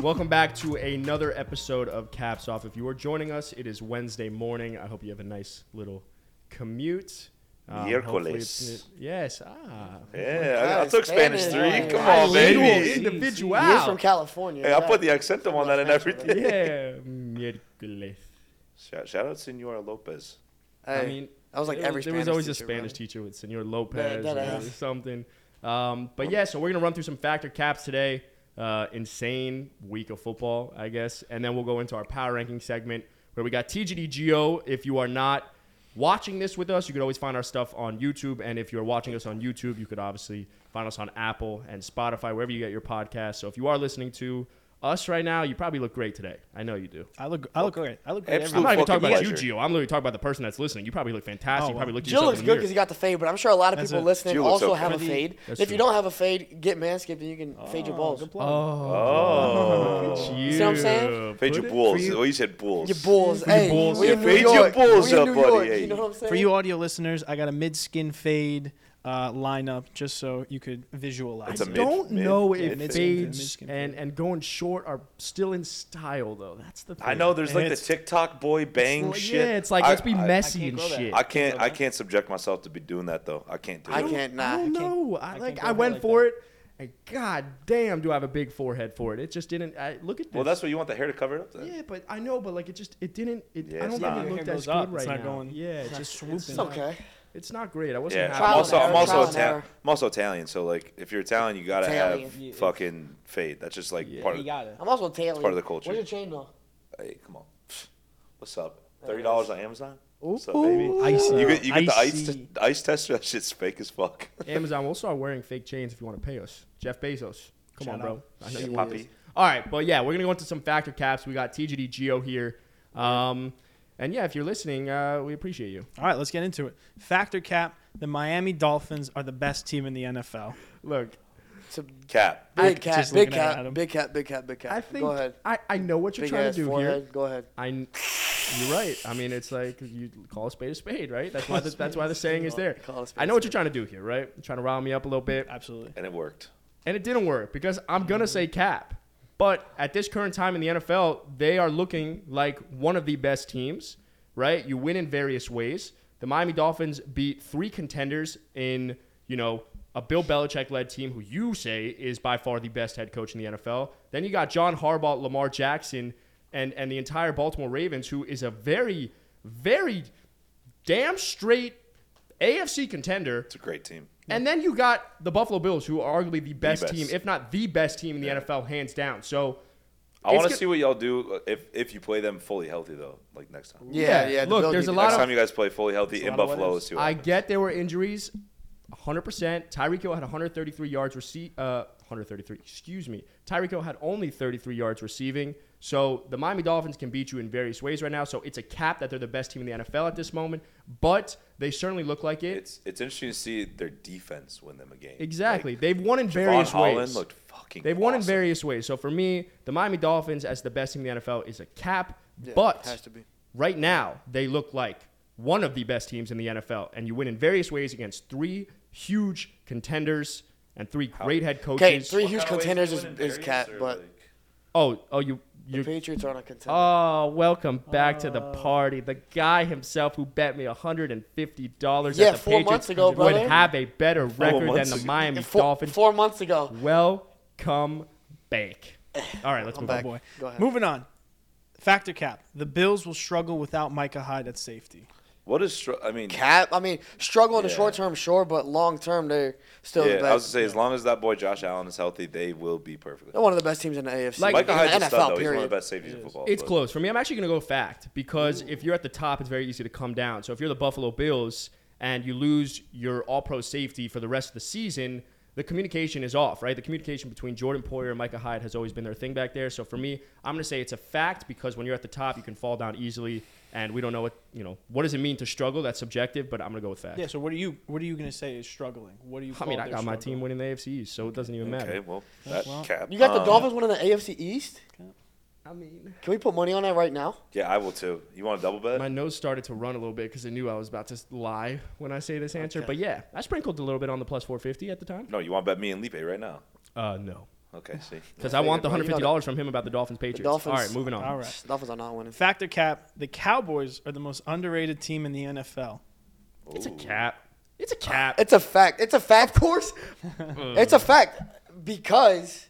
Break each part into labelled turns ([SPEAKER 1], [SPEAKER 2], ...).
[SPEAKER 1] Welcome back to another episode of Caps Off. If you are joining us, it is Wednesday morning. I hope you have a nice little commute. Um, hopefully it's-
[SPEAKER 2] Miércoles.
[SPEAKER 1] Yes. Ah.
[SPEAKER 2] Yeah, I, I
[SPEAKER 3] God,
[SPEAKER 2] took Spanish
[SPEAKER 3] Spanish,
[SPEAKER 2] three.
[SPEAKER 3] man.
[SPEAKER 2] Come
[SPEAKER 3] I
[SPEAKER 2] on,
[SPEAKER 1] Bilingual
[SPEAKER 2] baby.
[SPEAKER 1] individual.
[SPEAKER 3] He is from California.
[SPEAKER 2] Hey, I put the
[SPEAKER 3] yeah.
[SPEAKER 2] accent on that and everything.
[SPEAKER 1] Yeah, miércoles.
[SPEAKER 2] Shout, shout out, Senora Lopez.
[SPEAKER 1] I
[SPEAKER 3] Hey,
[SPEAKER 1] mean,
[SPEAKER 3] that was like
[SPEAKER 1] there
[SPEAKER 3] every.
[SPEAKER 1] was, there was
[SPEAKER 3] Spanish
[SPEAKER 1] always a
[SPEAKER 3] teacher,
[SPEAKER 1] Spanish
[SPEAKER 3] bro.
[SPEAKER 1] teacher with Senor Lopez
[SPEAKER 3] that
[SPEAKER 1] or
[SPEAKER 3] is.
[SPEAKER 1] something. Um, but yeah, so we're gonna run through some factor caps today. Uh, insane week of football, I guess, and then we'll go into our power ranking segment where we got TGD Geo. If you are not watching this with us, you could always find our stuff on YouTube, and if you're watching us on YouTube, you could obviously find us on Apple and Spotify, wherever you get your podcast. So if you are listening to us right now, you probably look great today. I know you do.
[SPEAKER 4] I look, I look great. I look great.
[SPEAKER 1] I'm
[SPEAKER 2] Absolute
[SPEAKER 1] not
[SPEAKER 4] every-
[SPEAKER 1] even talking about you,
[SPEAKER 2] pleasure.
[SPEAKER 1] Gio. I'm literally talking about the person that's listening. You probably look fantastic.
[SPEAKER 4] Oh,
[SPEAKER 1] You probably
[SPEAKER 4] wow.
[SPEAKER 1] look at
[SPEAKER 3] Jill
[SPEAKER 1] yourself
[SPEAKER 3] looks
[SPEAKER 1] in the
[SPEAKER 3] good because he got the fade, but I'm sure a lot of
[SPEAKER 4] That's
[SPEAKER 3] people
[SPEAKER 4] it.
[SPEAKER 3] listening
[SPEAKER 2] Jill looks
[SPEAKER 3] also
[SPEAKER 2] okay.
[SPEAKER 3] have a
[SPEAKER 4] For the-
[SPEAKER 3] fade.
[SPEAKER 1] That's
[SPEAKER 3] If you
[SPEAKER 1] true.
[SPEAKER 3] don't have a fade, get Manscaped and you can fade your balls.
[SPEAKER 4] Good plug.
[SPEAKER 1] Oh,
[SPEAKER 2] Oh,
[SPEAKER 1] you.
[SPEAKER 3] See what I'm saying?
[SPEAKER 2] fade your balls. Oh, you said balls.
[SPEAKER 3] Your balls. Hey,
[SPEAKER 1] balls.
[SPEAKER 3] we
[SPEAKER 2] Yeah,
[SPEAKER 3] in New
[SPEAKER 2] fade your
[SPEAKER 3] York.
[SPEAKER 2] balls
[SPEAKER 3] we in
[SPEAKER 2] up,
[SPEAKER 3] New
[SPEAKER 2] buddy.
[SPEAKER 3] York.
[SPEAKER 2] Hey.
[SPEAKER 3] You know what I'm saying?
[SPEAKER 4] For you audio listeners, I got a mid skin fade uh, lineup just so you could visualize.
[SPEAKER 2] It's a
[SPEAKER 4] it.
[SPEAKER 2] mid-
[SPEAKER 1] Don't know
[SPEAKER 2] mid-
[SPEAKER 1] if
[SPEAKER 2] mid-
[SPEAKER 1] fades
[SPEAKER 4] mid-
[SPEAKER 1] and, and going short are still in style though. That's the. Thing.
[SPEAKER 2] I know there's
[SPEAKER 4] And
[SPEAKER 2] like the
[SPEAKER 4] it's-
[SPEAKER 2] TikTok boy bang
[SPEAKER 1] Well,
[SPEAKER 2] shit.
[SPEAKER 1] Yeah, it's like
[SPEAKER 2] I-
[SPEAKER 1] let's be
[SPEAKER 2] I-
[SPEAKER 1] messy
[SPEAKER 4] I
[SPEAKER 1] and
[SPEAKER 4] can't go there.
[SPEAKER 1] shit.
[SPEAKER 2] I can't. I can't subject myself to be doing that though. I can't do
[SPEAKER 3] I
[SPEAKER 2] it.
[SPEAKER 1] I
[SPEAKER 3] can't. Nah.
[SPEAKER 1] don't
[SPEAKER 4] I can't-
[SPEAKER 1] know. I,
[SPEAKER 4] I
[SPEAKER 1] like.
[SPEAKER 4] can't go
[SPEAKER 1] I went
[SPEAKER 4] like
[SPEAKER 1] for it, and god damn, do I have a big forehead for it? It just didn't. I, look at this.
[SPEAKER 2] Well, that's what you want the hair to cover it up. Then.
[SPEAKER 1] Yeah, but I know, but like it just it didn't. It,
[SPEAKER 2] Yeah,
[SPEAKER 1] I
[SPEAKER 2] it's
[SPEAKER 1] don't
[SPEAKER 2] not-
[SPEAKER 1] think it
[SPEAKER 4] Your
[SPEAKER 1] looked
[SPEAKER 4] hair
[SPEAKER 1] as
[SPEAKER 4] goes
[SPEAKER 1] good
[SPEAKER 4] up.
[SPEAKER 1] right
[SPEAKER 4] It's not
[SPEAKER 1] now.
[SPEAKER 4] going-
[SPEAKER 1] yeah,
[SPEAKER 4] it's not
[SPEAKER 1] just
[SPEAKER 4] swooping.
[SPEAKER 1] It's,
[SPEAKER 3] It's
[SPEAKER 1] not-
[SPEAKER 3] okay.
[SPEAKER 1] it's not great. I wasn't
[SPEAKER 2] Yeah,
[SPEAKER 1] happy.
[SPEAKER 2] I'm
[SPEAKER 3] Trial
[SPEAKER 2] also
[SPEAKER 3] and
[SPEAKER 2] I'm
[SPEAKER 3] error,
[SPEAKER 2] also
[SPEAKER 3] trial and
[SPEAKER 2] Italian.
[SPEAKER 3] error.
[SPEAKER 2] I'm also Italian, so like if you're Italian, you gotta have
[SPEAKER 3] Italian.
[SPEAKER 2] fucking fade. That's just like
[SPEAKER 1] Yeah.
[SPEAKER 2] part
[SPEAKER 4] You
[SPEAKER 2] of.
[SPEAKER 4] got it.
[SPEAKER 3] I'm also Italian.
[SPEAKER 2] part of the culture.
[SPEAKER 3] Where's your chain though?
[SPEAKER 2] Hey, come on. What's up? Thirty dollars on Amazon. What's up,
[SPEAKER 1] Ooh.
[SPEAKER 2] baby?
[SPEAKER 4] Icy.
[SPEAKER 2] You get you get the ice
[SPEAKER 4] Icy.
[SPEAKER 2] te- ice tester. That shit's fake as fuck.
[SPEAKER 1] Amazon, we'll start wearing fake chains if you want to pay us. Jeff Bezos. Come
[SPEAKER 4] Shout
[SPEAKER 1] on, bro.
[SPEAKER 4] out.
[SPEAKER 1] I know
[SPEAKER 2] Yeah,
[SPEAKER 1] you want
[SPEAKER 2] Poppy.
[SPEAKER 1] this. All right, but yeah, we're going to go into some factor caps. We got TGD Geo here. Um, and yeah, if you're listening, uh, we appreciate you.
[SPEAKER 4] All right, let's get into it. Factor cap: the Miami Dolphins are the best team in the NFL.
[SPEAKER 1] Look,
[SPEAKER 3] It's a
[SPEAKER 2] Cap.
[SPEAKER 3] big
[SPEAKER 4] just
[SPEAKER 3] cat, big
[SPEAKER 4] looking at
[SPEAKER 3] cat,
[SPEAKER 4] Adam.
[SPEAKER 3] big cat, big cat, big cat.
[SPEAKER 1] I think
[SPEAKER 3] Go ahead.
[SPEAKER 1] I, I know what you're
[SPEAKER 3] Big
[SPEAKER 1] trying
[SPEAKER 3] ass
[SPEAKER 1] to do
[SPEAKER 3] forehead.
[SPEAKER 1] here.
[SPEAKER 3] Go ahead.
[SPEAKER 1] I, kn- you're right. I mean, it's like you call a spade a spade, right? That's why the, that's why the saying is there.
[SPEAKER 3] Call a spade
[SPEAKER 1] I know
[SPEAKER 3] a
[SPEAKER 1] what you're trying to do here, right? You're trying to rile me up a little bit.
[SPEAKER 4] Absolutely.
[SPEAKER 2] And it worked.
[SPEAKER 1] and it didn't work because I'm gonna say cap. But at this current time in the NFL, they are looking like one of the best teams, right? You win in various ways. The Miami Dolphins beat three contenders in, you know, a Bill Belichick led team who you say is by far the best head coach in the NFL. Then you got John Harbaugh, Lamar Jackson, and and the entire Baltimore Ravens, who is a very, very damn straight AFC contender
[SPEAKER 2] It's a great team.
[SPEAKER 1] and then you got the Buffalo Bills, who are arguably the best,
[SPEAKER 2] best.
[SPEAKER 1] team, if not the best team in the NFL, hands down. So
[SPEAKER 2] I
[SPEAKER 1] it's
[SPEAKER 2] want to
[SPEAKER 1] go-
[SPEAKER 2] see what y'all do uh, if if you play them fully healthy though, like next time.
[SPEAKER 1] Yeah,
[SPEAKER 3] Yeah, yeah. the
[SPEAKER 1] look,
[SPEAKER 3] Bills
[SPEAKER 1] there's
[SPEAKER 3] need
[SPEAKER 1] a
[SPEAKER 3] to-
[SPEAKER 1] lot
[SPEAKER 2] Next
[SPEAKER 1] of-
[SPEAKER 2] time you guys play fully healthy in
[SPEAKER 4] lot of what
[SPEAKER 2] Buffalo,
[SPEAKER 4] ifs.
[SPEAKER 2] let's see what
[SPEAKER 1] I
[SPEAKER 2] happens.
[SPEAKER 1] get there were injuries, 100%. Tyreek Hill had 133 yards receiving. Uh, 133, excuse me. Tyreek Hill had only 33 yards receiving. So the Miami Dolphins can beat you in various ways right now. So it's a cap that they're the best team in the NFL at this moment, but they certainly look like it.
[SPEAKER 2] It's it's interesting to see their defense win them a game.
[SPEAKER 1] exactly.
[SPEAKER 2] Like,
[SPEAKER 1] They've won in
[SPEAKER 2] Javon
[SPEAKER 1] various
[SPEAKER 2] Holland
[SPEAKER 1] ways.
[SPEAKER 2] looked fucking.
[SPEAKER 1] They've won in
[SPEAKER 2] awesome.
[SPEAKER 1] various ways. So for me, the Miami Dolphins as the best team in the NFL is a cap,
[SPEAKER 3] Yeah,
[SPEAKER 1] but
[SPEAKER 3] has to be.
[SPEAKER 1] right now they look like one of the best teams in the NFL, and you win in various ways against three huge contenders and three great head coaches.
[SPEAKER 3] Okay, three huge
[SPEAKER 2] Kinda ways
[SPEAKER 3] contenders
[SPEAKER 2] they
[SPEAKER 3] is,
[SPEAKER 2] win in
[SPEAKER 3] is
[SPEAKER 2] various
[SPEAKER 3] cat,
[SPEAKER 2] or,
[SPEAKER 3] but
[SPEAKER 2] like-
[SPEAKER 1] Oh, oh, you,
[SPEAKER 3] the
[SPEAKER 1] you.
[SPEAKER 3] Patriots aren't a contender.
[SPEAKER 1] Oh, welcome back to the party. The guy himself who bet me hundred and fifty dollars
[SPEAKER 3] Yeah,
[SPEAKER 1] at the
[SPEAKER 3] four
[SPEAKER 1] Patriots
[SPEAKER 3] months ago,
[SPEAKER 1] would
[SPEAKER 3] brother.
[SPEAKER 1] have a better record than
[SPEAKER 2] months
[SPEAKER 1] the
[SPEAKER 2] ago.
[SPEAKER 1] Miami
[SPEAKER 3] four,
[SPEAKER 1] Dolphins.
[SPEAKER 3] four months ago.
[SPEAKER 1] Welcome back. All right, let's move
[SPEAKER 4] Oh
[SPEAKER 1] on.
[SPEAKER 3] back.
[SPEAKER 4] boy.
[SPEAKER 3] Go ahead.
[SPEAKER 4] Moving on. Factor cap: the Bills will struggle without Micah Hyde at safety.
[SPEAKER 2] What is str- I mean?
[SPEAKER 3] Cap. I mean, struggle in the
[SPEAKER 2] Yeah.
[SPEAKER 3] short term, sure, but long term, they're still
[SPEAKER 2] yeah,
[SPEAKER 3] the
[SPEAKER 2] I was
[SPEAKER 3] best.
[SPEAKER 2] gonna say as long as that boy Josh Allen is healthy, they will be perfectly.
[SPEAKER 3] They're one of the best teams in the AFC.
[SPEAKER 1] Like-
[SPEAKER 3] Like,
[SPEAKER 2] Micah
[SPEAKER 3] in
[SPEAKER 2] Hyde's a
[SPEAKER 3] the NFL,
[SPEAKER 2] stud though. He's
[SPEAKER 3] period.
[SPEAKER 2] one of the best safeties in football.
[SPEAKER 1] It's
[SPEAKER 2] but-
[SPEAKER 1] close. For me, I'm actually going to go fact because if you're at the top, it's very easy to come down. So if you're the Buffalo Bills and you lose your all pro safety for the rest of the season, the communication is off, right? The communication between Jordan Poyer and Micah Hyde has always been their thing back there. So for me, I'm going to say it's a fact because when you're at the top, you can fall down easily. And we don't know what, you know, what does it mean to struggle? That's subjective, but I'm going to go with fact.
[SPEAKER 4] Yeah. So what are you? What are you gonna say is struggling? What do you?
[SPEAKER 1] I mean,
[SPEAKER 4] call
[SPEAKER 1] I
[SPEAKER 4] their
[SPEAKER 1] got my
[SPEAKER 4] struggle?
[SPEAKER 1] team winning the AFC, East, so it doesn't even matter.
[SPEAKER 2] Okay, well, that
[SPEAKER 4] Well,
[SPEAKER 2] cap.
[SPEAKER 3] You got the
[SPEAKER 2] Um,
[SPEAKER 3] Dolphins winning the AFC East?
[SPEAKER 1] I mean,
[SPEAKER 3] Can we put money on that right now?
[SPEAKER 2] Yeah, I will too. You want a double bet?
[SPEAKER 1] my nose started to run a little bit because I knew I was about to lie when I say this answer.
[SPEAKER 3] Okay.
[SPEAKER 1] But yeah, I sprinkled a little bit on the plus 450 at the time.
[SPEAKER 2] no, you want to bet me and Lipe right now?
[SPEAKER 1] Uh, no.
[SPEAKER 2] Okay, see.
[SPEAKER 1] Because
[SPEAKER 3] Yeah,
[SPEAKER 1] I want the
[SPEAKER 3] bro, you
[SPEAKER 1] hundred
[SPEAKER 3] know
[SPEAKER 1] fifty dollars from him about the Dolphins Patriots.
[SPEAKER 3] Dolphins-
[SPEAKER 1] All right, moving on.
[SPEAKER 4] All right.
[SPEAKER 3] Dolphins are not winning.
[SPEAKER 4] Factor cap. The Cowboys are the most underrated team in the NFL.
[SPEAKER 1] It's a
[SPEAKER 2] Ooh.
[SPEAKER 1] cap. It's a cap.
[SPEAKER 3] It's a fact. It's a fact. Of course, it's a fact because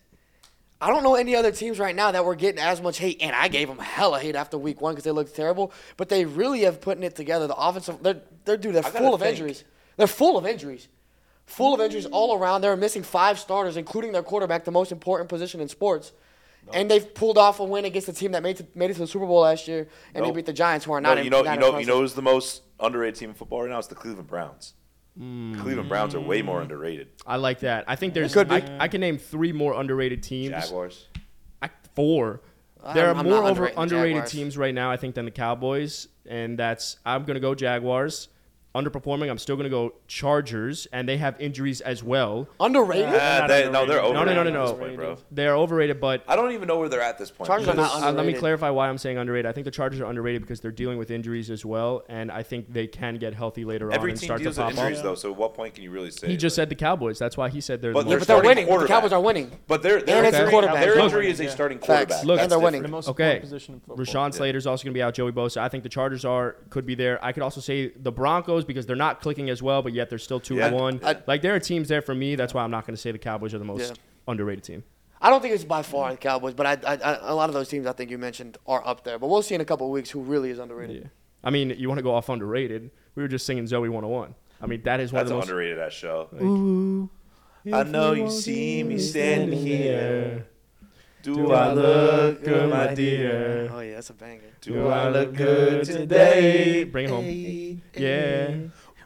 [SPEAKER 3] I don't know any other teams right now that were getting as much hate, and I gave them hella hate after week one because they looked terrible. But they really have putting it together. The offensive, they're they're dude, they're
[SPEAKER 2] I gotta
[SPEAKER 3] full of
[SPEAKER 2] think.
[SPEAKER 3] injuries. They're full of injuries. Full of injuries all around. They're missing five starters, including their quarterback, the most important position in sports. And they've pulled off a win against a team that made, to, made it to the Super Bowl last year, and
[SPEAKER 2] No.
[SPEAKER 3] they beat the Giants, who are
[SPEAKER 2] No,
[SPEAKER 3] not.
[SPEAKER 2] you
[SPEAKER 3] in,
[SPEAKER 2] know,
[SPEAKER 3] not
[SPEAKER 2] you
[SPEAKER 3] in
[SPEAKER 2] know,
[SPEAKER 3] front
[SPEAKER 2] you
[SPEAKER 3] of
[SPEAKER 2] know, who's the most underrated team in football right now? It's the Cleveland Browns.
[SPEAKER 1] Hmm.
[SPEAKER 2] Cleveland Browns are way more underrated.
[SPEAKER 1] I like that. I think there's.
[SPEAKER 3] could be.
[SPEAKER 1] I, I can name three more underrated teams.
[SPEAKER 2] Jaguars.
[SPEAKER 1] I, four.
[SPEAKER 3] I'm-
[SPEAKER 1] There are
[SPEAKER 3] I'm not
[SPEAKER 1] more over
[SPEAKER 3] underrating the
[SPEAKER 1] underrated
[SPEAKER 3] Jaguars.
[SPEAKER 1] teams right now, I think, than the Cowboys, and that's I'm gonna go Jaguars. Underperforming, I'm still gonna go Chargers, and they have injuries as well.
[SPEAKER 3] underrated.
[SPEAKER 4] Yeah.
[SPEAKER 2] Ah,
[SPEAKER 4] not
[SPEAKER 2] they- no,
[SPEAKER 4] underrated.
[SPEAKER 2] they're
[SPEAKER 1] no,
[SPEAKER 4] No,
[SPEAKER 2] overrated
[SPEAKER 1] no, no,
[SPEAKER 2] at this
[SPEAKER 1] no.
[SPEAKER 2] point, bro.
[SPEAKER 1] They are overrated, but
[SPEAKER 2] I don't even know where they're at this point.
[SPEAKER 3] Chargers are not
[SPEAKER 1] Uh, let me
[SPEAKER 3] underrated.
[SPEAKER 1] clarify why I'm saying underrated. I think the Chargers are underrated because they're dealing with injuries as well, and I think they can get healthy later on
[SPEAKER 2] Every
[SPEAKER 1] and
[SPEAKER 2] team
[SPEAKER 1] start to
[SPEAKER 2] deals with
[SPEAKER 1] pop
[SPEAKER 2] injuries,
[SPEAKER 1] off.
[SPEAKER 2] though. So, at what point can you really say?
[SPEAKER 1] He just
[SPEAKER 2] like-
[SPEAKER 1] said the Cowboys. That's why he said they're.
[SPEAKER 2] But
[SPEAKER 1] the
[SPEAKER 3] Yeah,
[SPEAKER 1] most-
[SPEAKER 3] but they're
[SPEAKER 2] starting
[SPEAKER 3] winning. The
[SPEAKER 2] quarterback.
[SPEAKER 3] Cowboys are winning.
[SPEAKER 2] but their
[SPEAKER 3] They're
[SPEAKER 2] their
[SPEAKER 3] an
[SPEAKER 2] injury,
[SPEAKER 3] quarterback.
[SPEAKER 2] their
[SPEAKER 4] Look.
[SPEAKER 2] injury is a
[SPEAKER 4] Yeah.
[SPEAKER 2] starting
[SPEAKER 3] Facts.
[SPEAKER 2] quarterback.
[SPEAKER 1] Look.
[SPEAKER 2] That's
[SPEAKER 3] And they're
[SPEAKER 2] different.
[SPEAKER 3] winning.
[SPEAKER 4] The most
[SPEAKER 1] Okay.
[SPEAKER 4] important position in football.
[SPEAKER 1] Rashawn Slater's also going to be out. Joey Bosa. I think the Chargers are could be there. I could also say the Broncos because they're not clicking as well, but yet they're still two
[SPEAKER 2] Yeah.
[SPEAKER 1] one.
[SPEAKER 3] I-
[SPEAKER 1] like there are teams there for me. That's why I'm not going to say the Cowboys are the most
[SPEAKER 3] Yeah.
[SPEAKER 1] underrated team.
[SPEAKER 3] I don't think it's by far the Cowboys, but I, I, I, a lot of those teams I think you mentioned are up there. But we'll see in a couple of weeks who really is underrated.
[SPEAKER 1] Yeah. I mean, you want to go off underrated? We were just singing Zoe 101. I mean, that is one
[SPEAKER 2] That's
[SPEAKER 1] of the
[SPEAKER 2] an
[SPEAKER 1] most.
[SPEAKER 2] underrated ass show.
[SPEAKER 4] I know you see me standing here.
[SPEAKER 2] Do I look good, my dear?
[SPEAKER 3] Oh yeah, that's a banger.
[SPEAKER 2] Do I look
[SPEAKER 4] good today?
[SPEAKER 1] Bring it home. Yeah.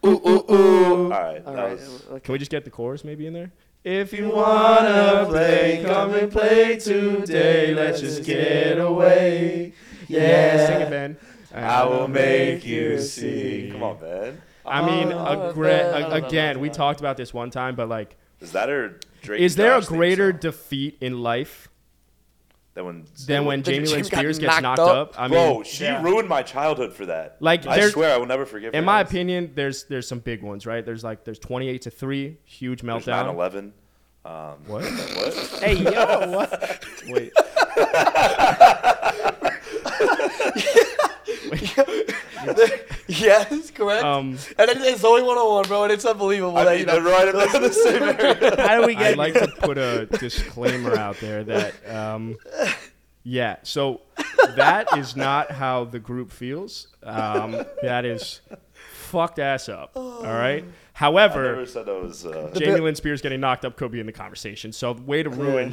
[SPEAKER 2] All right,
[SPEAKER 3] All
[SPEAKER 2] that
[SPEAKER 3] right,
[SPEAKER 2] was.
[SPEAKER 3] uh, okay.
[SPEAKER 1] Can we just get the chorus maybe in there? If you
[SPEAKER 5] wanna play, come and play today. Let's just get away.
[SPEAKER 1] yeah, sing
[SPEAKER 5] Yeah,
[SPEAKER 1] it, Ben.
[SPEAKER 5] I will make you see.
[SPEAKER 2] Come on, man.
[SPEAKER 1] I mean,
[SPEAKER 3] Oh,
[SPEAKER 1] a gra-
[SPEAKER 3] Ben, I don't know
[SPEAKER 1] a- again,
[SPEAKER 3] about
[SPEAKER 1] we
[SPEAKER 3] that.
[SPEAKER 1] talked about this one time, but like,
[SPEAKER 2] Is that or Drake?
[SPEAKER 1] is
[SPEAKER 2] and
[SPEAKER 1] there a
[SPEAKER 2] Josh theme
[SPEAKER 1] greater
[SPEAKER 2] song?
[SPEAKER 1] defeat in life
[SPEAKER 2] That one.
[SPEAKER 1] than when
[SPEAKER 3] Did
[SPEAKER 1] Jamie Lynn
[SPEAKER 3] Jim got
[SPEAKER 1] Spears gets
[SPEAKER 3] knocked
[SPEAKER 1] knocked up? I mean,
[SPEAKER 2] Bro, she
[SPEAKER 4] Yeah.
[SPEAKER 2] ruined my childhood for that.
[SPEAKER 1] Like,
[SPEAKER 2] I
[SPEAKER 1] there's-
[SPEAKER 2] swear, I will never forgive.
[SPEAKER 1] in
[SPEAKER 2] her.
[SPEAKER 1] my opinion, there's there's some big ones, right? There's like there's 28 to three, huge
[SPEAKER 2] there's 9
[SPEAKER 1] meltdown.
[SPEAKER 2] 11. Um,
[SPEAKER 1] What?
[SPEAKER 2] what?
[SPEAKER 1] Hey yo, what? Wait.
[SPEAKER 3] yes, correct.
[SPEAKER 1] Um,
[SPEAKER 3] and then it's only 101, bro, and it's unbelievable
[SPEAKER 2] I
[SPEAKER 3] that
[SPEAKER 2] mean,
[SPEAKER 3] you
[SPEAKER 2] they're
[SPEAKER 3] know.
[SPEAKER 2] right up there in the same area.
[SPEAKER 4] How do we
[SPEAKER 1] I'd
[SPEAKER 4] get?
[SPEAKER 1] like to put a disclaimer out there that, um, yeah, so that is not how the group feels. Um, that is fucked ass up. All right.
[SPEAKER 2] I never
[SPEAKER 1] However,
[SPEAKER 2] said that was. Uh,
[SPEAKER 1] Jamie Lynn Spears getting knocked up could be in the conversation. So, way to ruin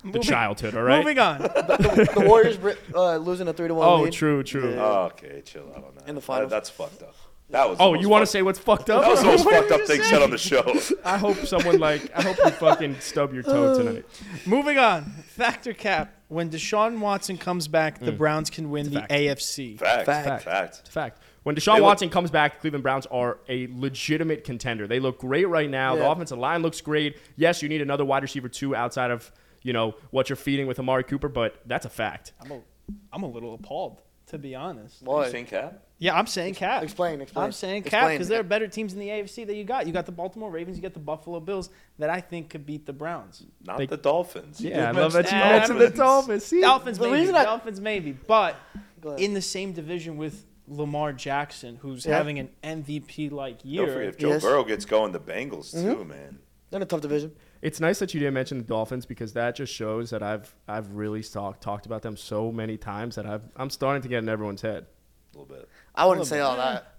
[SPEAKER 1] the
[SPEAKER 4] Moving-
[SPEAKER 1] childhood. All right.
[SPEAKER 4] Moving on.
[SPEAKER 3] The Warriors bri- uh, losing a three to one
[SPEAKER 1] Oh,
[SPEAKER 3] lead.
[SPEAKER 1] true, true.
[SPEAKER 3] Yeah.
[SPEAKER 2] oh, okay, chill out on that.
[SPEAKER 3] In the finals.
[SPEAKER 2] That- that's fucked up. That was. the
[SPEAKER 1] Oh,
[SPEAKER 2] most
[SPEAKER 1] you want to
[SPEAKER 2] fucked-
[SPEAKER 1] say what's fucked up?
[SPEAKER 2] That was the most
[SPEAKER 1] What did
[SPEAKER 2] fucked up
[SPEAKER 1] you
[SPEAKER 2] thing
[SPEAKER 1] say?
[SPEAKER 2] said on the show.
[SPEAKER 1] I hope someone like I hope you fucking stub your toe tonight.
[SPEAKER 4] Moving on. Factor cap. When Deshaun Watson comes back, the Browns can win the
[SPEAKER 1] Mm. fact.
[SPEAKER 4] AFC.
[SPEAKER 2] Fact.
[SPEAKER 3] Fact.
[SPEAKER 2] Fact.
[SPEAKER 1] It's a fact. When Deshaun
[SPEAKER 2] They look-
[SPEAKER 1] Watson comes back, the Cleveland Browns are a legitimate contender. They look great right now. The
[SPEAKER 3] Yeah.
[SPEAKER 1] offensive line looks great. Yes, you need another wide receiver too outside of you know what you're feeding with Amari Cooper, but that's a fact.
[SPEAKER 4] I'm a, I'm a little appalled, to be honest.
[SPEAKER 2] You
[SPEAKER 3] Boy,
[SPEAKER 2] seen Cap?
[SPEAKER 4] Yeah, I'm saying cap.
[SPEAKER 3] explain, explain.
[SPEAKER 4] I'm saying cap
[SPEAKER 3] Explain.
[SPEAKER 4] because there are better teams in the AFC that you got. You got the Baltimore Ravens, you got the Buffalo Bills that I think could beat the Browns.
[SPEAKER 2] Not
[SPEAKER 1] They-
[SPEAKER 2] the Dolphins. You
[SPEAKER 1] Yeah, I
[SPEAKER 2] just
[SPEAKER 1] love that you
[SPEAKER 4] Dolphins.
[SPEAKER 1] mentioned the Dolphins. See?
[SPEAKER 4] Dolphins
[SPEAKER 3] the
[SPEAKER 4] maybe.
[SPEAKER 3] reason I-
[SPEAKER 4] Dolphins maybe, but
[SPEAKER 3] Go ahead.
[SPEAKER 4] in the same division with Lamar Jackson, who's
[SPEAKER 3] Yeah.
[SPEAKER 4] having an MVP like
[SPEAKER 2] Don't forget
[SPEAKER 4] year.
[SPEAKER 2] if Joe
[SPEAKER 3] Yes.
[SPEAKER 2] Burrow gets going, the Bengals
[SPEAKER 3] Mm-hmm.
[SPEAKER 2] too, man.
[SPEAKER 3] They're in a tough division.
[SPEAKER 1] It's nice that you didn't mention the Dolphins because that just shows that I've I've really talked talked about them so many times that I've I'm starting to get in everyone's head.
[SPEAKER 2] A little bit.
[SPEAKER 3] I wouldn't say all that.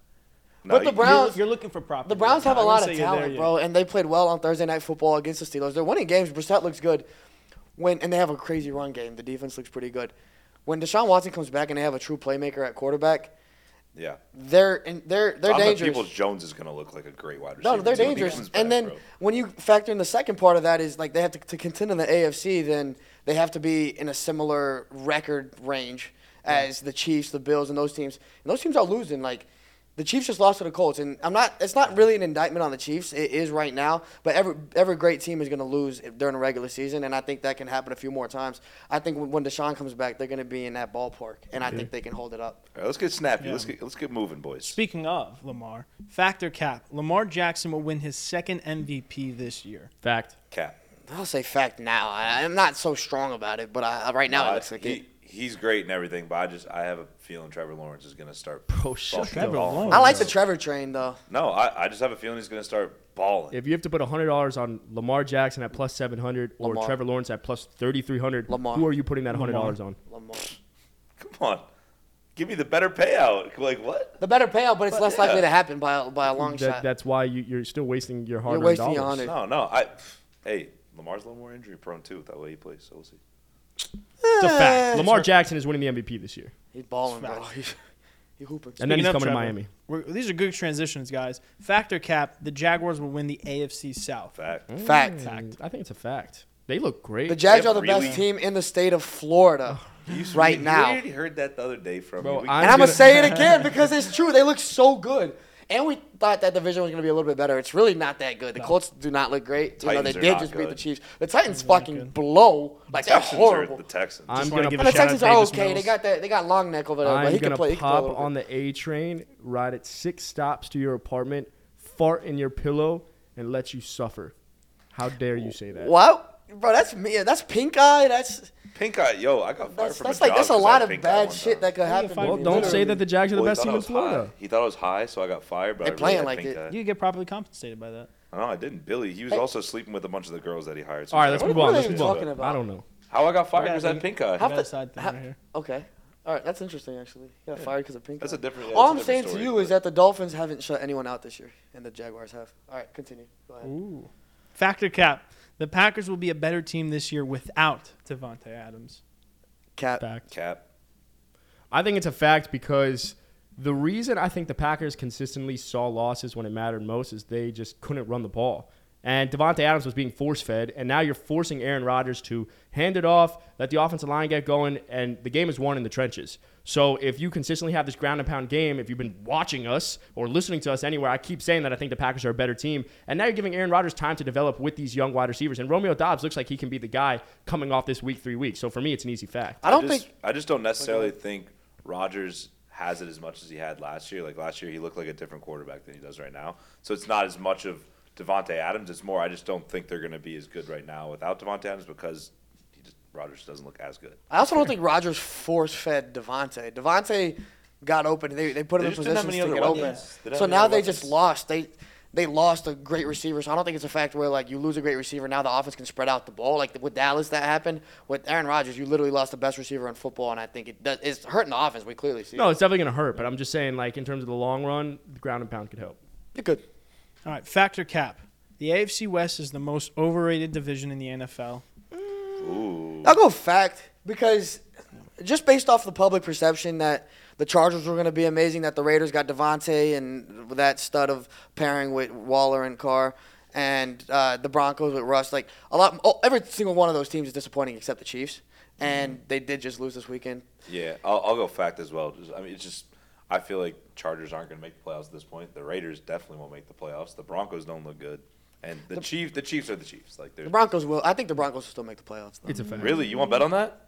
[SPEAKER 2] No,
[SPEAKER 3] But the
[SPEAKER 2] you-
[SPEAKER 3] Browns-
[SPEAKER 4] You're, you're looking for property.
[SPEAKER 3] The Browns have
[SPEAKER 4] I
[SPEAKER 3] a
[SPEAKER 4] wouldn't
[SPEAKER 3] lot of
[SPEAKER 4] say you're there
[SPEAKER 3] talent,
[SPEAKER 4] yet.
[SPEAKER 3] bro, and they played well on Thursday night football against the Steelers. They're winning games. Brissett looks good. When and they have a crazy run game. The defense looks pretty good. When Deshaun Watson comes back and they have a true playmaker at quarterback,
[SPEAKER 2] yeah.
[SPEAKER 3] they're in, they're they're
[SPEAKER 2] Donovan
[SPEAKER 3] dangerous.
[SPEAKER 2] Peoples Jones is going to look like a great wide receiver.
[SPEAKER 3] No, they're
[SPEAKER 2] too when he
[SPEAKER 3] dangerous.
[SPEAKER 2] comes back,
[SPEAKER 3] And then
[SPEAKER 2] bro.
[SPEAKER 3] when you factor in the second part of that is like they have to, to contend in the AFC, then they have to be in a similar record range as the Chiefs, the Bills, and those teams. And those teams are losing. Like the Chiefs just lost to the Colts, and I'm not. It's not really an indictment on the Chiefs. It is right now, but every every great team is going to lose during the regular season, and I think that can happen a few more times. I think when, when Deshaun comes back, they're going to be in that ballpark, and I think they can hold it up.
[SPEAKER 2] All right, let's get snappy.
[SPEAKER 4] Yeah.
[SPEAKER 2] Let's get let's get moving, boys.
[SPEAKER 4] Speaking of Lamar, factor cap. Lamar Jackson will win his second MVP this year.
[SPEAKER 1] Fact.
[SPEAKER 2] Cap.
[SPEAKER 3] I'll say fact now. I, I'm not so strong about it, but I, right now
[SPEAKER 2] Uh,
[SPEAKER 3] it looks like
[SPEAKER 2] he,
[SPEAKER 3] it.
[SPEAKER 2] He's great and everything, but I just I have a feeling Trevor Lawrence is gonna start.
[SPEAKER 1] Bro, shut
[SPEAKER 2] fucking
[SPEAKER 4] up.
[SPEAKER 2] balling.
[SPEAKER 4] Trevor
[SPEAKER 3] I like the Trevor train though.
[SPEAKER 2] No, I, I just have a feeling he's gonna start balling.
[SPEAKER 1] If you have to put hundred dollars on Lamar Jackson at plus seven hundred or
[SPEAKER 3] Lamar.
[SPEAKER 1] Trevor Lawrence at plus thirty three hundred,
[SPEAKER 3] Lamar.
[SPEAKER 1] who are you putting that hundred dollars on?
[SPEAKER 3] Lamar.
[SPEAKER 2] Come on, give me the better payout. Like what?
[SPEAKER 3] The better payout, but it's less
[SPEAKER 2] yeah.
[SPEAKER 3] likely to happen by a, by a long
[SPEAKER 1] That-
[SPEAKER 3] shot.
[SPEAKER 1] that's why you, you're still wasting your hard.
[SPEAKER 3] You're wasting your
[SPEAKER 1] dollars.
[SPEAKER 3] $100.
[SPEAKER 2] No, no. I hey, Lamar's a little more injury prone too. with That way he plays, so we'll see.
[SPEAKER 1] It's a fact.
[SPEAKER 3] Eh,
[SPEAKER 1] Lamar Jackson is winning the MVP this year,
[SPEAKER 3] He's balling, bro.
[SPEAKER 4] Fact.
[SPEAKER 3] He's, he hooping.
[SPEAKER 1] and then he's
[SPEAKER 4] Speaking
[SPEAKER 1] coming to
[SPEAKER 4] of Trevor,
[SPEAKER 1] Miami.
[SPEAKER 4] we're- these are good transitions, guys. Factor cap: the Jaguars will win the AFC South.
[SPEAKER 2] Fact.
[SPEAKER 3] Fact.
[SPEAKER 1] Mm, I think it's a fact. They look great.
[SPEAKER 3] The Jags are the
[SPEAKER 2] Really?
[SPEAKER 3] best team in the state of Florida
[SPEAKER 1] Oh,
[SPEAKER 3] right
[SPEAKER 2] We
[SPEAKER 3] now.
[SPEAKER 2] already heard that the other day from
[SPEAKER 1] Bro,
[SPEAKER 2] you. We-
[SPEAKER 1] I'm
[SPEAKER 3] And I'm going
[SPEAKER 1] gonna-
[SPEAKER 3] to say it again because it's true. They look so good. And we thought that division was going to be a little bit better. It's really not that good. The Colts do not look great. You know, they
[SPEAKER 2] Titans are
[SPEAKER 3] did
[SPEAKER 2] not
[SPEAKER 3] just beat the
[SPEAKER 2] good.
[SPEAKER 3] Chiefs. The Titans fucking blow. Like, they're
[SPEAKER 2] Texans are
[SPEAKER 3] horrible.
[SPEAKER 2] the Texans.
[SPEAKER 1] I'm
[SPEAKER 4] wanna
[SPEAKER 1] gonna
[SPEAKER 4] give
[SPEAKER 3] And
[SPEAKER 4] a
[SPEAKER 3] the
[SPEAKER 4] shout out
[SPEAKER 3] Texans
[SPEAKER 4] to
[SPEAKER 3] are
[SPEAKER 4] Davis
[SPEAKER 3] okay. They
[SPEAKER 4] Mills.
[SPEAKER 3] got that. They got long neck over there, but
[SPEAKER 1] I'm
[SPEAKER 3] he can
[SPEAKER 1] gonna
[SPEAKER 3] play. He can play a
[SPEAKER 1] pop
[SPEAKER 3] little
[SPEAKER 1] on the A train, ride at six stops to your apartment, fart in your pillow, and let you suffer. How dare you say
[SPEAKER 3] bit.
[SPEAKER 1] that?
[SPEAKER 3] Wow, bro, that's me. That's pink eye. That's
[SPEAKER 2] pink eye. Yo, I got fired
[SPEAKER 3] that's,
[SPEAKER 2] from
[SPEAKER 3] that's
[SPEAKER 2] a
[SPEAKER 3] like
[SPEAKER 2] job
[SPEAKER 3] that's a
[SPEAKER 2] 'cause I
[SPEAKER 3] lot
[SPEAKER 2] had
[SPEAKER 3] of
[SPEAKER 2] pink eye
[SPEAKER 3] bad
[SPEAKER 2] one
[SPEAKER 3] shit
[SPEAKER 2] time.
[SPEAKER 3] that could happen.
[SPEAKER 4] fired
[SPEAKER 1] Well,
[SPEAKER 4] me,
[SPEAKER 1] don't say that the Jags are the
[SPEAKER 2] Well, he
[SPEAKER 1] best
[SPEAKER 2] thought I
[SPEAKER 1] team in
[SPEAKER 2] was
[SPEAKER 1] Florida.
[SPEAKER 2] high. He thought I was high, so I got fired. But
[SPEAKER 3] They
[SPEAKER 2] I really
[SPEAKER 3] playing
[SPEAKER 2] had
[SPEAKER 3] like
[SPEAKER 2] pink
[SPEAKER 3] it.
[SPEAKER 2] eye.
[SPEAKER 4] You get properly compensated by that.
[SPEAKER 2] No, I didn't. Billy, he was
[SPEAKER 3] Hey.
[SPEAKER 2] also sleeping with a bunch of the girls that he hired. so
[SPEAKER 1] All right,
[SPEAKER 2] he
[SPEAKER 1] let's
[SPEAKER 2] got
[SPEAKER 1] move
[SPEAKER 3] What
[SPEAKER 1] on.
[SPEAKER 3] are
[SPEAKER 1] Let's
[SPEAKER 3] you
[SPEAKER 1] move on.
[SPEAKER 3] talking about?
[SPEAKER 1] I don't know.
[SPEAKER 2] How I got fired
[SPEAKER 4] Yeah,
[SPEAKER 2] was
[SPEAKER 4] we-
[SPEAKER 2] that pink eye.
[SPEAKER 3] How-
[SPEAKER 4] Bad side thing
[SPEAKER 3] ha-
[SPEAKER 4] right here.
[SPEAKER 3] Okay, all right, that's interesting actually. You got fired because of pink
[SPEAKER 2] That's
[SPEAKER 3] eye.
[SPEAKER 2] a different.
[SPEAKER 3] All
[SPEAKER 2] that's
[SPEAKER 3] I'm
[SPEAKER 2] a
[SPEAKER 3] saying
[SPEAKER 2] different
[SPEAKER 3] to
[SPEAKER 2] story,
[SPEAKER 3] you is
[SPEAKER 2] but-
[SPEAKER 3] that the Dolphins haven't shut anyone out this year, and the Jaguars have. All right, continue. Go ahead.
[SPEAKER 4] Ooh. Factor cap: the Packers will be a better team this year without Devontae Adams.
[SPEAKER 3] Cap.
[SPEAKER 1] Fact.
[SPEAKER 2] cap.
[SPEAKER 1] I think it's a fact because the reason I think the Packers consistently saw losses when it mattered most is they just couldn't run the ball. And Devontae Adams was being force fed, and now you're forcing Aaron Rodgers to hand it off, let the offensive line get going, and the game is won in the trenches. So if you consistently have this ground and pound game, if you've been watching us or listening to us anywhere, I keep saying that I think the Packers are a better team. And now you're giving Aaron Rodgers time to develop with these young wide receivers. And Romeo Dobbs looks like he can be the guy coming off this week, three weeks. So for me, it's an easy fact.
[SPEAKER 3] I don't
[SPEAKER 2] just,
[SPEAKER 3] think.
[SPEAKER 2] I just don't necessarily think Rodgers has it as much as he had last year. Like last year, he looked like a different quarterback than he does right now. So it's not as much of Devonte Adams. It's more I just don't think they're going to be as good right now without Devonte Adams because he just, Rodgers doesn't look as good.
[SPEAKER 3] I also don't think Rogers force fed Devontae. Devontae got open. They, they put
[SPEAKER 2] They
[SPEAKER 3] him in
[SPEAKER 2] just didn't have
[SPEAKER 3] positions
[SPEAKER 2] any
[SPEAKER 3] to
[SPEAKER 2] other
[SPEAKER 3] get
[SPEAKER 2] weapons. They
[SPEAKER 3] open.
[SPEAKER 2] didn't have
[SPEAKER 3] So
[SPEAKER 2] any
[SPEAKER 3] now
[SPEAKER 2] other
[SPEAKER 3] they just
[SPEAKER 2] weapons.
[SPEAKER 3] lost. They they lost a great receiver. So I don't think it's a fact where like you lose a great receiver. Now the offense can spread out the ball. Like with Dallas, that happened. With Aaron Rodgers, you literally lost the best receiver in football, and I think it does, it's hurting the offense. We clearly see.
[SPEAKER 1] No,
[SPEAKER 3] it.
[SPEAKER 1] it's definitely going to hurt, but I'm just saying, like, in terms of the long run, the ground and pound could help.
[SPEAKER 3] you're good.
[SPEAKER 4] All right, factor cap: the AFC West is the most overrated division in the NFL.
[SPEAKER 2] Ooh,
[SPEAKER 3] I'll go fact because just based off the public perception that the Chargers were going to be amazing, that the Raiders got Devontae and that stud of pairing with Waller and Carr, and uh, the Broncos with Russ. Like a lot, oh, every single one of those teams is disappointing except the Chiefs, and
[SPEAKER 1] Mm-hmm.
[SPEAKER 3] they did just lose this weekend.
[SPEAKER 2] yeah. I'll, I'll go fact as well. Just, I mean, it's just I feel like Chargers aren't going to make the playoffs at this point. The Raiders definitely won't make the playoffs. The Broncos don't look good, and the, Chief, the Chiefs are the Chiefs. Like they're
[SPEAKER 3] The Broncos will. I think the Broncos will still make the playoffs. Though.
[SPEAKER 1] It's a fact.
[SPEAKER 2] really. You want to bet on that?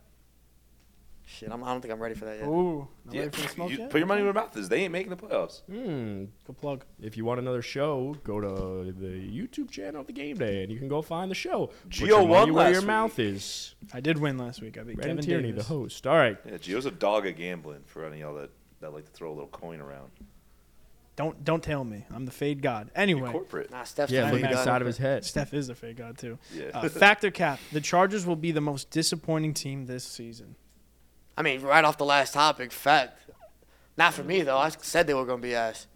[SPEAKER 3] Shit, I'm, I don't think I'm ready for that yet.
[SPEAKER 1] Oh.
[SPEAKER 4] Ooh, not
[SPEAKER 2] Yeah,
[SPEAKER 4] ready for the smoke
[SPEAKER 2] you-
[SPEAKER 4] yet?
[SPEAKER 2] put your money where your mouth is. They ain't making the playoffs.
[SPEAKER 1] Hmm.
[SPEAKER 4] Good plug.
[SPEAKER 1] If you want another show, go to the YouTube channel of the game day, and you can go find the show. Put
[SPEAKER 2] Gio
[SPEAKER 1] your money
[SPEAKER 2] won
[SPEAKER 1] where
[SPEAKER 2] last
[SPEAKER 1] your
[SPEAKER 2] week.
[SPEAKER 1] mouth is.
[SPEAKER 4] I did win last week. I beat
[SPEAKER 1] Brandon
[SPEAKER 4] Kevin
[SPEAKER 1] Tierney,
[SPEAKER 4] Davis.
[SPEAKER 1] the host. All right,
[SPEAKER 2] Yeah, Gio's a dog of gambling for any of y'all that, that like to throw a little coin around.
[SPEAKER 4] Don't don't tell me. I'm the fade god.
[SPEAKER 2] You're
[SPEAKER 4] Anyway,
[SPEAKER 2] corporate.
[SPEAKER 3] Nah, Steph's
[SPEAKER 1] yeah,
[SPEAKER 3] not
[SPEAKER 1] look at the
[SPEAKER 3] done.
[SPEAKER 1] side of his head.
[SPEAKER 4] Steph is the fade god too.
[SPEAKER 2] Yeah.
[SPEAKER 4] Uh, factor cap: the Chargers will be the most disappointing team this season.
[SPEAKER 3] I mean, right off the last topic, fact. Not for me though. I said they were gonna be ass.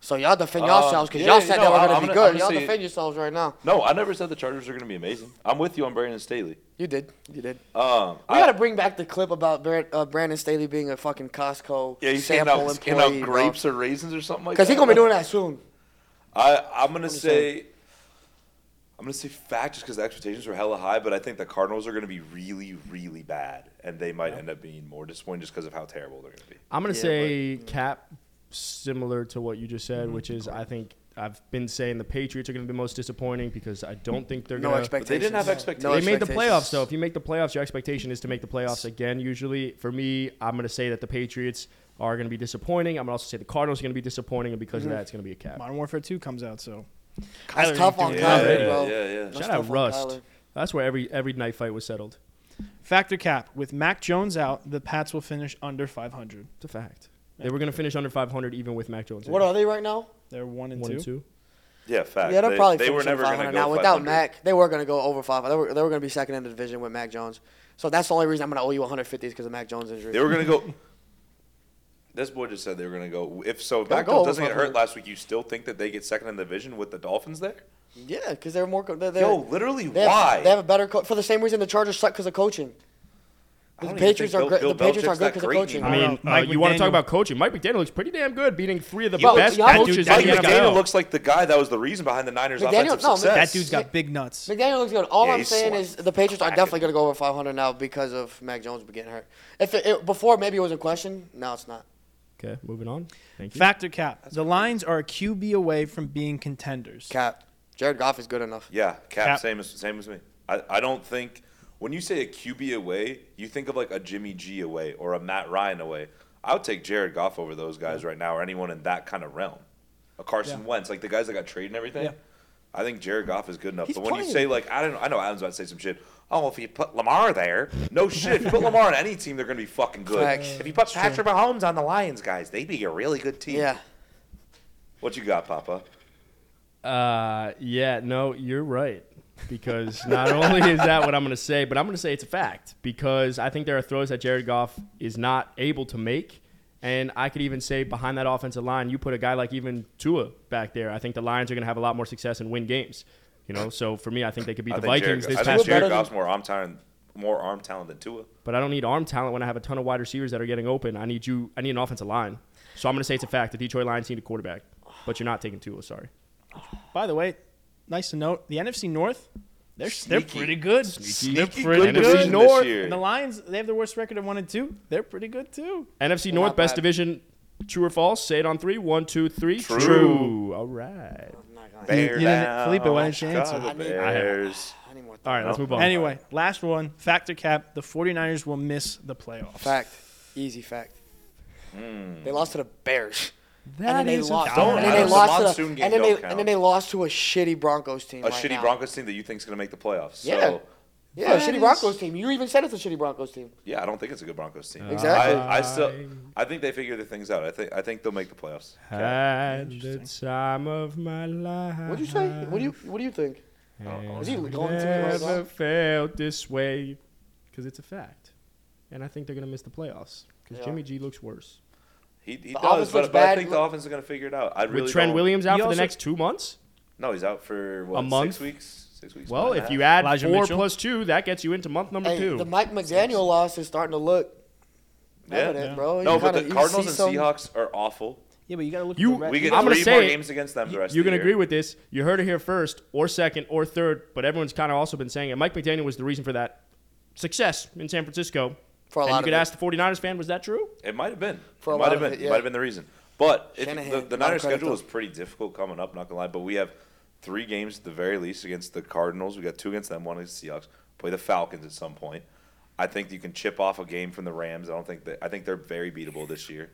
[SPEAKER 3] So y'all defend
[SPEAKER 2] Uh,
[SPEAKER 3] yourselves because
[SPEAKER 2] yeah,
[SPEAKER 3] y'all
[SPEAKER 2] yeah,
[SPEAKER 3] said
[SPEAKER 2] no,
[SPEAKER 3] they were
[SPEAKER 2] I-
[SPEAKER 3] gonna
[SPEAKER 2] I'm
[SPEAKER 3] be
[SPEAKER 2] gonna-
[SPEAKER 3] good.
[SPEAKER 2] I'm
[SPEAKER 3] Y'all
[SPEAKER 2] gonna say-
[SPEAKER 3] defend yourselves right now.
[SPEAKER 2] No, I never said the Chargers are going to be amazing. I'm with you on Brandon Staley.
[SPEAKER 3] You did. You did.
[SPEAKER 2] Um,
[SPEAKER 3] We
[SPEAKER 2] I-
[SPEAKER 3] got to bring back the clip about Bar- uh, Brandon Staley being a fucking Costco
[SPEAKER 2] yeah, he's handing
[SPEAKER 3] sample
[SPEAKER 2] out, handing
[SPEAKER 3] employee.
[SPEAKER 2] out grapes or raisins or something like that.
[SPEAKER 3] Because he's going to be doing that soon.
[SPEAKER 2] I, I'm going to
[SPEAKER 3] you
[SPEAKER 2] say. I'm gonna say fact just because the expectations were hella high, but I think the Cardinals are gonna be really, really bad, and they might end up being more disappointing just because of how terrible they're gonna be.
[SPEAKER 1] I'm gonna
[SPEAKER 3] Yeah,
[SPEAKER 1] say cap similar to what you just said,
[SPEAKER 4] Mm-hmm.
[SPEAKER 1] which is I think I've been saying the Patriots are gonna be the most disappointing because I don't think they're
[SPEAKER 3] No
[SPEAKER 1] gonna.
[SPEAKER 2] But they
[SPEAKER 3] expectations.
[SPEAKER 2] didn't have
[SPEAKER 3] No
[SPEAKER 2] expectations.
[SPEAKER 1] they made the
[SPEAKER 3] expectations.
[SPEAKER 1] playoffs, though. If you make the playoffs, your expectation is to make the playoffs again. Usually, for me, I'm going to say that the Patriots are going to be disappointing. I'm going to also say the Cardinals are going to be disappointing, and because
[SPEAKER 3] Mm-hmm.
[SPEAKER 1] of that, it's going to be a cap.
[SPEAKER 4] Modern Warfare 2 comes out, so
[SPEAKER 3] That's
[SPEAKER 4] Kyler
[SPEAKER 3] tough
[SPEAKER 4] ain't
[SPEAKER 3] on
[SPEAKER 4] doing
[SPEAKER 3] Kyler,
[SPEAKER 2] yeah,
[SPEAKER 3] bro.
[SPEAKER 2] yeah, yeah.
[SPEAKER 3] That's
[SPEAKER 1] Shout out
[SPEAKER 3] tough on
[SPEAKER 1] Rust.
[SPEAKER 3] Kyler.
[SPEAKER 1] That's where every every night fight was settled.
[SPEAKER 4] Factor cap. With Mac Jones out, the Pats will finish under 500.
[SPEAKER 1] It's a fact. They were going to finish under 500 even with Mac Jones. in.
[SPEAKER 3] What are they right now?
[SPEAKER 4] They're one and
[SPEAKER 1] one
[SPEAKER 4] two.
[SPEAKER 1] and two?
[SPEAKER 2] Yeah, fact.
[SPEAKER 3] Yeah, they'll
[SPEAKER 2] Uh, they,
[SPEAKER 3] probably
[SPEAKER 2] they were
[SPEAKER 3] finish in
[SPEAKER 2] never going
[SPEAKER 3] 500.
[SPEAKER 2] to go
[SPEAKER 3] now without
[SPEAKER 2] 500.
[SPEAKER 3] Mac. They were going to go over 500. They were, they were going to be second in the division with Mac Jones. So that's the only reason I'm going to owe you 150 is because of Mac Jones injury.
[SPEAKER 2] They were going to go. This boy just said they were going to go. If so, if
[SPEAKER 3] They'll
[SPEAKER 2] Mac
[SPEAKER 3] go
[SPEAKER 2] Jones
[SPEAKER 3] over
[SPEAKER 2] doesn't get
[SPEAKER 3] 500.
[SPEAKER 2] hurt last week. You still think that they get second in the division with the Dolphins there?
[SPEAKER 3] yeah, because they're more. co- They're, they're,
[SPEAKER 2] Yo, literally,
[SPEAKER 3] they have,
[SPEAKER 2] why?
[SPEAKER 3] They have a better co- for the same reason the Chargers suck because of coaching.
[SPEAKER 2] I don't
[SPEAKER 3] the
[SPEAKER 2] even
[SPEAKER 3] Patriots
[SPEAKER 2] think
[SPEAKER 3] are
[SPEAKER 2] Bill-
[SPEAKER 3] great-
[SPEAKER 2] Bill
[SPEAKER 3] the Patriots are
[SPEAKER 2] Belichick's
[SPEAKER 3] good
[SPEAKER 2] that
[SPEAKER 3] 'cause of
[SPEAKER 2] great
[SPEAKER 3] coaching.
[SPEAKER 1] I
[SPEAKER 2] anymore.
[SPEAKER 1] mean,
[SPEAKER 4] Uh, Mike
[SPEAKER 1] uh, you want
[SPEAKER 4] McDaniel.
[SPEAKER 1] to talk about coaching? Mike McDaniel looks pretty damn good, beating three of the
[SPEAKER 3] Yo,
[SPEAKER 1] best
[SPEAKER 3] that dude-
[SPEAKER 1] coaches
[SPEAKER 3] that
[SPEAKER 1] in
[SPEAKER 2] Mike
[SPEAKER 1] the
[SPEAKER 4] dude-
[SPEAKER 1] NFL.
[SPEAKER 2] McDaniel looks like the guy that was the reason behind the Niners'
[SPEAKER 3] McDaniel-
[SPEAKER 2] offensive
[SPEAKER 3] no, Mc-
[SPEAKER 2] success.
[SPEAKER 4] That dude's got big nuts.
[SPEAKER 3] McDaniel looks good. All
[SPEAKER 2] Yeah,
[SPEAKER 3] I'm
[SPEAKER 2] he's
[SPEAKER 3] saying
[SPEAKER 2] sla-
[SPEAKER 3] is the Patriots are
[SPEAKER 2] slacking.
[SPEAKER 3] definitely going to go over 500 now because of Mac Jones getting hurt. If it, it, before maybe it was in question, now it's not.
[SPEAKER 1] Okay, moving on. Thank you.
[SPEAKER 4] Factor cap. The Lions are a QB away from being contenders.
[SPEAKER 3] Cap, Jared Goff is good enough.
[SPEAKER 2] Yeah, cap,
[SPEAKER 4] Cap.
[SPEAKER 2] same as same as me. I, I don't think when you say a QB away, you think of like a Jimmy G away or a Matt Ryan away. I would take Jared Goff over those guys right now or anyone in that kind of realm. A Carson
[SPEAKER 4] Yeah.
[SPEAKER 2] Wentz, like the guys that got traded and everything.
[SPEAKER 4] Yeah.
[SPEAKER 2] I think Jared Goff is good enough.
[SPEAKER 3] He's
[SPEAKER 2] but when
[SPEAKER 3] playing.
[SPEAKER 2] you say like I don't I know Adam's about to say some shit. Oh, if you put Lamar there, no shit. If you put Lamar on any team, they're gonna be fucking good.
[SPEAKER 3] Facts.
[SPEAKER 2] If you put Patrick Mahomes on the Lions, guys, they'd be a really good team.
[SPEAKER 3] Yeah.
[SPEAKER 2] What you got, Papa?
[SPEAKER 1] Uh, yeah, no, you're right. Because not only is that what I'm going to say, but I'm going to say it's a fact because I think there are throws that Jared Goff is not able to make. And I could even say behind that offensive line, you put a guy like even Tua back there. I think the Lions are going to have a lot more success and win games. You know, so for me, I think they could beat
[SPEAKER 2] I
[SPEAKER 1] the
[SPEAKER 2] think Jared,
[SPEAKER 1] Vikings
[SPEAKER 2] Go-
[SPEAKER 1] this
[SPEAKER 2] I
[SPEAKER 1] past
[SPEAKER 2] think
[SPEAKER 1] year.
[SPEAKER 2] Jared
[SPEAKER 3] year.
[SPEAKER 2] Goff's more arm talent, more arm talent than Tua.
[SPEAKER 1] But I don't need arm talent when I have a ton of wide receivers that are getting open. I need you. I need an offensive line. So I'm going to say it's a fact. The Detroit Lions need a quarterback, but you're not taking Tua. Sorry.
[SPEAKER 4] By the way, nice to note the NFC North. They're they're pretty good. They're
[SPEAKER 2] Sneaky
[SPEAKER 4] pretty
[SPEAKER 2] good division
[SPEAKER 4] good.
[SPEAKER 2] this North. year.
[SPEAKER 4] The Lions they have the worst record of one and two. They're pretty good too.
[SPEAKER 1] NFC
[SPEAKER 3] They're
[SPEAKER 1] North
[SPEAKER 3] not
[SPEAKER 1] best
[SPEAKER 3] bad.
[SPEAKER 1] division. True or false? Say it on three. One, two, three.
[SPEAKER 2] True.
[SPEAKER 1] All right.
[SPEAKER 4] You- you
[SPEAKER 2] Bear
[SPEAKER 4] didn't-
[SPEAKER 2] down,
[SPEAKER 4] Felipe, why didn't you answer?
[SPEAKER 2] Chicago
[SPEAKER 3] I need-
[SPEAKER 2] Bears.
[SPEAKER 3] I need more
[SPEAKER 1] All right. Let's
[SPEAKER 2] No.
[SPEAKER 1] move on.
[SPEAKER 4] Anyway, last one. Factor cap. The 49ers will miss the playoffs.
[SPEAKER 3] Fact. Easy fact.
[SPEAKER 2] Hmm.
[SPEAKER 3] They lost to the Bears.
[SPEAKER 1] That
[SPEAKER 3] and then
[SPEAKER 1] is
[SPEAKER 3] they
[SPEAKER 1] a
[SPEAKER 3] lost.
[SPEAKER 1] fact.
[SPEAKER 3] And then they
[SPEAKER 2] That's a
[SPEAKER 3] lost to
[SPEAKER 2] monsoon
[SPEAKER 3] the,
[SPEAKER 2] game,
[SPEAKER 3] and, then
[SPEAKER 2] don't
[SPEAKER 3] they, and then
[SPEAKER 2] count.
[SPEAKER 3] they lost to a shitty Broncos team.
[SPEAKER 2] A
[SPEAKER 3] right
[SPEAKER 2] shitty
[SPEAKER 3] now.
[SPEAKER 2] Broncos team that you think is going to make the playoffs.
[SPEAKER 3] Yeah.
[SPEAKER 2] So,
[SPEAKER 3] Yeah, a
[SPEAKER 4] That
[SPEAKER 3] shitty
[SPEAKER 4] is-
[SPEAKER 3] Broncos team. You even said it's a shitty Broncos team.
[SPEAKER 2] yeah, I don't think it's a good Broncos team.
[SPEAKER 3] Exactly.
[SPEAKER 2] I, I still, I think they figure the things out. I think, I think they'll make the playoffs. Okay.
[SPEAKER 1] Had the time of my life.
[SPEAKER 3] What'd you say? What do you What do you think?
[SPEAKER 2] I don't know.
[SPEAKER 3] Is he going to
[SPEAKER 1] Never felt this way, because it's a fact, and I think they're gonna miss the playoffs because
[SPEAKER 3] Yeah.
[SPEAKER 1] Jimmy G looks worse.
[SPEAKER 2] He, he
[SPEAKER 3] The
[SPEAKER 2] does,
[SPEAKER 3] offense looks
[SPEAKER 2] but, but I
[SPEAKER 3] bad.
[SPEAKER 2] think the offense is going to figure it out. I really
[SPEAKER 1] With Trent
[SPEAKER 2] don't-
[SPEAKER 1] Williams out
[SPEAKER 4] He
[SPEAKER 1] for the
[SPEAKER 4] also-
[SPEAKER 1] next two months.
[SPEAKER 2] No, he's out for what,
[SPEAKER 1] A month?
[SPEAKER 2] Six weeks. Six weeks.
[SPEAKER 1] Well,
[SPEAKER 2] nine and
[SPEAKER 1] if
[SPEAKER 2] a
[SPEAKER 1] you
[SPEAKER 2] half?
[SPEAKER 1] add
[SPEAKER 4] Elijah
[SPEAKER 1] four
[SPEAKER 4] Mitchell?
[SPEAKER 1] plus two, that gets you into month number
[SPEAKER 3] Hey,
[SPEAKER 1] two.
[SPEAKER 3] the Mike McDaniel loss is starting to look
[SPEAKER 2] Yeah.
[SPEAKER 3] evident,
[SPEAKER 4] Yeah.
[SPEAKER 3] bro.
[SPEAKER 2] no,
[SPEAKER 3] You
[SPEAKER 2] but
[SPEAKER 3] kinda-
[SPEAKER 2] the
[SPEAKER 3] you
[SPEAKER 2] Cardinals
[SPEAKER 3] see
[SPEAKER 2] and
[SPEAKER 3] some-
[SPEAKER 2] Seahawks are awful.
[SPEAKER 4] Yeah, but you got to look.
[SPEAKER 1] You-
[SPEAKER 4] at the
[SPEAKER 2] We
[SPEAKER 4] record.
[SPEAKER 2] get
[SPEAKER 1] I'm gonna
[SPEAKER 2] three
[SPEAKER 1] say
[SPEAKER 2] more
[SPEAKER 1] it.
[SPEAKER 2] games against them. The rest
[SPEAKER 1] You're
[SPEAKER 2] going
[SPEAKER 1] going
[SPEAKER 2] to
[SPEAKER 1] to agree with this. You heard it here first, or second, or third, but everyone's kind of also been saying it. Mike McDaniel was the reason for that success in San Francisco.
[SPEAKER 3] For a
[SPEAKER 1] and
[SPEAKER 3] lot
[SPEAKER 1] you
[SPEAKER 3] of
[SPEAKER 1] could
[SPEAKER 3] it.
[SPEAKER 1] ask the 49ers fan, was that true?
[SPEAKER 2] It might have been.
[SPEAKER 3] For a
[SPEAKER 2] it might
[SPEAKER 3] lot
[SPEAKER 2] have
[SPEAKER 3] of
[SPEAKER 2] been.
[SPEAKER 3] it, yeah.
[SPEAKER 2] might have been the reason. But if
[SPEAKER 3] Shanahan,
[SPEAKER 2] the,
[SPEAKER 3] a lot
[SPEAKER 2] the
[SPEAKER 3] of
[SPEAKER 2] Niners'
[SPEAKER 3] credit
[SPEAKER 2] schedule is
[SPEAKER 3] to
[SPEAKER 2] pretty difficult coming up. Not gonna lie, but we have three games at the very least against the Cardinals. We got two against them, one against the Seahawks. Play the Falcons at some point. I think you can chip off a game from the Rams. I don't think that. I think they're very beatable this year.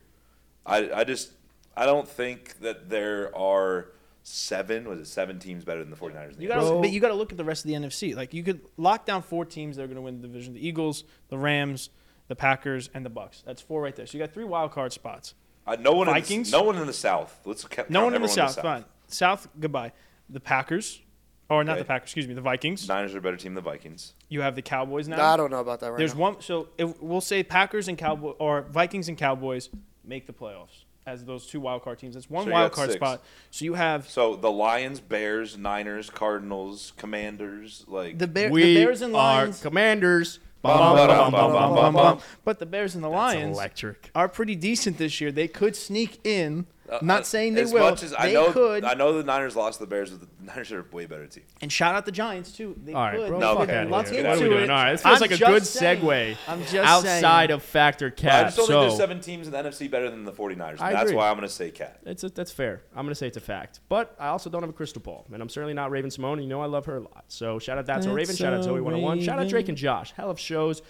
[SPEAKER 2] I I just I don't think that there are seven. Was it seven teams better than the 49ers? in the
[SPEAKER 4] You gotta,
[SPEAKER 1] Bro.
[SPEAKER 4] but you got to look at the rest of the NFC. Like you could lock down four teams that are going to win the division: the Eagles, the Rams, the Packers, and the Bucks. That's four right there. So you got three wild card spots.
[SPEAKER 2] Uh, no one
[SPEAKER 4] Vikings?
[SPEAKER 2] In the, no one in the South. Let's ca- count
[SPEAKER 4] No one in the
[SPEAKER 2] everyone
[SPEAKER 4] South. Fine. South, goodbye. The Packers, or not
[SPEAKER 2] Okay.
[SPEAKER 4] the Packers? Excuse me, the Vikings.
[SPEAKER 2] Niners are a better team than the Vikings.
[SPEAKER 4] You have the Cowboys now.
[SPEAKER 3] I don't know about that right
[SPEAKER 4] There's
[SPEAKER 3] now.
[SPEAKER 4] one. So if, we'll say Packers and Cowboy or Vikings and Cowboys make the playoffs as those two wild card teams. That's one
[SPEAKER 2] So you
[SPEAKER 4] wild
[SPEAKER 2] got
[SPEAKER 4] card
[SPEAKER 2] six.
[SPEAKER 4] spot. So you have
[SPEAKER 2] So the Lions, Bears, Niners, Cardinals, Commanders, like
[SPEAKER 4] the, Bear,
[SPEAKER 1] we
[SPEAKER 4] the Bears and
[SPEAKER 1] are
[SPEAKER 4] Lions.
[SPEAKER 1] commanders.
[SPEAKER 2] Bum,
[SPEAKER 1] Bum,
[SPEAKER 2] bum,
[SPEAKER 1] bum, bum, bum, bum, bum.
[SPEAKER 4] But the Bears and the
[SPEAKER 1] That's
[SPEAKER 4] Lions
[SPEAKER 1] electric.
[SPEAKER 4] are pretty decent this year. They could sneak in.
[SPEAKER 2] Uh,
[SPEAKER 4] Not
[SPEAKER 2] uh,
[SPEAKER 4] saying they
[SPEAKER 2] as
[SPEAKER 4] will.
[SPEAKER 2] Much as
[SPEAKER 4] they
[SPEAKER 2] I know,
[SPEAKER 4] could.
[SPEAKER 2] I know the Niners lost to the Bears, but the Niners are a way better team.
[SPEAKER 4] and shout out the Giants too. They
[SPEAKER 1] All right,
[SPEAKER 4] could.
[SPEAKER 1] bro.
[SPEAKER 2] No,
[SPEAKER 1] fuck
[SPEAKER 2] okay.
[SPEAKER 1] outta
[SPEAKER 4] Let's
[SPEAKER 2] Let's
[SPEAKER 1] here.
[SPEAKER 4] get
[SPEAKER 1] What are we
[SPEAKER 4] to
[SPEAKER 1] doing?
[SPEAKER 4] it.
[SPEAKER 1] All right, this feels
[SPEAKER 4] I'm
[SPEAKER 1] like a
[SPEAKER 4] just
[SPEAKER 1] good
[SPEAKER 4] saying.
[SPEAKER 1] segue
[SPEAKER 4] I'm just
[SPEAKER 1] outside
[SPEAKER 4] saying.
[SPEAKER 1] of factor
[SPEAKER 2] I
[SPEAKER 1] cap.
[SPEAKER 2] just don't think there's
[SPEAKER 1] So
[SPEAKER 2] seven teams in the NFC better than the 49ers. and
[SPEAKER 1] I
[SPEAKER 2] that's
[SPEAKER 1] agree.
[SPEAKER 2] why I'm going to say Cat.
[SPEAKER 1] it's a, that's fair. I'm going to say it's a fact. But I also don't have a crystal ball, and I'm certainly not Raven Simone. And you know I love her a lot. So shout out That's, a
[SPEAKER 4] That's
[SPEAKER 1] Raven. Shout out
[SPEAKER 4] a
[SPEAKER 1] Zoe 101. Shout out
[SPEAKER 4] Raven.
[SPEAKER 1] Drake and Josh. Hell of
[SPEAKER 3] Oh,
[SPEAKER 1] shows.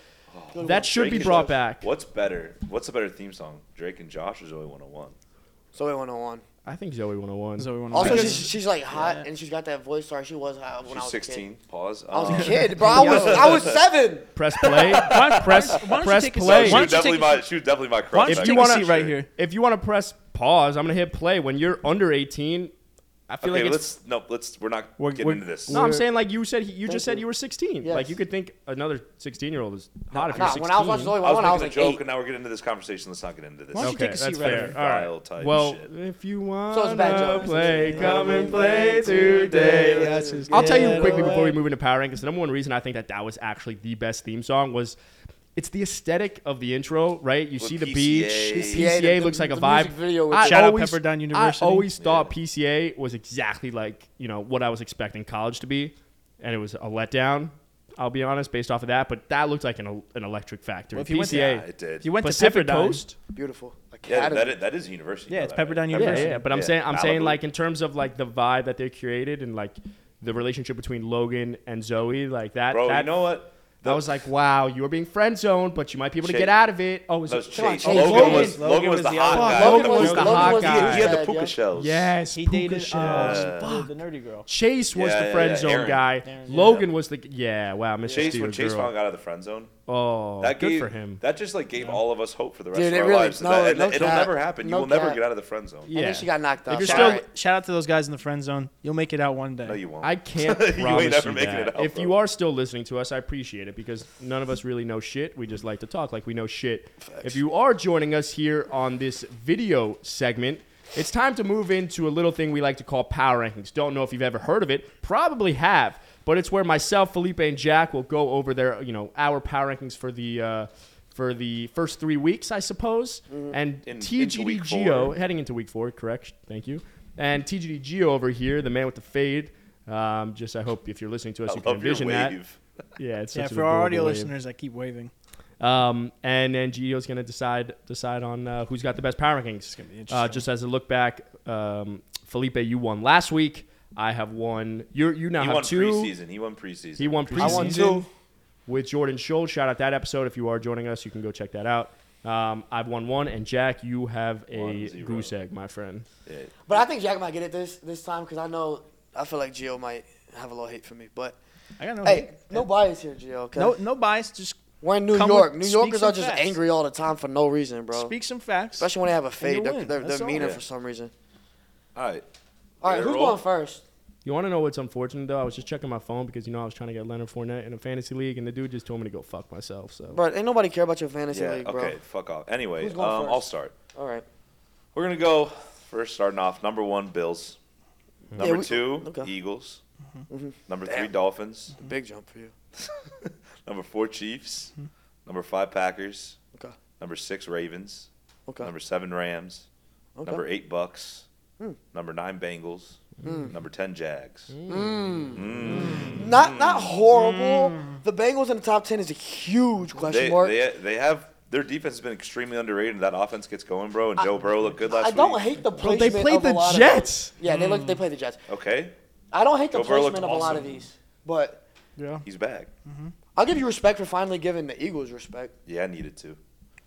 [SPEAKER 1] that should be brought back.
[SPEAKER 2] What's better? What's a better theme song? Drake and Josh or Zoe 101?
[SPEAKER 3] Zoe 101.
[SPEAKER 1] I think Zoe 101.
[SPEAKER 4] Zoe oh won.
[SPEAKER 3] Also,
[SPEAKER 4] Because-
[SPEAKER 3] she's, she's like hot
[SPEAKER 4] Yeah.
[SPEAKER 3] and she's got that voice. Sorry, she was hot when I
[SPEAKER 2] She's
[SPEAKER 3] was
[SPEAKER 2] 16.
[SPEAKER 3] A kid.
[SPEAKER 2] Pause.
[SPEAKER 3] I was
[SPEAKER 2] Um,
[SPEAKER 3] a kid, bro. I was I was seven.
[SPEAKER 1] Press play. press
[SPEAKER 4] why don't you
[SPEAKER 1] press
[SPEAKER 4] take a
[SPEAKER 2] So
[SPEAKER 1] play.
[SPEAKER 4] selfie?
[SPEAKER 2] she, was
[SPEAKER 4] Why don't you
[SPEAKER 2] definitely
[SPEAKER 4] take a-
[SPEAKER 2] my, she was definitely my
[SPEAKER 4] Why
[SPEAKER 2] crush.
[SPEAKER 4] don't
[SPEAKER 2] back
[SPEAKER 4] you take
[SPEAKER 2] then,
[SPEAKER 4] a
[SPEAKER 2] for
[SPEAKER 4] seat right
[SPEAKER 2] sure.
[SPEAKER 4] here?
[SPEAKER 1] If you want to press pause, I'm gonna hit play. When you're under 18, I feel
[SPEAKER 2] Okay,
[SPEAKER 1] like it's.
[SPEAKER 2] let's no, let's we're not
[SPEAKER 4] We're-
[SPEAKER 2] getting
[SPEAKER 4] we're-
[SPEAKER 2] into this.
[SPEAKER 1] No, I'm saying like you said. You
[SPEAKER 3] Thank
[SPEAKER 1] just said
[SPEAKER 3] you.
[SPEAKER 1] you were 16.
[SPEAKER 3] Yes.
[SPEAKER 1] Like you could think another 16 year old is hot if you're
[SPEAKER 3] Nah,
[SPEAKER 1] 16.
[SPEAKER 3] when I was watching Zoe
[SPEAKER 2] I was making
[SPEAKER 3] 101, I was
[SPEAKER 2] a
[SPEAKER 3] like
[SPEAKER 2] joke,
[SPEAKER 3] eight.
[SPEAKER 2] and now we're getting into this conversation. Let's not get into this.
[SPEAKER 4] Why don't you
[SPEAKER 1] Okay,
[SPEAKER 4] take a
[SPEAKER 1] that's
[SPEAKER 4] seat right
[SPEAKER 1] fair.
[SPEAKER 4] here?
[SPEAKER 1] All
[SPEAKER 2] Vile
[SPEAKER 1] right.
[SPEAKER 2] type
[SPEAKER 1] well,
[SPEAKER 2] shit.
[SPEAKER 1] if you want
[SPEAKER 3] So it's a bad
[SPEAKER 1] to
[SPEAKER 3] joke.
[SPEAKER 1] play, come and
[SPEAKER 5] play today. Let's just
[SPEAKER 1] I'll tell you
[SPEAKER 5] get
[SPEAKER 1] quickly before
[SPEAKER 5] away.
[SPEAKER 1] we move into Power Rankings. The number one reason I think that that was actually the best theme song was it's the aesthetic of the intro, right? You
[SPEAKER 2] With
[SPEAKER 1] see the
[SPEAKER 2] PCA.
[SPEAKER 1] beach.
[SPEAKER 2] PCA,
[SPEAKER 1] PCA,
[SPEAKER 3] the-
[SPEAKER 1] looks
[SPEAKER 3] the-
[SPEAKER 1] like a
[SPEAKER 3] the
[SPEAKER 1] vibe.
[SPEAKER 3] music video with-
[SPEAKER 1] I
[SPEAKER 4] Shout out
[SPEAKER 1] always-
[SPEAKER 4] Pepperdine
[SPEAKER 1] I
[SPEAKER 4] University.
[SPEAKER 1] always thought PCA was exactly like you know what I was expecting college to be, and it was a letdown. I'll be honest, based off of that, but that looked like an, an electric factory.
[SPEAKER 4] Well, if you went to-
[SPEAKER 1] PCA,
[SPEAKER 2] Yeah, it did.
[SPEAKER 4] If you went
[SPEAKER 1] Pacific
[SPEAKER 4] to Pepperdine,
[SPEAKER 1] Coast.
[SPEAKER 3] Beautiful.
[SPEAKER 2] yeah,
[SPEAKER 3] Academy.
[SPEAKER 2] that is, that is a university.
[SPEAKER 4] Yeah,
[SPEAKER 2] you know
[SPEAKER 4] it's
[SPEAKER 2] that, right?
[SPEAKER 4] Pepperdine
[SPEAKER 1] Yeah,
[SPEAKER 4] University.
[SPEAKER 1] yeah, yeah, but I'm
[SPEAKER 2] Yeah,
[SPEAKER 1] saying I'm saying
[SPEAKER 2] Malibu.
[SPEAKER 1] like in terms of like the vibe that they created and like the relationship between Logan and Zoe, like that.
[SPEAKER 2] Bro,
[SPEAKER 1] that,
[SPEAKER 2] you know what?
[SPEAKER 1] I was like, wow, you were being friend zoned, but you might be able to
[SPEAKER 2] Chase-
[SPEAKER 1] get out of it. Oh, is
[SPEAKER 2] That was
[SPEAKER 1] it
[SPEAKER 3] Come on,
[SPEAKER 2] Chase.
[SPEAKER 3] Chase.
[SPEAKER 2] Logan,
[SPEAKER 1] Logan.
[SPEAKER 2] was Logan was the hot guy.
[SPEAKER 1] Logan was the hot
[SPEAKER 3] was
[SPEAKER 2] He had-
[SPEAKER 1] guy.
[SPEAKER 2] He had
[SPEAKER 3] dad,
[SPEAKER 2] the puka
[SPEAKER 3] yeah.
[SPEAKER 2] shells.
[SPEAKER 1] Yes,
[SPEAKER 4] He
[SPEAKER 1] Puka
[SPEAKER 4] dated
[SPEAKER 1] Shell.
[SPEAKER 2] Yeah.
[SPEAKER 4] uh, the, the nerdy girl.
[SPEAKER 1] Chase was
[SPEAKER 2] Yeah,
[SPEAKER 1] the
[SPEAKER 2] yeah,
[SPEAKER 1] friend
[SPEAKER 2] yeah,
[SPEAKER 1] zone
[SPEAKER 2] Aaron.
[SPEAKER 1] guy.
[SPEAKER 4] Aaron, yeah.
[SPEAKER 1] Logan was the yeah. Wow, Mr.
[SPEAKER 2] Chase
[SPEAKER 1] Steal
[SPEAKER 2] when Chase
[SPEAKER 1] girl.
[SPEAKER 2] finally got out of the friend zone.
[SPEAKER 1] oh,
[SPEAKER 2] That
[SPEAKER 1] good
[SPEAKER 2] gave,
[SPEAKER 1] for him.
[SPEAKER 2] That just like gave all of us hope for the rest
[SPEAKER 3] Dude, it
[SPEAKER 2] of our
[SPEAKER 3] really-
[SPEAKER 2] lives.
[SPEAKER 3] no,
[SPEAKER 2] that, and
[SPEAKER 3] no
[SPEAKER 2] it'll
[SPEAKER 3] cap.
[SPEAKER 2] never happen. You
[SPEAKER 3] No
[SPEAKER 2] will never
[SPEAKER 3] cap.
[SPEAKER 2] get out of the friend zone.
[SPEAKER 1] Yeah.
[SPEAKER 3] And then she got knocked
[SPEAKER 1] If
[SPEAKER 3] out.
[SPEAKER 1] you're
[SPEAKER 3] Shout
[SPEAKER 1] still-
[SPEAKER 3] out.
[SPEAKER 4] Shout out to those guys in the friend zone. You'll make it out one day.
[SPEAKER 2] No, you won't.
[SPEAKER 1] I can't
[SPEAKER 2] You ain't
[SPEAKER 1] promise you,
[SPEAKER 2] never making
[SPEAKER 1] that.
[SPEAKER 2] it out,
[SPEAKER 1] if you
[SPEAKER 2] bro.
[SPEAKER 1] are still listening to us, I appreciate it because none of us really know shit. We just like to talk like we know shit. If you are joining us here on this video segment, it's time to move into a little thing we like to call power rankings. Don't know if you've ever heard of it. Probably have, but it's where myself, Felipe, and Jack will go over their you know our power rankings for the. Uh, for the first three weeks, I suppose, and
[SPEAKER 2] Mm-hmm. In- into week
[SPEAKER 1] TGDGO
[SPEAKER 2] four.
[SPEAKER 1] heading into week four. Correct. Thank you. And TGDGO over here, the man with the fade. Um, just I hope if you're listening to us, you
[SPEAKER 2] I
[SPEAKER 1] can
[SPEAKER 2] love your
[SPEAKER 1] envision
[SPEAKER 2] wave.
[SPEAKER 1] that. Yeah, it's
[SPEAKER 4] yeah,
[SPEAKER 1] such an
[SPEAKER 4] for our
[SPEAKER 1] adorable
[SPEAKER 4] audio
[SPEAKER 1] wave.
[SPEAKER 4] listeners, I keep waving.
[SPEAKER 1] Um, and then Gio's gonna decide decide on uh, who's got the best power rankings.
[SPEAKER 4] gonna be
[SPEAKER 1] Uh,
[SPEAKER 4] interesting.
[SPEAKER 1] just as a look back, um, Felipe, you won last week. I have won. You you now
[SPEAKER 2] He
[SPEAKER 1] have
[SPEAKER 2] won
[SPEAKER 1] Uh-huh. two.
[SPEAKER 2] preseason. He won preseason.
[SPEAKER 1] He won
[SPEAKER 3] I
[SPEAKER 1] preseason
[SPEAKER 3] won two.
[SPEAKER 1] with Jordan Schultz. Shout out that episode. If you are joining us, you can go check that out. Um, I've won one, and Jack, you have a
[SPEAKER 2] One, zero.
[SPEAKER 1] goose egg, my friend.
[SPEAKER 2] Yeah.
[SPEAKER 3] But I think Jack might get it this this time because I know I feel like Gio might have a little hate for me. But
[SPEAKER 4] I got no.
[SPEAKER 3] hey, no bias here, Gio. 'cause
[SPEAKER 4] no, no bias. Just
[SPEAKER 3] we're in New
[SPEAKER 4] Come
[SPEAKER 3] York.
[SPEAKER 4] with-
[SPEAKER 3] New
[SPEAKER 4] speak
[SPEAKER 3] Yorkers
[SPEAKER 4] some
[SPEAKER 3] are just
[SPEAKER 4] facts.
[SPEAKER 3] angry all the time for no reason, bro.
[SPEAKER 4] speak some facts.
[SPEAKER 3] Especially when they have a
[SPEAKER 4] you'll
[SPEAKER 3] fade, they're,
[SPEAKER 4] win.
[SPEAKER 3] they're,
[SPEAKER 4] That's
[SPEAKER 3] they're
[SPEAKER 4] all.
[SPEAKER 3] meaner
[SPEAKER 2] Yeah.
[SPEAKER 3] for some reason.
[SPEAKER 2] All right.
[SPEAKER 3] All right,
[SPEAKER 2] Yeah,
[SPEAKER 3] who's
[SPEAKER 2] roll.
[SPEAKER 3] going first?
[SPEAKER 1] You want to know what's unfortunate though? I was just checking my phone because you know I was trying to get Leonard Fournette in a fantasy league, and the dude just told me to go fuck myself. So
[SPEAKER 3] Bro, ain't nobody care about your fantasy
[SPEAKER 2] Yeah.
[SPEAKER 3] league, bro.
[SPEAKER 2] Okay. Fuck off. Anyway,
[SPEAKER 3] Who's
[SPEAKER 2] um,
[SPEAKER 3] going first?
[SPEAKER 2] I'll start.
[SPEAKER 3] All right.
[SPEAKER 2] We're gonna go first. Starting off, number one, Bills. Number
[SPEAKER 3] we-
[SPEAKER 2] two,
[SPEAKER 3] okay. Mm-hmm.
[SPEAKER 2] Eagles. Number three, Dolphins.
[SPEAKER 3] Big jump for you.
[SPEAKER 2] Number four, Chiefs. Number five, Packers.
[SPEAKER 3] Mm-hmm. Okay.
[SPEAKER 2] Number six, Ravens.
[SPEAKER 3] Okay.
[SPEAKER 2] Number seven, Rams.
[SPEAKER 3] okay. Hmm.
[SPEAKER 2] Number eight, Bucks. Number nine, Bengals. Number ten, Jags.
[SPEAKER 3] Not not horrible. The Bengals in the top ten is a huge question
[SPEAKER 2] They,
[SPEAKER 3] mark.
[SPEAKER 2] they they have their defense has been extremely underrated, and that offense gets going, bro. And Joe Burrow looked good last
[SPEAKER 3] I don't
[SPEAKER 2] week.
[SPEAKER 3] hate the
[SPEAKER 1] Bro,
[SPEAKER 3] placement.
[SPEAKER 1] they played
[SPEAKER 3] of a
[SPEAKER 1] the
[SPEAKER 3] lot of-
[SPEAKER 1] Jets.
[SPEAKER 3] yeah, they look, they play the Jets.
[SPEAKER 2] Okay,
[SPEAKER 3] I don't hate the
[SPEAKER 2] Joe Burrow looked
[SPEAKER 3] placement of a lot of
[SPEAKER 2] awesome.
[SPEAKER 3] these, but
[SPEAKER 4] yeah.
[SPEAKER 2] he's back.
[SPEAKER 3] I'll give you respect for finally giving the Eagles respect
[SPEAKER 2] Yeah, I needed to.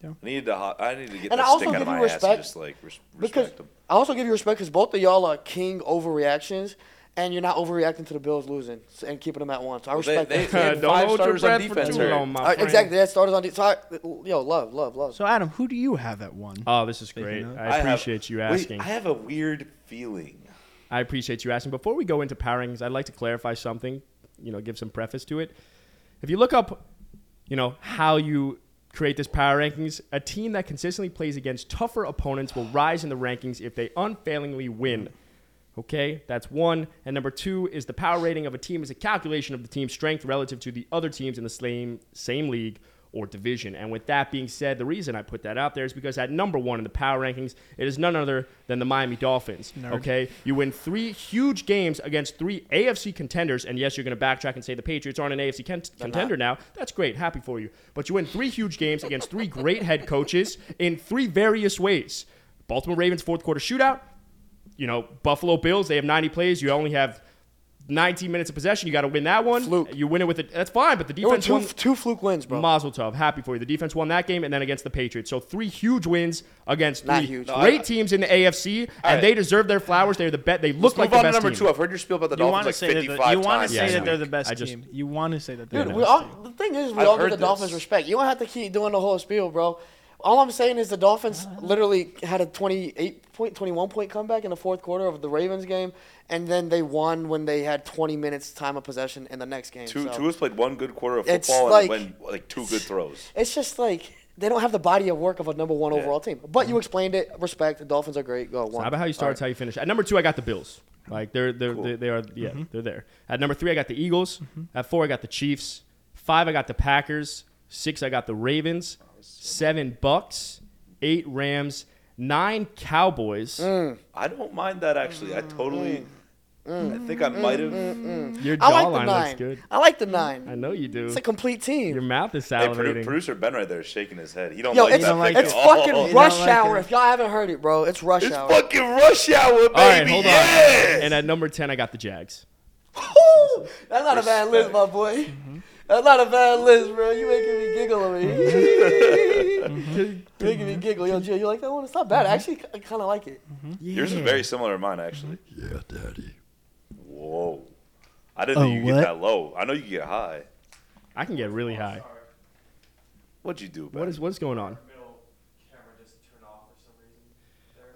[SPEAKER 4] Yeah.
[SPEAKER 2] I needed to. ho- I needed to get
[SPEAKER 3] And
[SPEAKER 2] that
[SPEAKER 3] I also
[SPEAKER 2] stick out
[SPEAKER 3] give
[SPEAKER 2] of
[SPEAKER 3] you
[SPEAKER 2] my ass and
[SPEAKER 3] respect
[SPEAKER 2] just like res-
[SPEAKER 3] because
[SPEAKER 2] respect him.
[SPEAKER 3] I also give you respect because both of y'all are king overreactions, and you're not overreacting to the Bills losing s- and keeping them at one. So I respect
[SPEAKER 2] they-
[SPEAKER 3] that.
[SPEAKER 2] they- had five starters on defense Uh, here.
[SPEAKER 1] my
[SPEAKER 3] All right,
[SPEAKER 1] friend.
[SPEAKER 3] exactly. That started on. de- So I, yo, love, love, love.
[SPEAKER 4] So Adam, who do you have at one?
[SPEAKER 3] Uh,
[SPEAKER 1] Oh, this is great.
[SPEAKER 4] of-
[SPEAKER 1] I
[SPEAKER 2] have-
[SPEAKER 1] appreciate you
[SPEAKER 2] wait,
[SPEAKER 1] asking.
[SPEAKER 2] I have a weird feeling.
[SPEAKER 1] I appreciate you asking. Before we go into power rankings, I'd like to clarify something, you know, give some preface to it. If you look up, you know, how you create this power rankings, a team that consistently plays against tougher opponents will rise in the rankings if they unfailingly win. Okay, that's one. And number two is the power rating of a team is a calculation of the team's strength relative to the other teams in the same same league or division. And with that being said, the reason I put that out there is because at number one in the power rankings, it is none other than the Miami Dolphins. Okay, you win three huge games against three AFC contenders, and yes, you're going to backtrack and say the Patriots aren't an AFC con- contender now. That's great, happy for you. But you win three huge games against three great head coaches in three various ways. Baltimore Ravens fourth quarter shootout, you know, Buffalo Bills, they have 90 plays. You only have 19 minutes of possession. You got to win that one.
[SPEAKER 3] Fluke.
[SPEAKER 1] You win it with it. That's fine, but the
[SPEAKER 3] There were
[SPEAKER 1] defense
[SPEAKER 3] two,
[SPEAKER 1] won.
[SPEAKER 3] two fluke wins, bro.
[SPEAKER 1] Mazel tov. Happy for you. The defense won that game and then against the Patriots. So three huge wins against
[SPEAKER 3] Not
[SPEAKER 1] three
[SPEAKER 3] huge.
[SPEAKER 1] great teams in the AFC, and
[SPEAKER 2] right.
[SPEAKER 1] they deserve their flowers. They're the bet. They
[SPEAKER 2] Let's
[SPEAKER 1] look like
[SPEAKER 2] move on
[SPEAKER 1] the
[SPEAKER 2] to
[SPEAKER 1] best
[SPEAKER 2] number
[SPEAKER 1] team.
[SPEAKER 2] two. I've heard your spiel about the
[SPEAKER 4] You want to
[SPEAKER 2] Dolphins like
[SPEAKER 4] say that
[SPEAKER 2] 55
[SPEAKER 4] the, you want
[SPEAKER 2] times.
[SPEAKER 4] to say
[SPEAKER 1] Yeah.
[SPEAKER 4] that they're the best
[SPEAKER 1] I just-
[SPEAKER 4] team. You want to say that they're
[SPEAKER 3] Dude,
[SPEAKER 4] the
[SPEAKER 3] we
[SPEAKER 4] best
[SPEAKER 3] all,
[SPEAKER 4] team.
[SPEAKER 3] the thing is, we
[SPEAKER 2] I've
[SPEAKER 3] all give
[SPEAKER 2] heard
[SPEAKER 3] the Dolphins
[SPEAKER 2] this.
[SPEAKER 3] respect. You don't have to keep doing the whole spiel, bro. All I'm saying is the Dolphins literally had a 28 point, 21 point comeback in the fourth quarter of the Ravens game, and then they won when they had 20 minutes time of possession in the next game.
[SPEAKER 2] Two,
[SPEAKER 3] so.
[SPEAKER 2] Tua's played one good quarter of
[SPEAKER 3] It's
[SPEAKER 2] football
[SPEAKER 3] like-
[SPEAKER 2] and went like two good throws.
[SPEAKER 3] It's just like they don't have the body of work of a number one
[SPEAKER 2] Yeah.
[SPEAKER 3] overall team. But you explained it. Respect. The Dolphins are great. Go
[SPEAKER 1] It's
[SPEAKER 3] one.
[SPEAKER 1] not about how you start, it's how you finish. At number two, I got the Bills. Like they're they're
[SPEAKER 2] Cool.
[SPEAKER 1] they, they are yeah they're there. At number three, I got the Eagles. At four, I got the Chiefs. Five, I got the Packers. Six, I got the Ravens. Seven, Bucks. Eight, Rams. Nine, Cowboys.
[SPEAKER 2] I don't mind that actually. I totally.
[SPEAKER 3] Mm,
[SPEAKER 2] I think I might have.
[SPEAKER 1] Your
[SPEAKER 3] I like the
[SPEAKER 1] jawline looks
[SPEAKER 3] nine.
[SPEAKER 1] good.
[SPEAKER 3] I like the nine.
[SPEAKER 1] I know you do.
[SPEAKER 3] It's a complete team.
[SPEAKER 1] Your mouth is
[SPEAKER 2] Hey, produ-
[SPEAKER 1] salivating.
[SPEAKER 2] producer Ben right there is shaking his head. He don't
[SPEAKER 3] Yo,
[SPEAKER 2] like
[SPEAKER 3] it's,
[SPEAKER 2] that.
[SPEAKER 4] like
[SPEAKER 2] pick
[SPEAKER 3] it's
[SPEAKER 2] at all.
[SPEAKER 3] fucking
[SPEAKER 4] You don't
[SPEAKER 3] rush
[SPEAKER 4] like
[SPEAKER 3] hour.
[SPEAKER 4] it.
[SPEAKER 3] If y'all haven't heard it, bro, it's rush
[SPEAKER 2] It's
[SPEAKER 3] hour.
[SPEAKER 2] fucking rush hour, baby.
[SPEAKER 1] All right, hold on.
[SPEAKER 2] yeah!
[SPEAKER 1] And uh, at number ten, I got the Jags.
[SPEAKER 3] Woo! That's not a bad list,
[SPEAKER 2] Respect.
[SPEAKER 3] my boy. That's not a bad list, bro. You making me giggle over here. making me giggle. Yo, Jill, you like that one? It's not bad. Actually, I kind of like it.
[SPEAKER 2] Yours is very similar to mine, actually. Yeah, daddy. Whoa. I didn't
[SPEAKER 4] A
[SPEAKER 2] think you could
[SPEAKER 4] what?
[SPEAKER 2] get that low. I know you could get high.
[SPEAKER 1] I can get really high.
[SPEAKER 2] What'd you do, Ben?
[SPEAKER 1] What is what's going on?